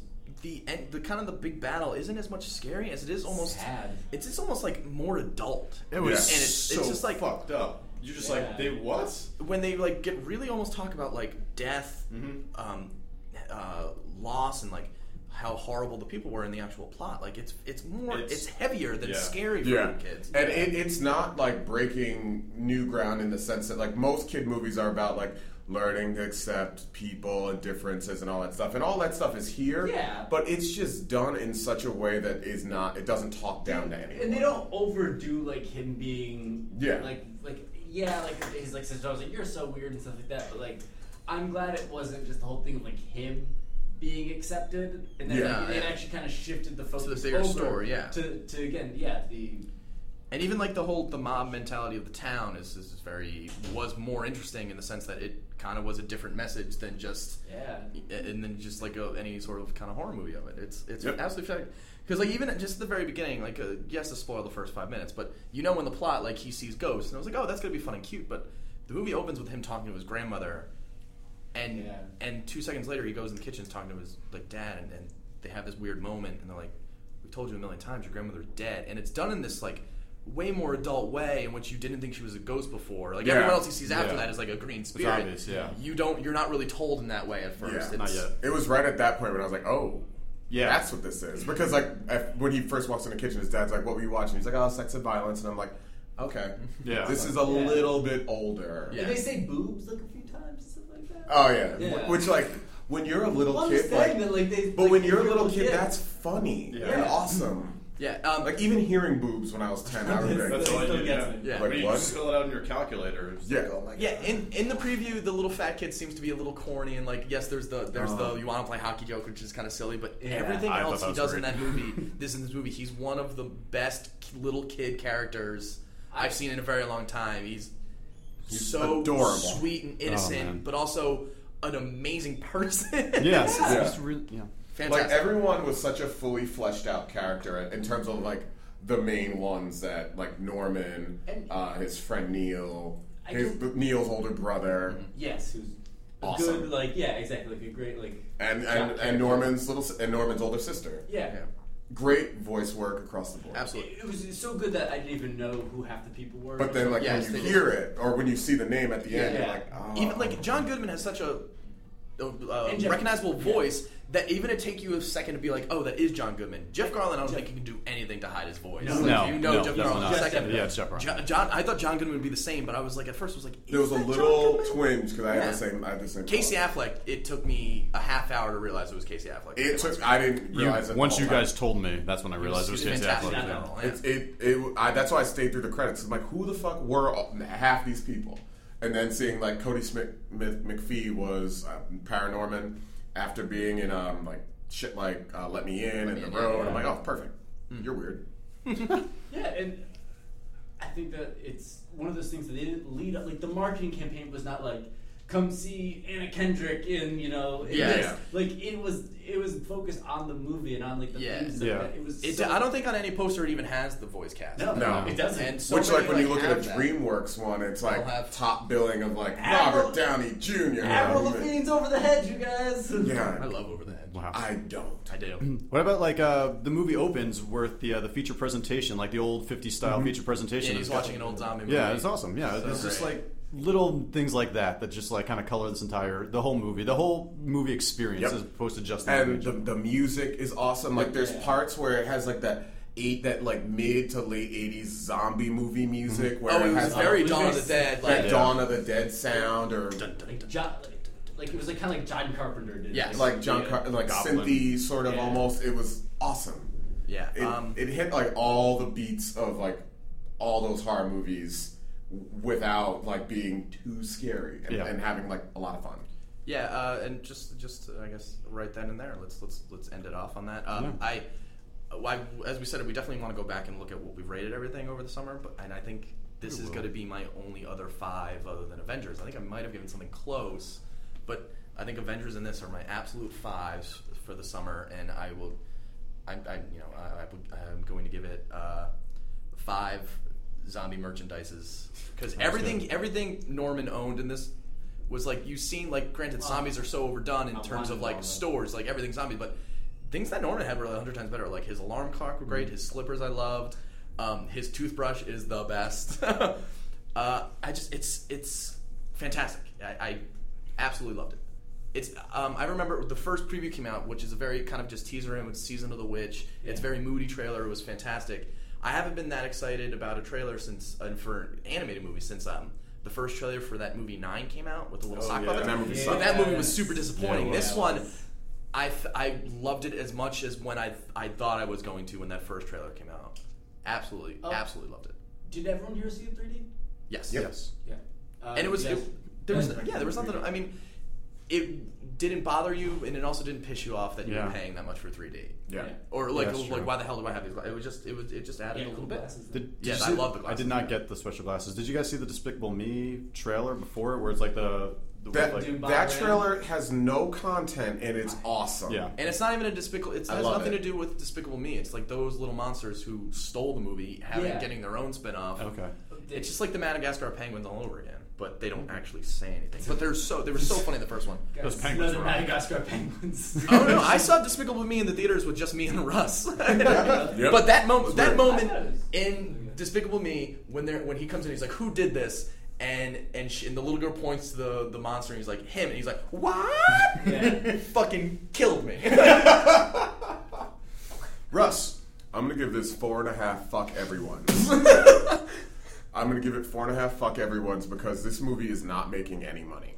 [SPEAKER 5] the end. The kind of the big battle isn't as much scary as it is almost.
[SPEAKER 2] Sad.
[SPEAKER 5] It's it's almost like more adult.
[SPEAKER 4] It was
[SPEAKER 3] Yeah.
[SPEAKER 5] and it's
[SPEAKER 4] so
[SPEAKER 5] it's just like
[SPEAKER 4] fucked up. You're just
[SPEAKER 2] Yeah.
[SPEAKER 4] like they what?
[SPEAKER 5] when they like get really almost talk about like death,
[SPEAKER 4] Mm-hmm.
[SPEAKER 5] um, uh, loss, and like how horrible the people were in the actual plot. Like it's it's more it's,
[SPEAKER 4] It's-
[SPEAKER 5] heavier than
[SPEAKER 4] yeah.
[SPEAKER 5] scary for
[SPEAKER 3] Yeah,
[SPEAKER 5] kids.
[SPEAKER 3] and it, it's not like breaking new ground in the sense that like most kid movies are about like learning to accept people and differences and all that stuff, and all that stuff is here.
[SPEAKER 2] Yeah.
[SPEAKER 3] but it's just done in such a way that is not it doesn't talk down to anyone.
[SPEAKER 2] And they don't overdo like him being
[SPEAKER 3] Yeah.
[SPEAKER 2] like like yeah like his like sister was like you're so weird and stuff like that. But like I'm glad it wasn't just the whole thing of like him being accepted and then
[SPEAKER 3] Yeah,
[SPEAKER 2] like, it
[SPEAKER 5] yeah.
[SPEAKER 2] actually kind of shifted the focus
[SPEAKER 5] bigger
[SPEAKER 2] over
[SPEAKER 5] story, yeah.
[SPEAKER 2] To to again yeah the
[SPEAKER 5] And even like the whole the mob mentality of the town is is very was more interesting in the sense that it kind of was a different message than just
[SPEAKER 2] yeah
[SPEAKER 5] and then just like a, any sort of kind of horror movie of it. It's it's
[SPEAKER 3] Yep.
[SPEAKER 5] absolutely fact because like even at just the very beginning, like uh, yes, to spoil the first five minutes, but you know in the plot, like he sees ghosts, and I was like, oh, that's gonna be fun and cute. But the movie opens with him talking to his grandmother, and
[SPEAKER 2] Yeah.
[SPEAKER 5] and two seconds later, he goes in the kitchen talking to his like dad, and, and they have this weird moment, and they're like, we told you a million times, your grandmother's dead, and it's done in this like. Way more adult way in which you didn't think she was a ghost before. Like
[SPEAKER 3] Yeah.
[SPEAKER 5] everyone else he sees after
[SPEAKER 4] Yeah.
[SPEAKER 5] that is like a green spirit.
[SPEAKER 4] obvious, yeah.
[SPEAKER 5] You don't. You're not really told in that way at first.
[SPEAKER 3] Yeah.
[SPEAKER 5] It's-
[SPEAKER 4] Not yet.
[SPEAKER 3] It was right at that point when I was like, oh.
[SPEAKER 4] Yeah.
[SPEAKER 3] That's what this is. Because, like, if, when he first walks in the kitchen, his dad's like, What were you watching? He's like, Oh, sex and violence. And I'm like, Okay.
[SPEAKER 4] Yeah.
[SPEAKER 3] This is a
[SPEAKER 2] Yeah.
[SPEAKER 3] little bit older.
[SPEAKER 5] Yeah.
[SPEAKER 2] did they say boobs like a few times and stuff like that?
[SPEAKER 3] Oh, yeah.
[SPEAKER 2] Yeah.
[SPEAKER 3] Which, like, when you're a little
[SPEAKER 2] Well, I'm
[SPEAKER 3] kid.
[SPEAKER 2] just saying
[SPEAKER 3] like-
[SPEAKER 2] that, like, they-
[SPEAKER 3] but
[SPEAKER 2] like,
[SPEAKER 3] when
[SPEAKER 2] if
[SPEAKER 3] you're a
[SPEAKER 2] you're a
[SPEAKER 3] little
[SPEAKER 2] little
[SPEAKER 3] kid,
[SPEAKER 2] kid-
[SPEAKER 3] that's funny
[SPEAKER 4] Yeah.
[SPEAKER 3] and
[SPEAKER 4] Yeah.
[SPEAKER 3] awesome.
[SPEAKER 5] Yeah, um,
[SPEAKER 3] Like even hearing boobs when I was ten, I remember.
[SPEAKER 4] That's all I
[SPEAKER 2] Still
[SPEAKER 4] do.
[SPEAKER 2] gets
[SPEAKER 4] Yeah.
[SPEAKER 2] me.
[SPEAKER 5] Yeah.
[SPEAKER 4] But
[SPEAKER 3] Like
[SPEAKER 4] you
[SPEAKER 3] what?
[SPEAKER 4] just fill it out in your calculator. It's
[SPEAKER 3] Yeah.
[SPEAKER 4] like, oh my
[SPEAKER 5] Yeah,
[SPEAKER 4] God.
[SPEAKER 5] in, in the preview, the little fat kid seems to be a little corny and like, yes, there's the there's the
[SPEAKER 3] Uh-huh.
[SPEAKER 5] you want to play hockey joke, which is kind of silly, but
[SPEAKER 2] Yeah,
[SPEAKER 5] everything
[SPEAKER 4] I thought
[SPEAKER 5] else
[SPEAKER 4] that
[SPEAKER 5] he
[SPEAKER 4] was
[SPEAKER 5] does in
[SPEAKER 4] great.
[SPEAKER 5] that movie, this in this movie, he's one of the best k- little kid characters
[SPEAKER 2] I-
[SPEAKER 5] I've seen in a very long time. He's,
[SPEAKER 3] He's
[SPEAKER 5] so
[SPEAKER 3] adorable.
[SPEAKER 5] sweet
[SPEAKER 4] Oh,
[SPEAKER 5] and
[SPEAKER 1] man.
[SPEAKER 5] innocent, but also an amazing person.
[SPEAKER 4] Yes.
[SPEAKER 3] Yeah.
[SPEAKER 4] It's just really, yeah.
[SPEAKER 5] fantastic.
[SPEAKER 3] Like everyone was such a fully fleshed out character in terms of like the main ones that like Norman,
[SPEAKER 2] And-
[SPEAKER 3] uh, his friend Neil,
[SPEAKER 2] I
[SPEAKER 3] his
[SPEAKER 2] don't-
[SPEAKER 3] Neil's older brother,
[SPEAKER 2] Yes, who's a
[SPEAKER 3] Awesome.
[SPEAKER 2] good like yeah, exactly like a great like
[SPEAKER 3] and
[SPEAKER 2] jock
[SPEAKER 3] and,
[SPEAKER 2] character.
[SPEAKER 3] and Norman's little si- and Norman's older sister.
[SPEAKER 2] yeah.
[SPEAKER 5] Yeah.
[SPEAKER 3] Great voice work across the board.
[SPEAKER 5] Absolutely.
[SPEAKER 2] It, it was so good that I didn't even know who half the people were.
[SPEAKER 3] But then, like
[SPEAKER 5] Yes,
[SPEAKER 3] when you
[SPEAKER 5] they
[SPEAKER 3] hear it or when you see the name at the end,
[SPEAKER 2] Yeah.
[SPEAKER 3] you're like, oh.
[SPEAKER 5] even like John Goodman has such a, a, uh
[SPEAKER 2] And Jeff-
[SPEAKER 5] recognizable
[SPEAKER 2] yeah.
[SPEAKER 5] voice that even it take you a second to be like, oh, that is John Goodman. Jeff Garland, I don't
[SPEAKER 2] Jeff-
[SPEAKER 5] think he can do anything to hide his voice.
[SPEAKER 2] No,
[SPEAKER 5] Like,
[SPEAKER 4] no,
[SPEAKER 5] you know
[SPEAKER 4] no,
[SPEAKER 5] Jeff
[SPEAKER 4] no,
[SPEAKER 5] Garland.
[SPEAKER 4] no.
[SPEAKER 5] the
[SPEAKER 2] Jeff-
[SPEAKER 5] second,
[SPEAKER 4] yeah, it's Jeff Garland.
[SPEAKER 5] Jo- John, I thought John Goodman would be the same, but I was like, at first, I was like, is
[SPEAKER 3] there was a
[SPEAKER 5] that John
[SPEAKER 3] little
[SPEAKER 5] Goodman?
[SPEAKER 3] twinge because I had
[SPEAKER 5] Yeah.
[SPEAKER 3] the same. I had the same.
[SPEAKER 5] Casey
[SPEAKER 3] problem.
[SPEAKER 5] Affleck. It took me a half hour to realize it was Casey Affleck.
[SPEAKER 3] It took. I didn't
[SPEAKER 4] You,
[SPEAKER 3] realize it
[SPEAKER 4] once
[SPEAKER 3] all
[SPEAKER 4] you
[SPEAKER 3] the time.
[SPEAKER 4] guys told me, that's when I realized it was
[SPEAKER 5] It's
[SPEAKER 4] Casey
[SPEAKER 5] fantastic.
[SPEAKER 4] Affleck.
[SPEAKER 5] in
[SPEAKER 4] yeah.
[SPEAKER 5] general, yeah.
[SPEAKER 3] It's, it, it, I, that's why I stayed through the credits. I'm like, who the fuck were all, half these people? And then seeing like Cody Smith, Mc- McPhee was uh, Paranorman after being in um like shit like uh, Let Me In and
[SPEAKER 5] Me
[SPEAKER 3] The
[SPEAKER 5] In,
[SPEAKER 3] Road.
[SPEAKER 2] yeah.
[SPEAKER 3] I'm like, oh, perfect.
[SPEAKER 4] Hmm.
[SPEAKER 3] You're weird.
[SPEAKER 2] Yeah, and I think that it's one of those things that they didn't lead up. Like the marketing campaign was not like, "Come see Anna Kendrick in you know." in
[SPEAKER 5] Yeah.
[SPEAKER 2] this."
[SPEAKER 3] Yeah.
[SPEAKER 2] Like it was, it was focused on the movie and on like the
[SPEAKER 5] Yeah.
[SPEAKER 2] themes of
[SPEAKER 4] Yeah.
[SPEAKER 2] it. It was.
[SPEAKER 5] It,
[SPEAKER 2] so-
[SPEAKER 5] I don't think on any poster it even has the voice cast.
[SPEAKER 2] No,
[SPEAKER 3] No.
[SPEAKER 2] it doesn't.
[SPEAKER 5] And so
[SPEAKER 3] Which
[SPEAKER 5] many,
[SPEAKER 3] like when you look at a
[SPEAKER 5] have that.
[SPEAKER 3] DreamWorks one, it's like
[SPEAKER 5] They'll have-
[SPEAKER 3] top billing of like
[SPEAKER 2] Avril-
[SPEAKER 3] Robert Downey Jr.
[SPEAKER 2] Avril
[SPEAKER 3] Yeah.
[SPEAKER 2] Lavigne's over the hedge, you guys.
[SPEAKER 3] Yeah,
[SPEAKER 5] I love Over the Head.
[SPEAKER 4] Wow.
[SPEAKER 3] I don't.
[SPEAKER 5] I do.
[SPEAKER 4] What about like uh, the movie opens with the uh, the feature presentation, like the old 50 style feature presentation?
[SPEAKER 5] Yeah, he's
[SPEAKER 4] It's got-
[SPEAKER 5] watching an old zombie movie.
[SPEAKER 4] Yeah, it's awesome. Yeah,
[SPEAKER 5] So
[SPEAKER 4] it's just
[SPEAKER 5] great.
[SPEAKER 4] like little things like that that just like kind of color this entire the whole movie, the whole movie experience
[SPEAKER 3] Yep.
[SPEAKER 4] as opposed to just the
[SPEAKER 3] and
[SPEAKER 4] movie.
[SPEAKER 3] the, the music is awesome. Like there's
[SPEAKER 2] Yeah.
[SPEAKER 3] parts where it has like that eight that like mid to late '80s zombie movie music where
[SPEAKER 5] Oh, it was
[SPEAKER 3] has
[SPEAKER 5] very
[SPEAKER 2] uh,
[SPEAKER 5] Dawn of the
[SPEAKER 2] Blueface.
[SPEAKER 5] Dead.
[SPEAKER 3] that
[SPEAKER 5] Like,
[SPEAKER 3] Dawn of the Dead sound or
[SPEAKER 5] dun, dun,
[SPEAKER 2] Like
[SPEAKER 5] dun.
[SPEAKER 2] John, like, like it was like kind of like John Carpenter did.
[SPEAKER 5] Yes.
[SPEAKER 3] like John
[SPEAKER 2] yeah.
[SPEAKER 3] Car- like
[SPEAKER 4] Goblin.
[SPEAKER 3] synthy sort of
[SPEAKER 2] Yeah.
[SPEAKER 3] almost. It was awesome.
[SPEAKER 5] Yeah.
[SPEAKER 3] It,
[SPEAKER 5] um,
[SPEAKER 3] it hit like all the beats of like all those horror movies w- without like being too scary and,
[SPEAKER 4] Yeah.
[SPEAKER 3] and having like a lot of fun.
[SPEAKER 5] Yeah, uh, and just just uh, I guess right then and there, let's let's let's end it off on that. Um, I, uh, I, as we said, we definitely want to go back and look at what we've rated everything over the summer. But and I think this is going to be my only other five other than Avengers. I think I might have given something close, but I think Avengers and this are my absolute fives for the summer, and I will, I, I you know I, I would, I'm going to give it uh, five zombie merchandises because everything everything Norman owned in this was like you've seen like granted
[SPEAKER 2] Wow.
[SPEAKER 5] zombies are so overdone in
[SPEAKER 2] I
[SPEAKER 5] terms of
[SPEAKER 2] wanted
[SPEAKER 5] like
[SPEAKER 2] all that.
[SPEAKER 5] stores like everything's zombie but things that Norman had were like 100 times better like his alarm clock were great his slippers I loved um, his toothbrush is the best uh, I just it's it's fantastic I, I absolutely loved it it's um, I remember the first preview came out which is a very kind of just teaser in with season of the witch it's
[SPEAKER 2] Yeah.
[SPEAKER 5] very moody trailer it was fantastic I haven't been that excited about a trailer since and for animated movies since um the first trailer for that movie Nine came out with the little
[SPEAKER 4] Oh,
[SPEAKER 5] sock
[SPEAKER 4] yeah.
[SPEAKER 5] puppet.
[SPEAKER 3] That movie
[SPEAKER 5] But
[SPEAKER 3] sucked.
[SPEAKER 5] that movie was
[SPEAKER 2] Yes.
[SPEAKER 5] super disappointing.
[SPEAKER 4] Yeah, it
[SPEAKER 5] this
[SPEAKER 2] was.
[SPEAKER 5] one, I, f- I loved it as much as when I I thought I was going to when that first trailer came out. Absolutely,
[SPEAKER 2] Oh.
[SPEAKER 5] absolutely loved it.
[SPEAKER 2] Did everyone here see it in 3D?
[SPEAKER 5] Yes.
[SPEAKER 4] yes.
[SPEAKER 2] Yeah. Uh,
[SPEAKER 5] And it was
[SPEAKER 2] yes.
[SPEAKER 5] it, there was
[SPEAKER 2] Yes.
[SPEAKER 5] yeah there was nothing. I mean, it didn't bother you, and it also didn't piss you off that you
[SPEAKER 4] Yeah.
[SPEAKER 5] were paying that much for 3D.
[SPEAKER 3] Yeah.
[SPEAKER 2] Yeah.
[SPEAKER 5] Or like
[SPEAKER 4] Yeah,
[SPEAKER 5] it
[SPEAKER 4] that's
[SPEAKER 5] was like
[SPEAKER 4] true.
[SPEAKER 5] why the hell do I have these? gla- It was just it was it just added a
[SPEAKER 2] Yeah,
[SPEAKER 5] little
[SPEAKER 2] cool
[SPEAKER 5] bit.
[SPEAKER 2] glasses.
[SPEAKER 4] Did, did
[SPEAKER 5] Yes,
[SPEAKER 4] you
[SPEAKER 5] I
[SPEAKER 4] see-
[SPEAKER 5] love the
[SPEAKER 4] I did not get the special glasses. Did you guys see the Despicable Me trailer before, where it's like the, the
[SPEAKER 3] That,
[SPEAKER 4] like,
[SPEAKER 2] Dude, Bob
[SPEAKER 3] that
[SPEAKER 2] Ram.
[SPEAKER 3] trailer has no content and it's awesome.
[SPEAKER 4] yeah.
[SPEAKER 5] And it's not even a despicable. It
[SPEAKER 3] I
[SPEAKER 5] has
[SPEAKER 3] love
[SPEAKER 5] nothing
[SPEAKER 3] it.
[SPEAKER 5] to do with Despicable Me. It's like those little monsters who stole the movie, having
[SPEAKER 2] Yeah.
[SPEAKER 5] getting their own spin off.
[SPEAKER 4] Okay.
[SPEAKER 5] It's just like the Madagascar penguins all over again, but they don't actually say anything. But they're so they were so funny in the first one.
[SPEAKER 2] Guys,
[SPEAKER 4] Those penguins
[SPEAKER 2] another
[SPEAKER 4] were awesome.
[SPEAKER 2] Madagascar penguins.
[SPEAKER 5] Oh no! I saw Despicable Me in the theaters with just me and Russ. But that moment, that
[SPEAKER 3] weird.
[SPEAKER 5] moment
[SPEAKER 2] I thought it was-
[SPEAKER 5] in Despicable Me, when they when he comes in, he's like, "Who did this?" And and, she, and the little girl points to the the monster, and he's like, "Him," and he's like, "What?"
[SPEAKER 2] Yeah.
[SPEAKER 5] Fucking killed me.
[SPEAKER 3] Russ, I'm gonna give this four and a half fuck everyone. I'm gonna give it four and a half fuck everyone's because this movie is not making any money.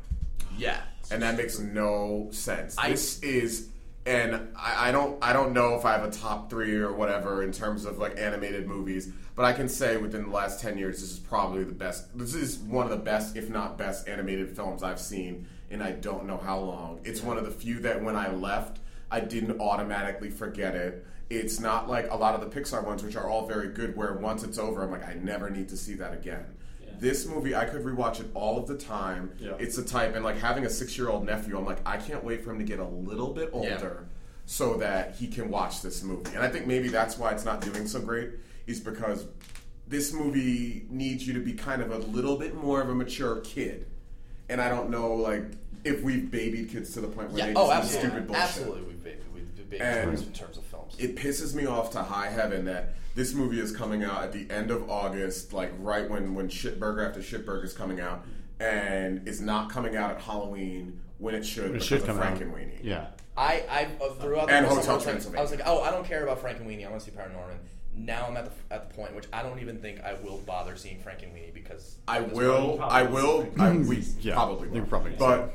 [SPEAKER 5] yeah.
[SPEAKER 3] And that makes no sense.
[SPEAKER 5] I-
[SPEAKER 3] this is and I, I don't I don't know if I have a top three or whatever in terms of like animated movies, but I can say within the last ten years, this is probably the best. This is one of the best, if not best, animated films I've seen in I don't know how long. It's one of the few that when I left, I didn't automatically forget it. It's not like a lot of the Pixar ones, which are all very good, where once it's over, I'm like, I never need to see that again.
[SPEAKER 2] Yeah.
[SPEAKER 3] This movie, I could rewatch it all of the time.
[SPEAKER 4] Yeah.
[SPEAKER 3] It's the type, and like having a six year old nephew, I'm like, I can't wait for him to get a little bit older
[SPEAKER 5] Yeah.
[SPEAKER 3] so that he can watch this movie. And I think maybe that's why it's not doing so great, is because this movie needs you to be kind of a little bit more of a mature kid. And I don't know, like, if we've babied kids to the point where
[SPEAKER 5] Yeah.
[SPEAKER 3] they
[SPEAKER 5] Oh,
[SPEAKER 3] just do
[SPEAKER 5] absolutely.
[SPEAKER 3] stupid bullshit.
[SPEAKER 5] absolutely. We've been, we've been big
[SPEAKER 3] And-
[SPEAKER 5] in terms of films.
[SPEAKER 3] It pisses me off to high heaven that this movie is coming out at the end of August, like right when when shitburger after shitburger is coming out, and it's not coming out at Halloween when it should
[SPEAKER 1] It
[SPEAKER 3] because
[SPEAKER 1] should
[SPEAKER 3] of
[SPEAKER 1] come out.
[SPEAKER 3] Frankenweenie.
[SPEAKER 1] Yeah.
[SPEAKER 5] I, I uh, throughout the
[SPEAKER 3] And
[SPEAKER 5] whole
[SPEAKER 3] Hotel
[SPEAKER 5] summer, I was like-
[SPEAKER 3] Transylvania.
[SPEAKER 5] I was like, oh, I don't care about Frank and Weenie. I want to see Paranorman. Now I'm at the at the point which I don't even think I will bother seeing Frank and Weenie because
[SPEAKER 3] I
[SPEAKER 5] at this
[SPEAKER 3] will.
[SPEAKER 2] probably
[SPEAKER 3] I will. I, we
[SPEAKER 1] Yeah,
[SPEAKER 3] probably.
[SPEAKER 1] they
[SPEAKER 3] Will.
[SPEAKER 1] probably will.
[SPEAKER 3] But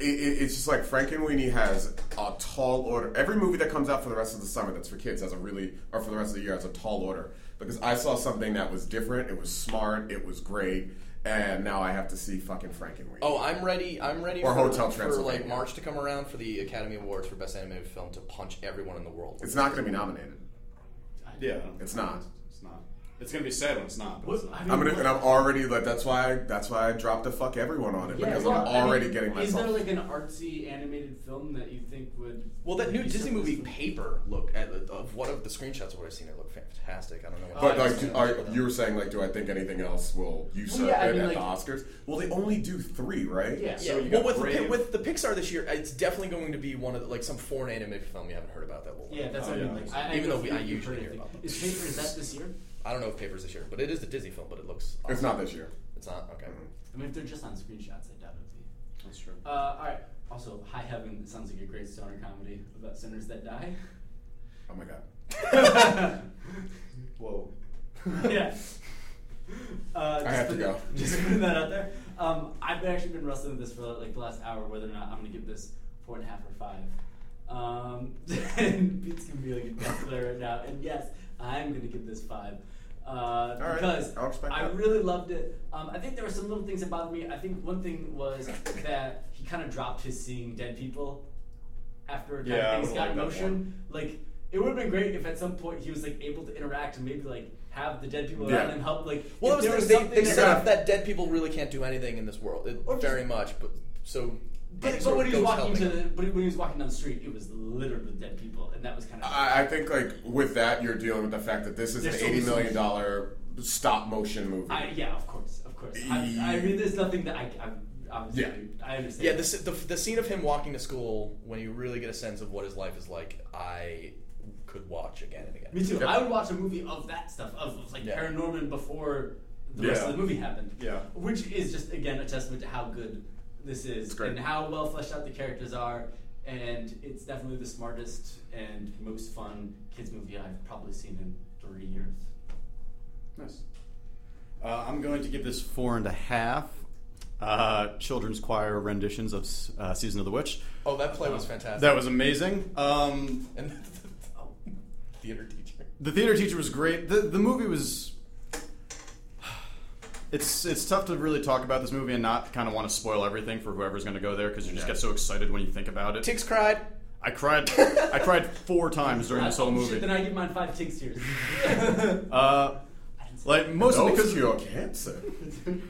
[SPEAKER 3] it, it, it's just like Frankenweenie has a tall order. Every movie that comes out for the rest of the summer that's for kids has a really, or for the rest of the year has a tall order. Because I saw something that was different. It was smart. It was great. And now I have to see fucking Frankenweenie.
[SPEAKER 5] Oh, I'm ready. I'm ready
[SPEAKER 3] Or
[SPEAKER 5] for,
[SPEAKER 3] Hotel
[SPEAKER 5] for
[SPEAKER 3] Transylvania.
[SPEAKER 5] like March to come around for the Academy Awards for Best Animated Film to punch everyone in the world.
[SPEAKER 3] it's not going to be nominated.
[SPEAKER 4] Yeah,
[SPEAKER 3] It's not.
[SPEAKER 4] it's not. It's gonna be sad when it's not. But
[SPEAKER 2] What,
[SPEAKER 4] it's not.
[SPEAKER 2] I mean,
[SPEAKER 3] I'm gonna,
[SPEAKER 2] what-
[SPEAKER 3] and I'm already like that's why that's why I dropped the fuck everyone on it
[SPEAKER 2] yeah,
[SPEAKER 3] because
[SPEAKER 2] well,
[SPEAKER 3] I'm
[SPEAKER 2] I mean,
[SPEAKER 3] already getting
[SPEAKER 2] Is
[SPEAKER 3] myself.
[SPEAKER 2] there like an artsy animated film that you think would?
[SPEAKER 5] Well, that new
[SPEAKER 2] be
[SPEAKER 5] Disney
[SPEAKER 2] something-
[SPEAKER 5] movie Paper look at of what of the screenshots of what I've seen. It looked fantastic. I don't know. What
[SPEAKER 3] But
[SPEAKER 2] Oh,
[SPEAKER 3] like, do,
[SPEAKER 2] yeah.
[SPEAKER 3] are, you were saying, like, do I think anything else will usurp
[SPEAKER 2] yeah, I
[SPEAKER 3] it
[SPEAKER 2] mean,
[SPEAKER 3] at
[SPEAKER 2] like-
[SPEAKER 3] the Oscars? Well, they only do three, right?
[SPEAKER 2] Yeah.
[SPEAKER 5] yeah,
[SPEAKER 4] so you
[SPEAKER 5] well,
[SPEAKER 4] got
[SPEAKER 5] with the, Pi-
[SPEAKER 4] Brave.
[SPEAKER 5] with the Pixar this year, it's definitely going to be one of the, like some foreign animated film you haven't heard about that will. win.
[SPEAKER 2] Yeah, that's
[SPEAKER 4] Oh,
[SPEAKER 2] what I mean.
[SPEAKER 4] yeah.
[SPEAKER 2] Like, I,
[SPEAKER 5] Even
[SPEAKER 2] I
[SPEAKER 5] though we- I
[SPEAKER 2] you've
[SPEAKER 5] usually
[SPEAKER 2] heard of
[SPEAKER 5] hear
[SPEAKER 2] it.
[SPEAKER 5] about them.
[SPEAKER 2] Is Paper is that this year?
[SPEAKER 5] I don't know if Paper's this year, but it is a Disney film. But it looks. Awesome.
[SPEAKER 3] It's not this year.
[SPEAKER 5] It's not okay.
[SPEAKER 2] I mean, if they're just on screenshots, I doubt it would be.
[SPEAKER 4] That's true.
[SPEAKER 2] Uh, all right. Also, High Heaven sounds like a great stoner comedy about sinners that die.
[SPEAKER 3] Oh my god.
[SPEAKER 4] Whoa.
[SPEAKER 2] yeah. Uh,
[SPEAKER 3] I
[SPEAKER 2] just
[SPEAKER 3] have to
[SPEAKER 2] put-
[SPEAKER 3] go.
[SPEAKER 2] Just putting that out there. Um, I've been actually been wrestling with this for like the last hour, whether or not I'm gonna give this four and a half or five. Um, and Pete's gonna be like a death glare right now. And yes, I'm gonna give this five. Uh,
[SPEAKER 3] right,
[SPEAKER 2] because
[SPEAKER 3] I'll respect
[SPEAKER 2] I
[SPEAKER 3] that.
[SPEAKER 2] really loved it. Um, I think there were some little things that bothered me. I think one thing was that he kind of dropped his seeing dead people after kind
[SPEAKER 4] Yeah, I
[SPEAKER 2] of things
[SPEAKER 4] would've
[SPEAKER 2] got
[SPEAKER 4] liked that
[SPEAKER 2] motion like it would have been great if at some point he was like able to interact and maybe like have the dead people
[SPEAKER 3] Yeah.
[SPEAKER 2] around him help like
[SPEAKER 5] Well,
[SPEAKER 2] if
[SPEAKER 5] that
[SPEAKER 2] there
[SPEAKER 5] was the,
[SPEAKER 2] was
[SPEAKER 5] they,
[SPEAKER 2] something
[SPEAKER 5] they
[SPEAKER 2] that-
[SPEAKER 5] set up that dead people really can't do anything in this world, it,
[SPEAKER 2] Or just-
[SPEAKER 5] very much. But so,
[SPEAKER 2] but,
[SPEAKER 5] so
[SPEAKER 2] but when
[SPEAKER 5] it
[SPEAKER 2] he was
[SPEAKER 5] goes
[SPEAKER 2] walking to
[SPEAKER 5] helping.
[SPEAKER 2] the, but when he was walking down the street it was littered with dead people and that was kind of
[SPEAKER 3] I, I think like with that, you're dealing with the fact that this is
[SPEAKER 2] There's
[SPEAKER 3] an
[SPEAKER 2] only
[SPEAKER 3] eighty
[SPEAKER 2] so
[SPEAKER 3] million
[SPEAKER 2] much.
[SPEAKER 3] dollar stop motion movie.
[SPEAKER 2] I- yeah of course of course I, I mean there's nothing that I, I obviously
[SPEAKER 3] Yeah.
[SPEAKER 2] I understand
[SPEAKER 5] Yeah, the, s- the, the scene of him walking to school when you really get a sense of what his life is like, I could watch again and again.
[SPEAKER 2] me too I would watch a movie of that stuff of, of, like
[SPEAKER 5] Yeah.
[SPEAKER 2] Paranorman before the rest
[SPEAKER 4] Yeah.
[SPEAKER 2] of the movie happened
[SPEAKER 4] Yeah.
[SPEAKER 2] which is just again a testament to how good this is
[SPEAKER 3] great.
[SPEAKER 2] and how well fleshed out the characters are and it's definitely the smartest and most fun kids movie i've probably seen in three years
[SPEAKER 4] Nice. Uh, I'm going to give this four and a half. Uh, children's choir renditions of S- uh, Season of the Witch.
[SPEAKER 5] Oh, that play was fantastic.
[SPEAKER 4] That was amazing. Um,
[SPEAKER 5] and oh, theater teacher.
[SPEAKER 4] the theater teacher was great. The the movie was. It's it's tough to really talk about this movie and not kind of want to spoil everything for whoever's going to go there because you just
[SPEAKER 3] Yeah.
[SPEAKER 4] get so excited when you think about it.
[SPEAKER 5] Tix cried.
[SPEAKER 4] I cried I cried four times during this
[SPEAKER 2] Uh,
[SPEAKER 4] whole
[SPEAKER 2] Shit, then
[SPEAKER 4] movie.
[SPEAKER 2] i give mine five ticks here
[SPEAKER 4] Uh, like mostly
[SPEAKER 3] because
[SPEAKER 4] because
[SPEAKER 3] you are cancer.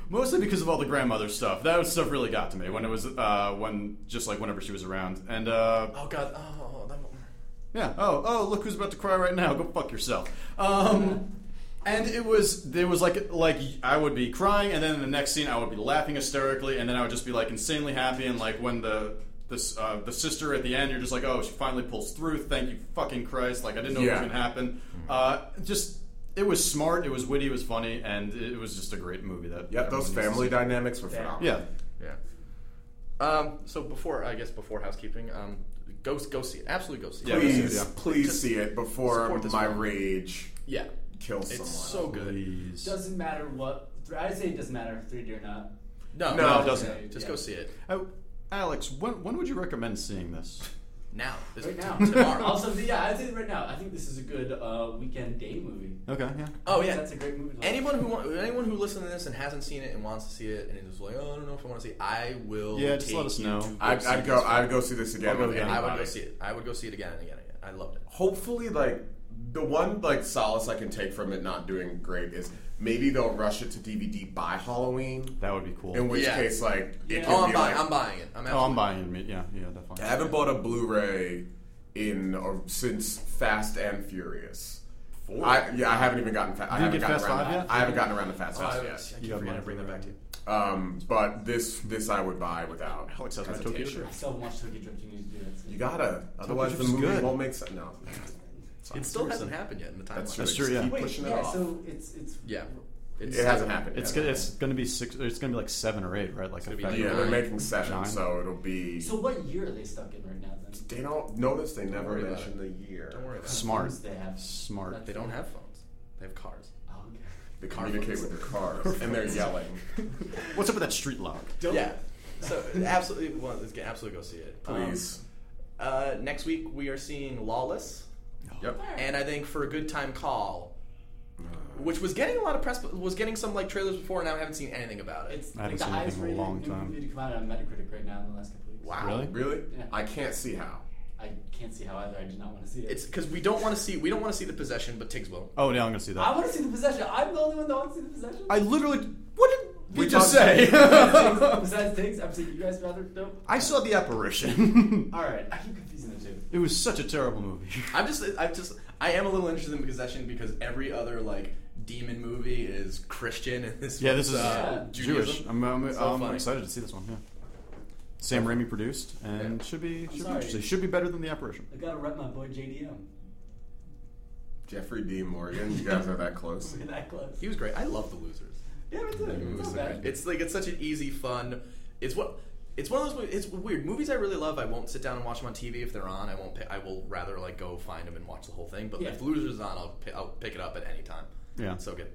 [SPEAKER 4] mostly because of all the grandmother stuff. That stuff really got to me when it was uh, when just like whenever she was around and. Uh,
[SPEAKER 5] Oh God. Oh, that. mo-
[SPEAKER 4] Yeah. Oh, oh, look who's about to cry right now. Go fuck yourself. Um, and it was there was like like I would be crying, and then in the next scene I would be laughing hysterically, and then I would just be like insanely happy, and like when the this uh, the sister at the end, you're just like, oh, she finally pulls through. Thank you, fucking Christ. Like I didn't know
[SPEAKER 3] Yeah.
[SPEAKER 4] what was gonna happen. Uh, just. It was smart, it was witty, it was funny, and it was just a great movie. That
[SPEAKER 3] Yep, those
[SPEAKER 4] everyone
[SPEAKER 3] family
[SPEAKER 4] needs to
[SPEAKER 3] dynamics were
[SPEAKER 2] Yeah.
[SPEAKER 3] phenomenal.
[SPEAKER 4] see. Yeah,
[SPEAKER 5] Yeah. Um. So before, I guess before housekeeping, um, go go see it. Absolutely go see it.
[SPEAKER 4] Yeah,
[SPEAKER 3] please,
[SPEAKER 4] yeah.
[SPEAKER 3] please
[SPEAKER 5] Just
[SPEAKER 3] see it before
[SPEAKER 5] support this
[SPEAKER 3] my
[SPEAKER 5] film.
[SPEAKER 3] rage
[SPEAKER 5] Yeah.
[SPEAKER 3] kills
[SPEAKER 5] It's so
[SPEAKER 3] someone.
[SPEAKER 5] good.
[SPEAKER 4] please.
[SPEAKER 2] doesn't matter what i'd say it doesn't matter if 3d or not
[SPEAKER 5] No,
[SPEAKER 4] No, it doesn't.
[SPEAKER 5] Just
[SPEAKER 2] Yeah.
[SPEAKER 5] go see it.
[SPEAKER 4] Oh, Alex, when, when would you recommend seeing this?
[SPEAKER 5] now, this
[SPEAKER 2] Right now.
[SPEAKER 5] tomorrow.
[SPEAKER 2] also, yeah, I think right now, I think this is a good uh, weekend day movie.
[SPEAKER 4] Okay, yeah.
[SPEAKER 5] oh yeah,
[SPEAKER 2] That's a great movie.
[SPEAKER 5] Anyone who want, anyone who listens to this and hasn't seen it and wants to see it and is like, oh, I don't know if I want to see it, I will.
[SPEAKER 4] Yeah, just
[SPEAKER 5] take
[SPEAKER 4] let us
[SPEAKER 5] you
[SPEAKER 4] know.
[SPEAKER 5] to
[SPEAKER 3] I'd,
[SPEAKER 5] see
[SPEAKER 3] I'd
[SPEAKER 5] this
[SPEAKER 3] go.
[SPEAKER 5] film.
[SPEAKER 3] I'd go see this again.
[SPEAKER 4] I'll go
[SPEAKER 3] with
[SPEAKER 4] again.
[SPEAKER 5] I would go
[SPEAKER 3] anybody.
[SPEAKER 5] see it. I would go see it again and again and again. I loved it.
[SPEAKER 3] Hopefully, like the one like solace I can take from it not doing great is maybe they'll rush it to DVD by Halloween.
[SPEAKER 4] That would be cool.
[SPEAKER 3] In which
[SPEAKER 5] Yeah.
[SPEAKER 3] case, like
[SPEAKER 2] Yeah.
[SPEAKER 3] it can
[SPEAKER 5] Oh, I'm
[SPEAKER 3] be
[SPEAKER 5] buying.
[SPEAKER 3] like,
[SPEAKER 5] I'm buying it. I'm
[SPEAKER 4] oh, I'm
[SPEAKER 5] absolutely.
[SPEAKER 4] buying it. Yeah, yeah, definitely.
[SPEAKER 3] I haven't bought a Blu-ray in or since Fast and Furious.
[SPEAKER 4] Four?
[SPEAKER 3] I, yeah, I haven't even gotten. Fa- I
[SPEAKER 4] you
[SPEAKER 3] haven't
[SPEAKER 4] get
[SPEAKER 3] gotten
[SPEAKER 4] Fast
[SPEAKER 3] around.
[SPEAKER 4] Five yet?
[SPEAKER 3] I haven't gotten around the Fast
[SPEAKER 5] Oh, I,
[SPEAKER 3] Five
[SPEAKER 5] I
[SPEAKER 3] yet.
[SPEAKER 5] keep
[SPEAKER 4] You have
[SPEAKER 5] forgetting
[SPEAKER 4] mine.
[SPEAKER 5] to bring that back to you.
[SPEAKER 3] Um, but this this I would buy without.
[SPEAKER 4] Oh, it says on Tokyo
[SPEAKER 3] hesitation.
[SPEAKER 2] I still haven't watched Tokyo Drift. You need to do that. soon.
[SPEAKER 3] You gotta, otherwise the
[SPEAKER 4] Drift's
[SPEAKER 3] movie
[SPEAKER 4] good.
[SPEAKER 3] won't make sense. No,
[SPEAKER 5] It still hasn't happened yet in the timeline.
[SPEAKER 3] that's true.
[SPEAKER 4] That's true,
[SPEAKER 3] Just
[SPEAKER 4] yeah.
[SPEAKER 3] Keep
[SPEAKER 2] Wait,
[SPEAKER 3] pushing
[SPEAKER 2] yeah,
[SPEAKER 3] it off.
[SPEAKER 2] so it's it's
[SPEAKER 5] Yeah.
[SPEAKER 3] it
[SPEAKER 5] It's-
[SPEAKER 3] hasn't happened.
[SPEAKER 4] It's
[SPEAKER 3] yet.
[SPEAKER 4] gonna, it's gonna be six. It's gonna be like seven or eight, right? Like
[SPEAKER 5] gonna be
[SPEAKER 4] effective.
[SPEAKER 3] Yeah, they're
[SPEAKER 5] nine.
[SPEAKER 3] making seven,
[SPEAKER 4] Nine.
[SPEAKER 3] so it'll be.
[SPEAKER 2] So what year are they stuck in right now then?
[SPEAKER 3] they don't notice. They never
[SPEAKER 5] worry about
[SPEAKER 3] mention the year.
[SPEAKER 5] Don't worry about it.
[SPEAKER 4] smart,
[SPEAKER 2] Phones They have.
[SPEAKER 4] smart.
[SPEAKER 5] They don't have phones. They have cars.
[SPEAKER 2] Oh, okay.
[SPEAKER 3] They
[SPEAKER 5] Car
[SPEAKER 3] communicate
[SPEAKER 5] phones.
[SPEAKER 3] with their cars, and they're yelling.
[SPEAKER 4] What's up with that street log?
[SPEAKER 5] Yeah. So absolutely, well, let's get absolutely go see it. Um,
[SPEAKER 3] Please.
[SPEAKER 5] uh, next week we are seeing Lawless,
[SPEAKER 3] Yep.
[SPEAKER 5] and I think for a good time call, which was getting a lot of press, but was getting some like trailers before, and now I haven't seen anything about it.
[SPEAKER 2] It's like
[SPEAKER 4] I haven't
[SPEAKER 2] the
[SPEAKER 4] seen anything
[SPEAKER 2] highest
[SPEAKER 4] in a
[SPEAKER 2] rated
[SPEAKER 4] long
[SPEAKER 2] new
[SPEAKER 4] time.
[SPEAKER 2] movie to come out on Metacritic right now in the last couple weeks.
[SPEAKER 5] Wow.
[SPEAKER 4] Really?
[SPEAKER 3] Really?
[SPEAKER 2] Yeah.
[SPEAKER 3] I can't see how.
[SPEAKER 2] I can't see how either. I do not want to see it.
[SPEAKER 5] It's because we don't want to see we don't want to see the possession, but Tiggs will.
[SPEAKER 4] Oh yeah, I'm gonna see that.
[SPEAKER 2] I want to see the possession. I'm the only one that wants to see the possession.
[SPEAKER 4] I literally. What did
[SPEAKER 3] We
[SPEAKER 4] we just
[SPEAKER 3] talked-
[SPEAKER 4] say?
[SPEAKER 2] Besides things, I'm saying you guys rather no.
[SPEAKER 4] I saw the apparition.
[SPEAKER 2] All right, I keep confusing the two.
[SPEAKER 4] it was such a terrible movie.
[SPEAKER 5] I'm just I'm just I am a little interested in possession because every other like demon movie is Christian, and this
[SPEAKER 4] Yeah,
[SPEAKER 5] one's,
[SPEAKER 4] this is
[SPEAKER 2] Yeah.
[SPEAKER 5] uh,
[SPEAKER 4] Jewish.
[SPEAKER 5] Judaism.
[SPEAKER 4] I'm, I'm,
[SPEAKER 5] So
[SPEAKER 4] I'm
[SPEAKER 5] funny.
[SPEAKER 4] excited to see this one. Yeah. Sam Raimi produced and should be should be
[SPEAKER 2] sorry.
[SPEAKER 4] interesting. Should be better than the apparition.
[SPEAKER 2] I gotta rep my boy JDM.
[SPEAKER 3] Jeffrey D. Morgan, you guys are that close.
[SPEAKER 2] We're that close.
[SPEAKER 5] He was great. I love the losers.
[SPEAKER 2] Yeah, me too.
[SPEAKER 3] movie
[SPEAKER 2] It's
[SPEAKER 3] was
[SPEAKER 2] not bad.
[SPEAKER 5] It's like it's such an easy, fun. It's what it's one of those. mo- It's weird movies I really love. I won't sit down and watch them on TV if they're on. I won't. Pay, I will rather like go find them and watch the whole thing. But
[SPEAKER 2] Yeah.
[SPEAKER 5] if Losers is on, I'll pi- I'll pick it up at any time.
[SPEAKER 4] Yeah.
[SPEAKER 5] so good.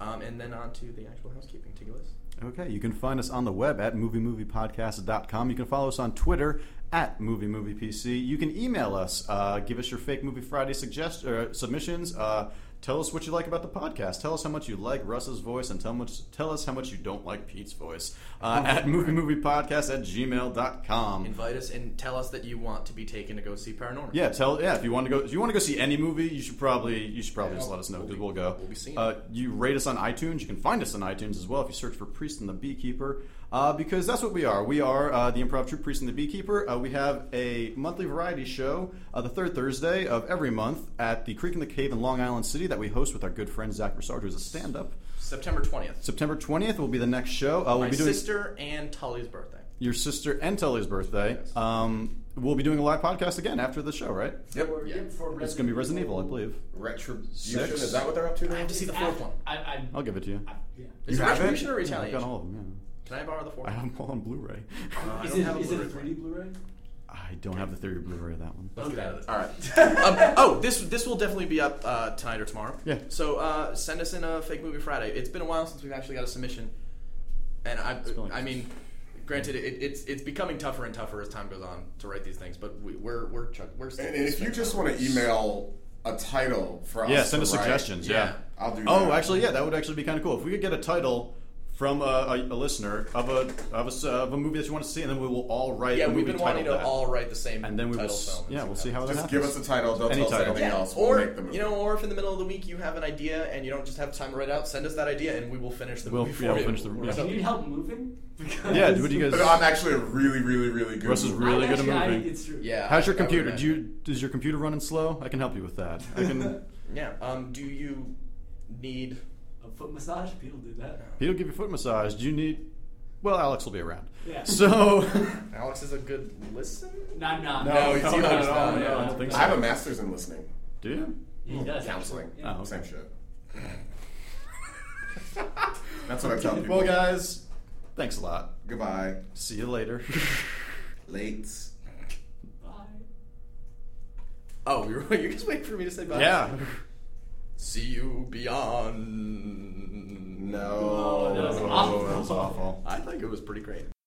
[SPEAKER 5] Um, and then on to the actual housekeeping. Take a list.
[SPEAKER 4] Okay, you can find us on the web at moviemoviepodcast.com. You can follow us on Twitter at moviemoviepc. You can email us, uh, give us your fake movie Friday suggest- er, submissions. Uh, tell us what you like about the podcast. Tell us how much you like Russ's voice, and tell much tell us how much you don't like Pete's voice uh, at moviemoviepodcast at gmail.com.
[SPEAKER 5] Invite us and tell us that you want to be taken to go see Paranormal.
[SPEAKER 4] Um. Yeah, tell yeah. If you want to go, if you want to go see any movie, you should probably you should probably just let us know because we'll go.
[SPEAKER 5] we'll be seeing
[SPEAKER 4] Uh, you rate us on iTunes. You can find us on iTunes as well if you search for Priest and the Beekeeper, uh, because that's what we are. We are uh, the improv troupe Priest and the Beekeeper. Uh, we have a monthly variety show uh, the third Thursday of every month at the Creek in the Cave in Long Island City that we host with our good friend Zach Broussard, who's a stand-up.
[SPEAKER 5] September twentieth.
[SPEAKER 4] September twentieth will be the next show. Uh, we'll
[SPEAKER 5] My
[SPEAKER 4] be doing
[SPEAKER 5] sister and Tully's birthday.
[SPEAKER 4] your sister and Tully's birthday.
[SPEAKER 5] Yes.
[SPEAKER 4] Um, we'll be doing a live podcast again after the show, right?
[SPEAKER 3] Yep.
[SPEAKER 2] For-
[SPEAKER 5] Yeah.
[SPEAKER 2] for
[SPEAKER 4] It's going to be Resident Evil, I believe.
[SPEAKER 3] Retribution.
[SPEAKER 4] Six.
[SPEAKER 3] Is that what they're up to now?
[SPEAKER 5] I have to see the fourth one.
[SPEAKER 2] I, I,
[SPEAKER 4] I'll give it to you.
[SPEAKER 2] I, yeah.
[SPEAKER 5] Is
[SPEAKER 3] You
[SPEAKER 5] it
[SPEAKER 3] have it?
[SPEAKER 5] Retribution or
[SPEAKER 4] Yeah, I've
[SPEAKER 5] Retaliation?
[SPEAKER 4] got all of them.
[SPEAKER 5] Can I borrow the fourth?
[SPEAKER 4] Yeah, I have them all on Blu-ray.
[SPEAKER 5] Uh, I
[SPEAKER 2] is
[SPEAKER 5] don't
[SPEAKER 2] it,
[SPEAKER 5] have a
[SPEAKER 2] is it a
[SPEAKER 5] Blu-ray player.
[SPEAKER 2] 3D Blu-ray?
[SPEAKER 4] I don't have the theory Blu-ray of that one.
[SPEAKER 5] Let's get out of this.
[SPEAKER 3] All right.
[SPEAKER 5] um, oh, this this will definitely be up uh, tonight or tomorrow.
[SPEAKER 4] Yeah.
[SPEAKER 5] So uh, send us in a fake movie Friday. It's been a while since we've actually got a submission, and I
[SPEAKER 4] been like-
[SPEAKER 5] I mean, granted, it, it's it's becoming tougher and tougher as time goes on to write these things, but we, we're we're chug we're still.
[SPEAKER 3] And if you just want to email a title for us,
[SPEAKER 4] Yeah, send
[SPEAKER 3] to
[SPEAKER 4] us
[SPEAKER 3] write,
[SPEAKER 4] suggestions. Yeah.
[SPEAKER 5] Yeah.
[SPEAKER 3] I'll do.
[SPEAKER 4] Oh,
[SPEAKER 3] that.
[SPEAKER 4] actually, yeah, that would actually be kind of cool if we could get a title from a, a, a listener of a of a, s- of a movie that you want to see, and then we will all write.
[SPEAKER 5] yeah,
[SPEAKER 4] a
[SPEAKER 5] we've
[SPEAKER 4] movie
[SPEAKER 5] been wanting to
[SPEAKER 4] titled that.
[SPEAKER 5] all write the same
[SPEAKER 4] and then we will.
[SPEAKER 5] title
[SPEAKER 4] s-
[SPEAKER 5] film. and
[SPEAKER 4] Yeah, we'll see how that
[SPEAKER 3] Just
[SPEAKER 4] happens.
[SPEAKER 3] give us a title. They'll
[SPEAKER 4] Any
[SPEAKER 3] tell us
[SPEAKER 4] title.
[SPEAKER 3] anything
[SPEAKER 5] Yeah,
[SPEAKER 3] else. We'll
[SPEAKER 5] or
[SPEAKER 3] make the movie.
[SPEAKER 5] you know, or if in the middle of the week you have an idea and you don't just have time to write it out, send us that idea and we will finish the
[SPEAKER 4] We'll-
[SPEAKER 5] movie.
[SPEAKER 4] yeah,
[SPEAKER 5] for
[SPEAKER 4] we'll
[SPEAKER 5] you.
[SPEAKER 4] finish the-
[SPEAKER 5] Or
[SPEAKER 4] yeah.
[SPEAKER 2] Do you
[SPEAKER 5] something.
[SPEAKER 2] need help moving? Because
[SPEAKER 4] Yeah, what do you
[SPEAKER 3] But
[SPEAKER 4] guys?
[SPEAKER 3] I'm actually a really, really, really good.
[SPEAKER 4] Russ is
[SPEAKER 3] movie.
[SPEAKER 4] really-
[SPEAKER 2] I'm
[SPEAKER 4] good at
[SPEAKER 2] actually- I-
[SPEAKER 4] moving.
[SPEAKER 2] It's true.
[SPEAKER 5] Yeah.
[SPEAKER 4] How's your
[SPEAKER 5] I- I would
[SPEAKER 4] computer? Do
[SPEAKER 5] imagine.
[SPEAKER 4] you is your computer running slow? I can help you with that. I can.
[SPEAKER 5] Yeah. Um, do you need?
[SPEAKER 2] A foot massage? People do that.
[SPEAKER 4] He'll give you a foot massage. Do you need? Well, Alex will be around.
[SPEAKER 2] Yeah.
[SPEAKER 4] So.
[SPEAKER 5] Alex is a good listener.
[SPEAKER 2] Nah, nah.
[SPEAKER 4] No,
[SPEAKER 5] No, he's
[SPEAKER 4] Oh, no,
[SPEAKER 5] either
[SPEAKER 4] not
[SPEAKER 5] he's
[SPEAKER 4] at all.
[SPEAKER 5] not,
[SPEAKER 4] No,
[SPEAKER 5] yeah.
[SPEAKER 4] I don't think so.
[SPEAKER 3] I have a master's in listening,
[SPEAKER 4] Do you?
[SPEAKER 2] He does.
[SPEAKER 3] counseling,
[SPEAKER 2] Yeah.
[SPEAKER 4] Oh, okay.
[SPEAKER 3] same shit. That's what I tell people.
[SPEAKER 4] Well, guys, thanks a lot.
[SPEAKER 3] Goodbye.
[SPEAKER 4] See you later.
[SPEAKER 3] Late.
[SPEAKER 2] Bye.
[SPEAKER 5] Oh, you're you're just waiting for me to say bye.
[SPEAKER 4] yeah.
[SPEAKER 5] See you beyond.
[SPEAKER 3] No.
[SPEAKER 2] that was
[SPEAKER 4] That was awful.
[SPEAKER 5] I think it was pretty great.